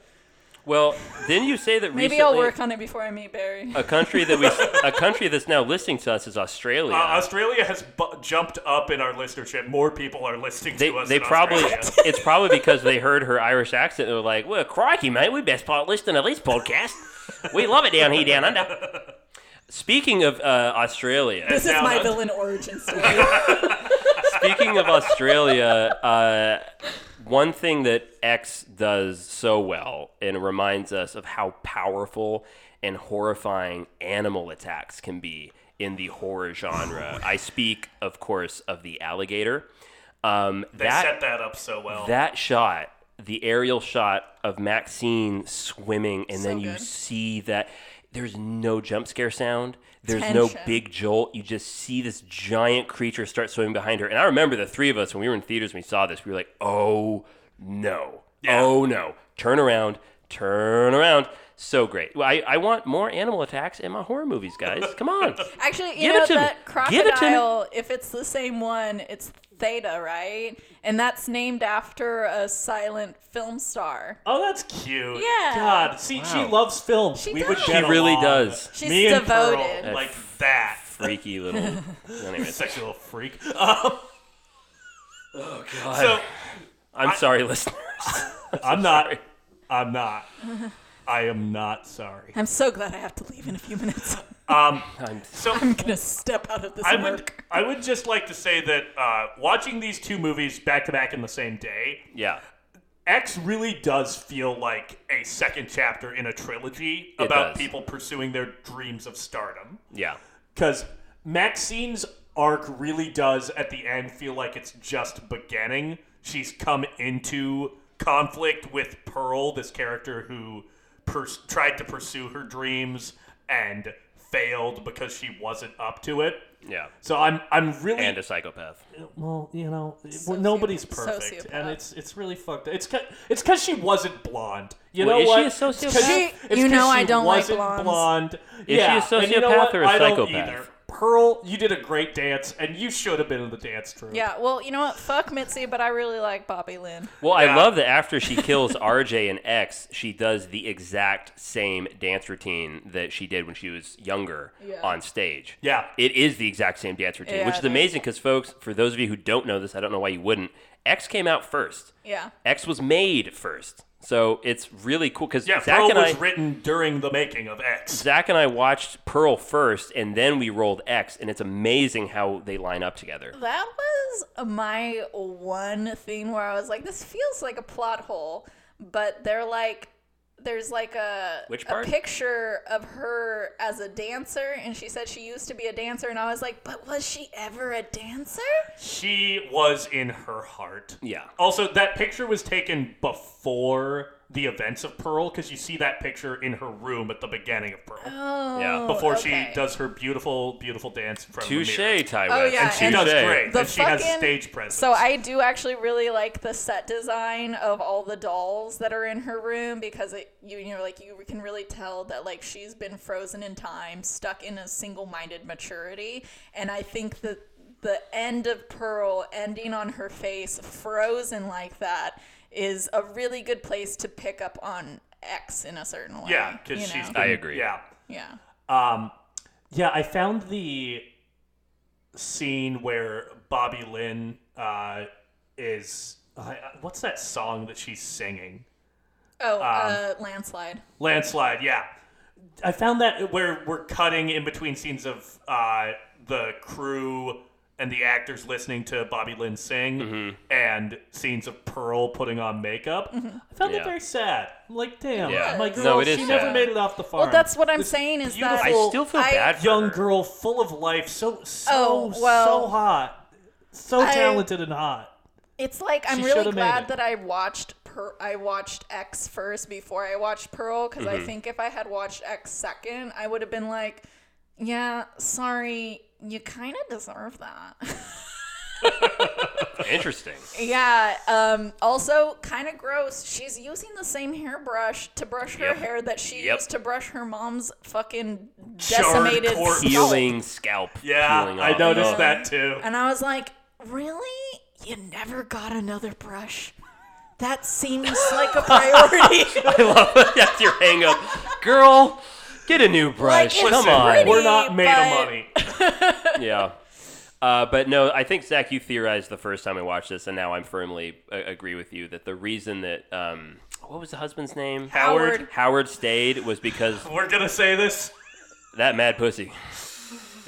[SPEAKER 2] Well, didn't you say that
[SPEAKER 4] Maybe
[SPEAKER 2] recently Uh,
[SPEAKER 4] I'll work on it before I meet Barry.
[SPEAKER 2] a country that we a country that's now listening to us is Australia.
[SPEAKER 1] Uh, Australia has bu- jumped up in our listenership. More people are listening
[SPEAKER 2] They,
[SPEAKER 1] to us.
[SPEAKER 2] they
[SPEAKER 1] in
[SPEAKER 2] probably *laughs*
[SPEAKER 1] Australia.
[SPEAKER 2] it's probably because they heard her Irish accent. They were like, "Well, crikey, mate, we best part listen to this podcast. We love it down here, down under."
[SPEAKER 1] *laughs*
[SPEAKER 2] Speaking of uh, Australia,
[SPEAKER 4] This is
[SPEAKER 1] now
[SPEAKER 4] my
[SPEAKER 1] that-
[SPEAKER 4] villain origin story.
[SPEAKER 2] speaking of Australia, uh, one thing that X does so well and reminds us of how powerful and horrifying animal attacks can be in the horror genre. I speak, of course, of the alligator. Um,
[SPEAKER 1] they
[SPEAKER 2] that
[SPEAKER 1] set that up so well.
[SPEAKER 2] That shot, the aerial shot of Maxine swimming, and then you
[SPEAKER 4] good.
[SPEAKER 2] see that there's no jump scare sound. There's no
[SPEAKER 4] Tension.
[SPEAKER 2] big jolt. You just see this giant creature start swimming behind her. And I remember the three of us when we were in theaters and we saw this, we were like, oh no. Oh no. Turn around. Turn around. So great. Well, I, I want more animal attacks in my horror movies, guys. Come on.
[SPEAKER 4] Actually, you
[SPEAKER 2] Give
[SPEAKER 4] know
[SPEAKER 2] it to me.
[SPEAKER 4] that
[SPEAKER 2] Give it to me.
[SPEAKER 4] crocodile, if it's the same one, it's Theta, right? And that's named after a silent film star.
[SPEAKER 1] Oh, that's cute.
[SPEAKER 4] Yeah.
[SPEAKER 1] God, see, she
[SPEAKER 2] Wow.
[SPEAKER 1] loves films.
[SPEAKER 4] She
[SPEAKER 1] we
[SPEAKER 4] does.
[SPEAKER 1] would
[SPEAKER 4] She
[SPEAKER 1] get
[SPEAKER 2] really
[SPEAKER 1] along.
[SPEAKER 2] does.
[SPEAKER 4] She's
[SPEAKER 1] Me and Pearl,
[SPEAKER 4] devoted.
[SPEAKER 1] like that.
[SPEAKER 2] Freaky little. Anyways.
[SPEAKER 1] Sexual freak. *laughs* Um, oh
[SPEAKER 2] Oh,
[SPEAKER 1] God.
[SPEAKER 2] *laughs*
[SPEAKER 1] So
[SPEAKER 2] I'm sorry, listeners.
[SPEAKER 1] I'm not. I'm not. I am not sorry.
[SPEAKER 4] *laughs* I'm so glad I have to leave in a few
[SPEAKER 1] *laughs*
[SPEAKER 4] minutes.
[SPEAKER 2] I'm
[SPEAKER 1] Um, So
[SPEAKER 4] *laughs* I'm gonna step out of this
[SPEAKER 1] I would.
[SPEAKER 4] work.
[SPEAKER 1] I would just like to say that uh, watching these two movies back to back in the same day,
[SPEAKER 2] Yeah.
[SPEAKER 1] X really does feel like a second chapter in a trilogy about
[SPEAKER 2] does.
[SPEAKER 1] people pursuing their dreams of stardom.
[SPEAKER 2] Yeah.
[SPEAKER 1] because Maxine's arc really does at the end feel like it's just beginning. She's come into conflict with Pearl, this character who pers- tried to pursue her dreams and failed because she wasn't up to it.
[SPEAKER 2] Yeah.
[SPEAKER 1] So I'm I'm really
[SPEAKER 2] And a psychopath.
[SPEAKER 1] well, you know, well, nobody's
[SPEAKER 4] sociopath.
[SPEAKER 1] perfect, and it's it's really fucked. Up. It's ca- it's because she wasn't blonde. You
[SPEAKER 2] Well,
[SPEAKER 1] know
[SPEAKER 2] is
[SPEAKER 1] what?
[SPEAKER 2] she a
[SPEAKER 1] It's 'cause
[SPEAKER 2] sociopath?
[SPEAKER 4] She-
[SPEAKER 1] it's 'cause
[SPEAKER 4] you know
[SPEAKER 1] she
[SPEAKER 4] I don't like
[SPEAKER 1] wasn't
[SPEAKER 4] blondes.
[SPEAKER 1] blonde.
[SPEAKER 2] she a
[SPEAKER 1] yeah. and you know
[SPEAKER 2] sociopath
[SPEAKER 1] what?
[SPEAKER 2] or a
[SPEAKER 1] I don't
[SPEAKER 2] psychopath?
[SPEAKER 1] either. Pearl, you did a great dance, and you should have been in the dance troupe.
[SPEAKER 4] Yeah, well, you know what? Fuck Mitzi, but I really like Bobby Lynn.
[SPEAKER 2] Well, I
[SPEAKER 1] Yeah.
[SPEAKER 2] love that after she kills RJ and X, she does the exact same dance routine that she did when she was younger
[SPEAKER 4] Yeah.
[SPEAKER 2] on stage.
[SPEAKER 1] Yeah.
[SPEAKER 2] It is the exact same dance routine,
[SPEAKER 4] Yeah,
[SPEAKER 2] which is
[SPEAKER 4] it is.
[SPEAKER 2] amazing because, folks, for those of you who don't know this, I don't know why you wouldn't. X came out first.
[SPEAKER 4] Yeah.
[SPEAKER 2] X was made first. So it's really cool because
[SPEAKER 1] yeah.
[SPEAKER 2] Zach
[SPEAKER 1] Pearl
[SPEAKER 2] and I.
[SPEAKER 1] was written during the making of X.
[SPEAKER 2] Zach and I watched Pearl first, and then we rolled X, and it's amazing how they line up together.
[SPEAKER 4] That was my one thing where I was like, this feels like a plot hole, but they're like, there's like a
[SPEAKER 2] Which
[SPEAKER 4] a
[SPEAKER 2] part?
[SPEAKER 4] picture of her as a dancer, and she said she used to be a dancer, and I was like, but was she ever a dancer?
[SPEAKER 1] She was in her heart.
[SPEAKER 2] Yeah.
[SPEAKER 1] Also, that picture was taken before the events of Pearl because you see that picture in her room at the beginning of Pearl.
[SPEAKER 4] Oh,
[SPEAKER 2] Yeah.
[SPEAKER 1] before
[SPEAKER 4] okay.
[SPEAKER 1] she does her beautiful, beautiful dance in front of
[SPEAKER 2] Touche,
[SPEAKER 1] the mirror.
[SPEAKER 2] Ty
[SPEAKER 4] Oh,
[SPEAKER 2] West.
[SPEAKER 4] yeah,
[SPEAKER 1] She
[SPEAKER 4] and-
[SPEAKER 1] does
[SPEAKER 2] touche.
[SPEAKER 1] great,
[SPEAKER 4] The
[SPEAKER 1] and she has
[SPEAKER 4] fucking-
[SPEAKER 1] stage presence.
[SPEAKER 4] So I do actually really like the set design of all the dolls that are in her room because it you you know like you can really tell that like she's been frozen in time, stuck in a single-minded maturity, and I think that the end of Pearl ending on her face frozen like that is a really good place to pick up on X in a certain way.
[SPEAKER 1] yeah, because
[SPEAKER 4] you
[SPEAKER 1] she's.
[SPEAKER 4] know?
[SPEAKER 1] been-
[SPEAKER 2] I agree.
[SPEAKER 1] Yeah.
[SPEAKER 4] yeah.
[SPEAKER 1] Um, yeah, I found the scene where Bobby Lynn uh, is. I what's that song that she's singing? Um,
[SPEAKER 4] Oh, uh, landslide.
[SPEAKER 1] Landslide, yeah. I found that where we're cutting in between scenes of uh, the crew and the actors listening to Bobby Lynn sing
[SPEAKER 2] Mm-hmm.
[SPEAKER 1] and scenes of Pearl putting on makeup.
[SPEAKER 4] Mm-hmm.
[SPEAKER 1] I found
[SPEAKER 2] Yeah.
[SPEAKER 1] that very sad. I'm like, damn,
[SPEAKER 2] Yeah.
[SPEAKER 1] my
[SPEAKER 4] No,
[SPEAKER 1] girl,
[SPEAKER 2] it is
[SPEAKER 1] she never
[SPEAKER 2] sad.
[SPEAKER 1] made it off the farm.
[SPEAKER 4] Well, that's what I'm
[SPEAKER 1] This
[SPEAKER 4] saying is that
[SPEAKER 1] beautiful
[SPEAKER 2] I still feel
[SPEAKER 4] I-
[SPEAKER 2] bad for her.
[SPEAKER 1] Young girl, full of life, so so
[SPEAKER 4] Oh, well,
[SPEAKER 1] so hot, so
[SPEAKER 4] I-
[SPEAKER 1] talented and hot.
[SPEAKER 4] It's like I'm
[SPEAKER 1] She
[SPEAKER 4] really
[SPEAKER 1] shoulda made
[SPEAKER 4] glad
[SPEAKER 1] it.
[SPEAKER 4] that I watched per- I watched X first before I watched Pearl because
[SPEAKER 1] Mm-hmm.
[SPEAKER 4] I think if I had watched X second, I would have been like, yeah, sorry, you kind of deserve that. *laughs*
[SPEAKER 2] Interesting.
[SPEAKER 4] yeah. Um, also, kind of gross. She's using the same hairbrush to brush her
[SPEAKER 2] Yep.
[SPEAKER 4] hair that she
[SPEAKER 2] Yep.
[SPEAKER 4] used to brush her mom's fucking
[SPEAKER 1] Charred
[SPEAKER 4] decimated
[SPEAKER 1] corpse.
[SPEAKER 4] skull.
[SPEAKER 2] Healing scalp. peeling
[SPEAKER 1] I
[SPEAKER 2] off.
[SPEAKER 1] noticed
[SPEAKER 2] Oh.
[SPEAKER 1] that too.
[SPEAKER 4] And I was like, really? You never got another brush? That seems like a priority.
[SPEAKER 2] *laughs*
[SPEAKER 4] *laughs*
[SPEAKER 2] I love *laughs* that. That's your hang up. Girl, get a new brush.
[SPEAKER 4] it's
[SPEAKER 2] Come on.
[SPEAKER 4] pretty.
[SPEAKER 1] We're not made
[SPEAKER 4] but-
[SPEAKER 1] of money.
[SPEAKER 2] Yeah. Uh, but no, I think Zach, you theorized the first time I watched this, and now I'm firmly uh, agree with you that the reason that um, what was the husband's name
[SPEAKER 1] Howard,
[SPEAKER 2] Howard stayed was because
[SPEAKER 1] we're gonna say this.
[SPEAKER 2] that mad pussy.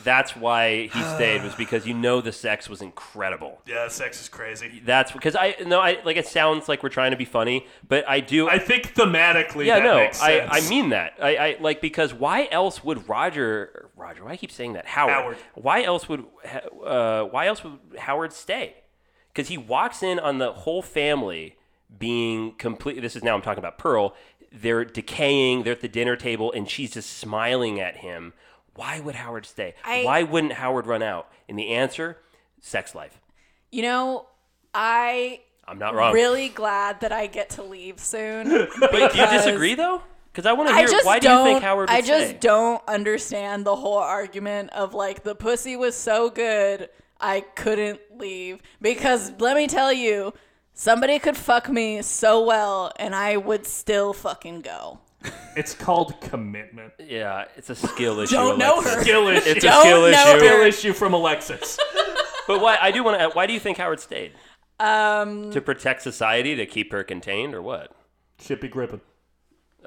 [SPEAKER 2] That's why he stayed was because you know the sex was incredible.
[SPEAKER 1] Yeah, sex is crazy.
[SPEAKER 2] That's because I no I like it sounds like we're trying to be funny, but I do
[SPEAKER 1] I think thematically,
[SPEAKER 2] yeah
[SPEAKER 1] that
[SPEAKER 2] no
[SPEAKER 1] makes
[SPEAKER 2] I,
[SPEAKER 1] sense.
[SPEAKER 2] I mean that I, I like because why else would Roger Roger why do I keep saying that Howard,
[SPEAKER 1] Howard.
[SPEAKER 2] why else would uh, why else would Howard stay because he walks in on the whole family being complete this is now I'm talking about Pearl they're decaying they're at the dinner table and she's just smiling at him why would Howard stay
[SPEAKER 4] I-
[SPEAKER 2] why wouldn't Howard run out and the answer sex life
[SPEAKER 4] You know, I
[SPEAKER 2] I'm not wrong
[SPEAKER 4] really glad that I get to
[SPEAKER 2] *laughs*
[SPEAKER 4] leave soon.
[SPEAKER 2] but do you
[SPEAKER 4] because-
[SPEAKER 2] disagree though because I want to
[SPEAKER 4] I
[SPEAKER 2] hear
[SPEAKER 4] just
[SPEAKER 2] why do
[SPEAKER 4] don't.
[SPEAKER 2] you think Howard would
[SPEAKER 4] I just
[SPEAKER 2] stay?
[SPEAKER 4] don't understand the whole argument of like the pussy was so good I couldn't leave because let me tell you, somebody could fuck me so well and I would still fucking go.
[SPEAKER 1] it's
[SPEAKER 2] *laughs*
[SPEAKER 1] called commitment.
[SPEAKER 2] Yeah, it's a skill issue.
[SPEAKER 4] *laughs* Don't know
[SPEAKER 2] Alexis.
[SPEAKER 4] her.
[SPEAKER 1] Skill issue.
[SPEAKER 2] It's
[SPEAKER 4] Don't
[SPEAKER 2] a skill
[SPEAKER 4] know
[SPEAKER 2] issue.
[SPEAKER 1] skill issue
[SPEAKER 4] *laughs*
[SPEAKER 1] from Alexis.
[SPEAKER 2] But why? I do want to. Why do you think Howard stayed?
[SPEAKER 4] Um,
[SPEAKER 2] To protect society, to keep her contained, or what?
[SPEAKER 1] Chippy Grippin.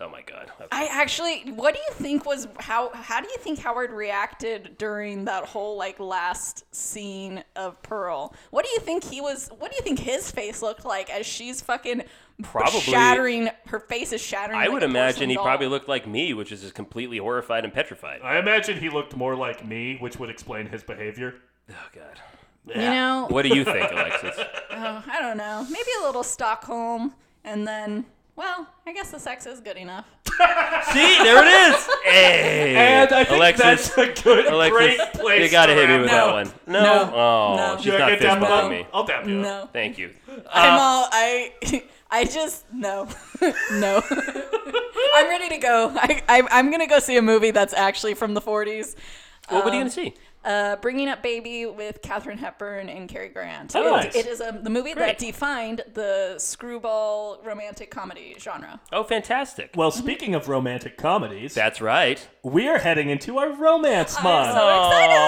[SPEAKER 2] Oh my God. Okay.
[SPEAKER 4] I actually, what do you think was how? How do you think Howard reacted during that whole like last scene of Pearl? What do you think he was? What do you think his face looked like as she's fucking
[SPEAKER 2] Probably-
[SPEAKER 4] shattering? Her face is shattering.
[SPEAKER 2] I
[SPEAKER 4] like
[SPEAKER 2] would
[SPEAKER 4] a
[SPEAKER 2] imagine
[SPEAKER 4] porcelain
[SPEAKER 2] he
[SPEAKER 4] doll.
[SPEAKER 2] probably looked like me, which is just completely horrified and petrified.
[SPEAKER 4] Uh,
[SPEAKER 1] I imagine he looked more like me, which would explain his behavior.
[SPEAKER 2] Oh God.
[SPEAKER 4] You know,
[SPEAKER 2] What do you think,
[SPEAKER 4] *laughs*
[SPEAKER 2] Alexis?
[SPEAKER 4] oh, I don't know. Maybe a little Stockholm, and then well, I guess the sex is good enough.
[SPEAKER 2] See, there it is. Hey,
[SPEAKER 1] And I think
[SPEAKER 2] Alexis.
[SPEAKER 1] that's a good,
[SPEAKER 2] Alexis,
[SPEAKER 1] great place.
[SPEAKER 2] you gotta
[SPEAKER 1] to
[SPEAKER 2] hit me
[SPEAKER 1] wrap
[SPEAKER 2] with
[SPEAKER 1] up.
[SPEAKER 2] that one. No,
[SPEAKER 4] No.
[SPEAKER 2] oh,
[SPEAKER 4] No.
[SPEAKER 2] she's
[SPEAKER 1] You
[SPEAKER 2] not
[SPEAKER 1] wanna
[SPEAKER 2] fist
[SPEAKER 1] get down
[SPEAKER 2] bumping
[SPEAKER 1] below?
[SPEAKER 2] me.
[SPEAKER 1] I'll dab you.
[SPEAKER 4] No,
[SPEAKER 2] Thank you.
[SPEAKER 4] I'm all I. *laughs* I just no, *laughs* no. I'm ready to go. I, I I'm gonna go see a movie that's actually from the 40s.
[SPEAKER 2] Well, what are you gonna see?
[SPEAKER 4] Uh, Bringing Up Baby with Katherine Hepburn and Cary Grant.
[SPEAKER 1] Oh,
[SPEAKER 4] It-
[SPEAKER 1] nice.
[SPEAKER 4] It is um, the movie
[SPEAKER 2] Great.
[SPEAKER 4] that defined the screwball romantic comedy genre.
[SPEAKER 2] Oh, fantastic.
[SPEAKER 1] Well, speaking of romantic comedies,
[SPEAKER 2] That's right.
[SPEAKER 1] we are heading into our romance
[SPEAKER 2] Uh,
[SPEAKER 1] month.
[SPEAKER 4] so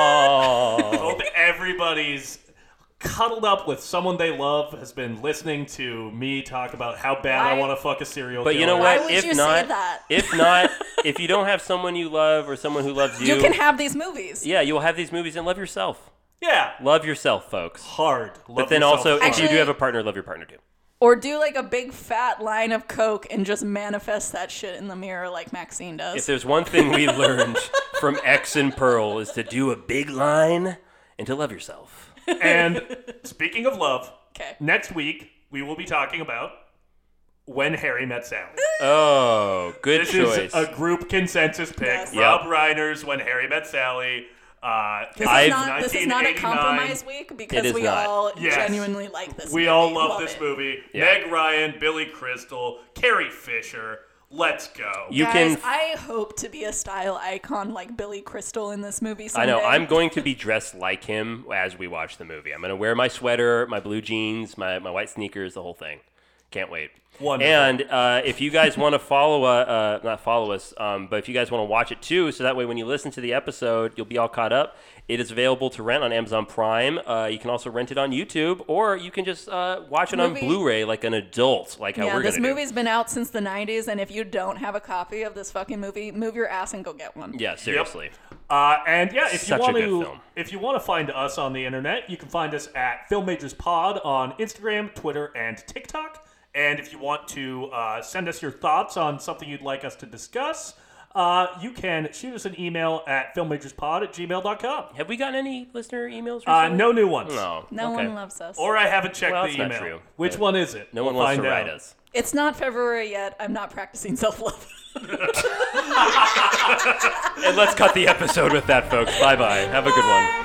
[SPEAKER 2] Oh.
[SPEAKER 1] Hope everybody's cuddled up with someone they love has been listening to me talk about how bad I
[SPEAKER 4] Why-
[SPEAKER 1] want to fuck a serial
[SPEAKER 2] But
[SPEAKER 1] killer.
[SPEAKER 2] you know
[SPEAKER 4] Why
[SPEAKER 2] what?
[SPEAKER 4] would
[SPEAKER 2] if
[SPEAKER 4] you say
[SPEAKER 2] not,
[SPEAKER 4] that?
[SPEAKER 2] if not, if you don't have someone you love or someone who loves you,
[SPEAKER 4] You can have these movies.
[SPEAKER 2] yeah, you'll have these movies and love yourself.
[SPEAKER 1] Yeah.
[SPEAKER 2] Love yourself, folks.
[SPEAKER 1] Hard. Love
[SPEAKER 2] but then
[SPEAKER 1] yourself
[SPEAKER 2] also,
[SPEAKER 1] hard.
[SPEAKER 2] if you do
[SPEAKER 4] Actually-
[SPEAKER 2] have a partner, love your partner too.
[SPEAKER 4] Or do like a big fat line of coke and just manifest that shit in the mirror like Maxine
[SPEAKER 2] If
[SPEAKER 4] does.
[SPEAKER 2] there's one thing we learned from X and Pearl is to do a big line and to love yourself.
[SPEAKER 1] And
[SPEAKER 2] *laughs*
[SPEAKER 1] speaking of love,
[SPEAKER 4] Okay.
[SPEAKER 1] next week we will be talking about when Harry met
[SPEAKER 4] *laughs*
[SPEAKER 1] Sally.
[SPEAKER 2] Oh, good
[SPEAKER 1] This
[SPEAKER 2] choice.
[SPEAKER 1] is a group consensus pick.
[SPEAKER 4] Yes.
[SPEAKER 1] Rob Reiner's When Harry Met Sally. Uh,
[SPEAKER 4] This
[SPEAKER 2] I've-
[SPEAKER 4] is, not, this is not a
[SPEAKER 1] 1989.
[SPEAKER 4] compromise week
[SPEAKER 2] It is
[SPEAKER 4] because we
[SPEAKER 2] not.
[SPEAKER 4] all
[SPEAKER 1] Yes.
[SPEAKER 4] genuinely like this
[SPEAKER 1] we
[SPEAKER 4] movie.
[SPEAKER 1] all love, this
[SPEAKER 4] it.
[SPEAKER 1] movie.
[SPEAKER 2] Yeah.
[SPEAKER 1] Meg Ryan, Billy Crystal, Carrie Fisher. Let's go.
[SPEAKER 2] you
[SPEAKER 4] Guys,
[SPEAKER 2] can.
[SPEAKER 4] I hope to be a style icon like Billy Crystal in this movie.
[SPEAKER 2] I
[SPEAKER 4] Someday.
[SPEAKER 2] know. I'm going to be dressed like him as we watch the movie. I'm going to wear my sweater, my blue jeans, my, my white sneakers, the whole thing. Can't wait.
[SPEAKER 1] Wonderful.
[SPEAKER 2] And uh, if you guys *laughs* want to follow, uh, uh, not follow us, um, but if you guys want to watch it too, so that way when you listen to the episode, you'll be all caught up. It is available to rent on Amazon Prime. Uh, you can also rent it on YouTube, or you can just uh, watch it on
[SPEAKER 4] Movie-
[SPEAKER 2] Blu-ray like an adult, like how
[SPEAKER 4] Yeah,
[SPEAKER 2] we're
[SPEAKER 4] this
[SPEAKER 2] going to do.
[SPEAKER 4] movie's been out since the 90s, and if you don't have a copy of this fucking movie, move your ass and go get one.
[SPEAKER 2] Yeah, seriously.
[SPEAKER 1] Uh, and yeah, if
[SPEAKER 2] Such a
[SPEAKER 1] you want
[SPEAKER 2] good
[SPEAKER 1] to,
[SPEAKER 2] film.
[SPEAKER 1] if you want to find us on the internet, you can find us at Film Majors Pod on Instagram, Twitter, and TikTok. And if you want to uh, send us your thoughts on something you'd like us to discuss, uh, you can shoot us an email at filmmajorspod at gmail.com.
[SPEAKER 2] Have we gotten any listener emails?
[SPEAKER 1] Uh,
[SPEAKER 2] recently?
[SPEAKER 1] no new ones.
[SPEAKER 2] No.
[SPEAKER 4] No
[SPEAKER 2] okay.
[SPEAKER 4] one loves us.
[SPEAKER 1] Or I haven't checked
[SPEAKER 2] Well,
[SPEAKER 1] the
[SPEAKER 2] that's not
[SPEAKER 1] email.
[SPEAKER 2] true.
[SPEAKER 1] Which
[SPEAKER 2] But
[SPEAKER 1] one is it?
[SPEAKER 2] No
[SPEAKER 1] We'll
[SPEAKER 2] one wants to
[SPEAKER 1] find
[SPEAKER 2] write
[SPEAKER 1] out.
[SPEAKER 2] us.
[SPEAKER 4] it's not February yet. I'm not practicing *laughs* self love.
[SPEAKER 2] And let's cut the episode with that, folks. Bye bye. Have a good one.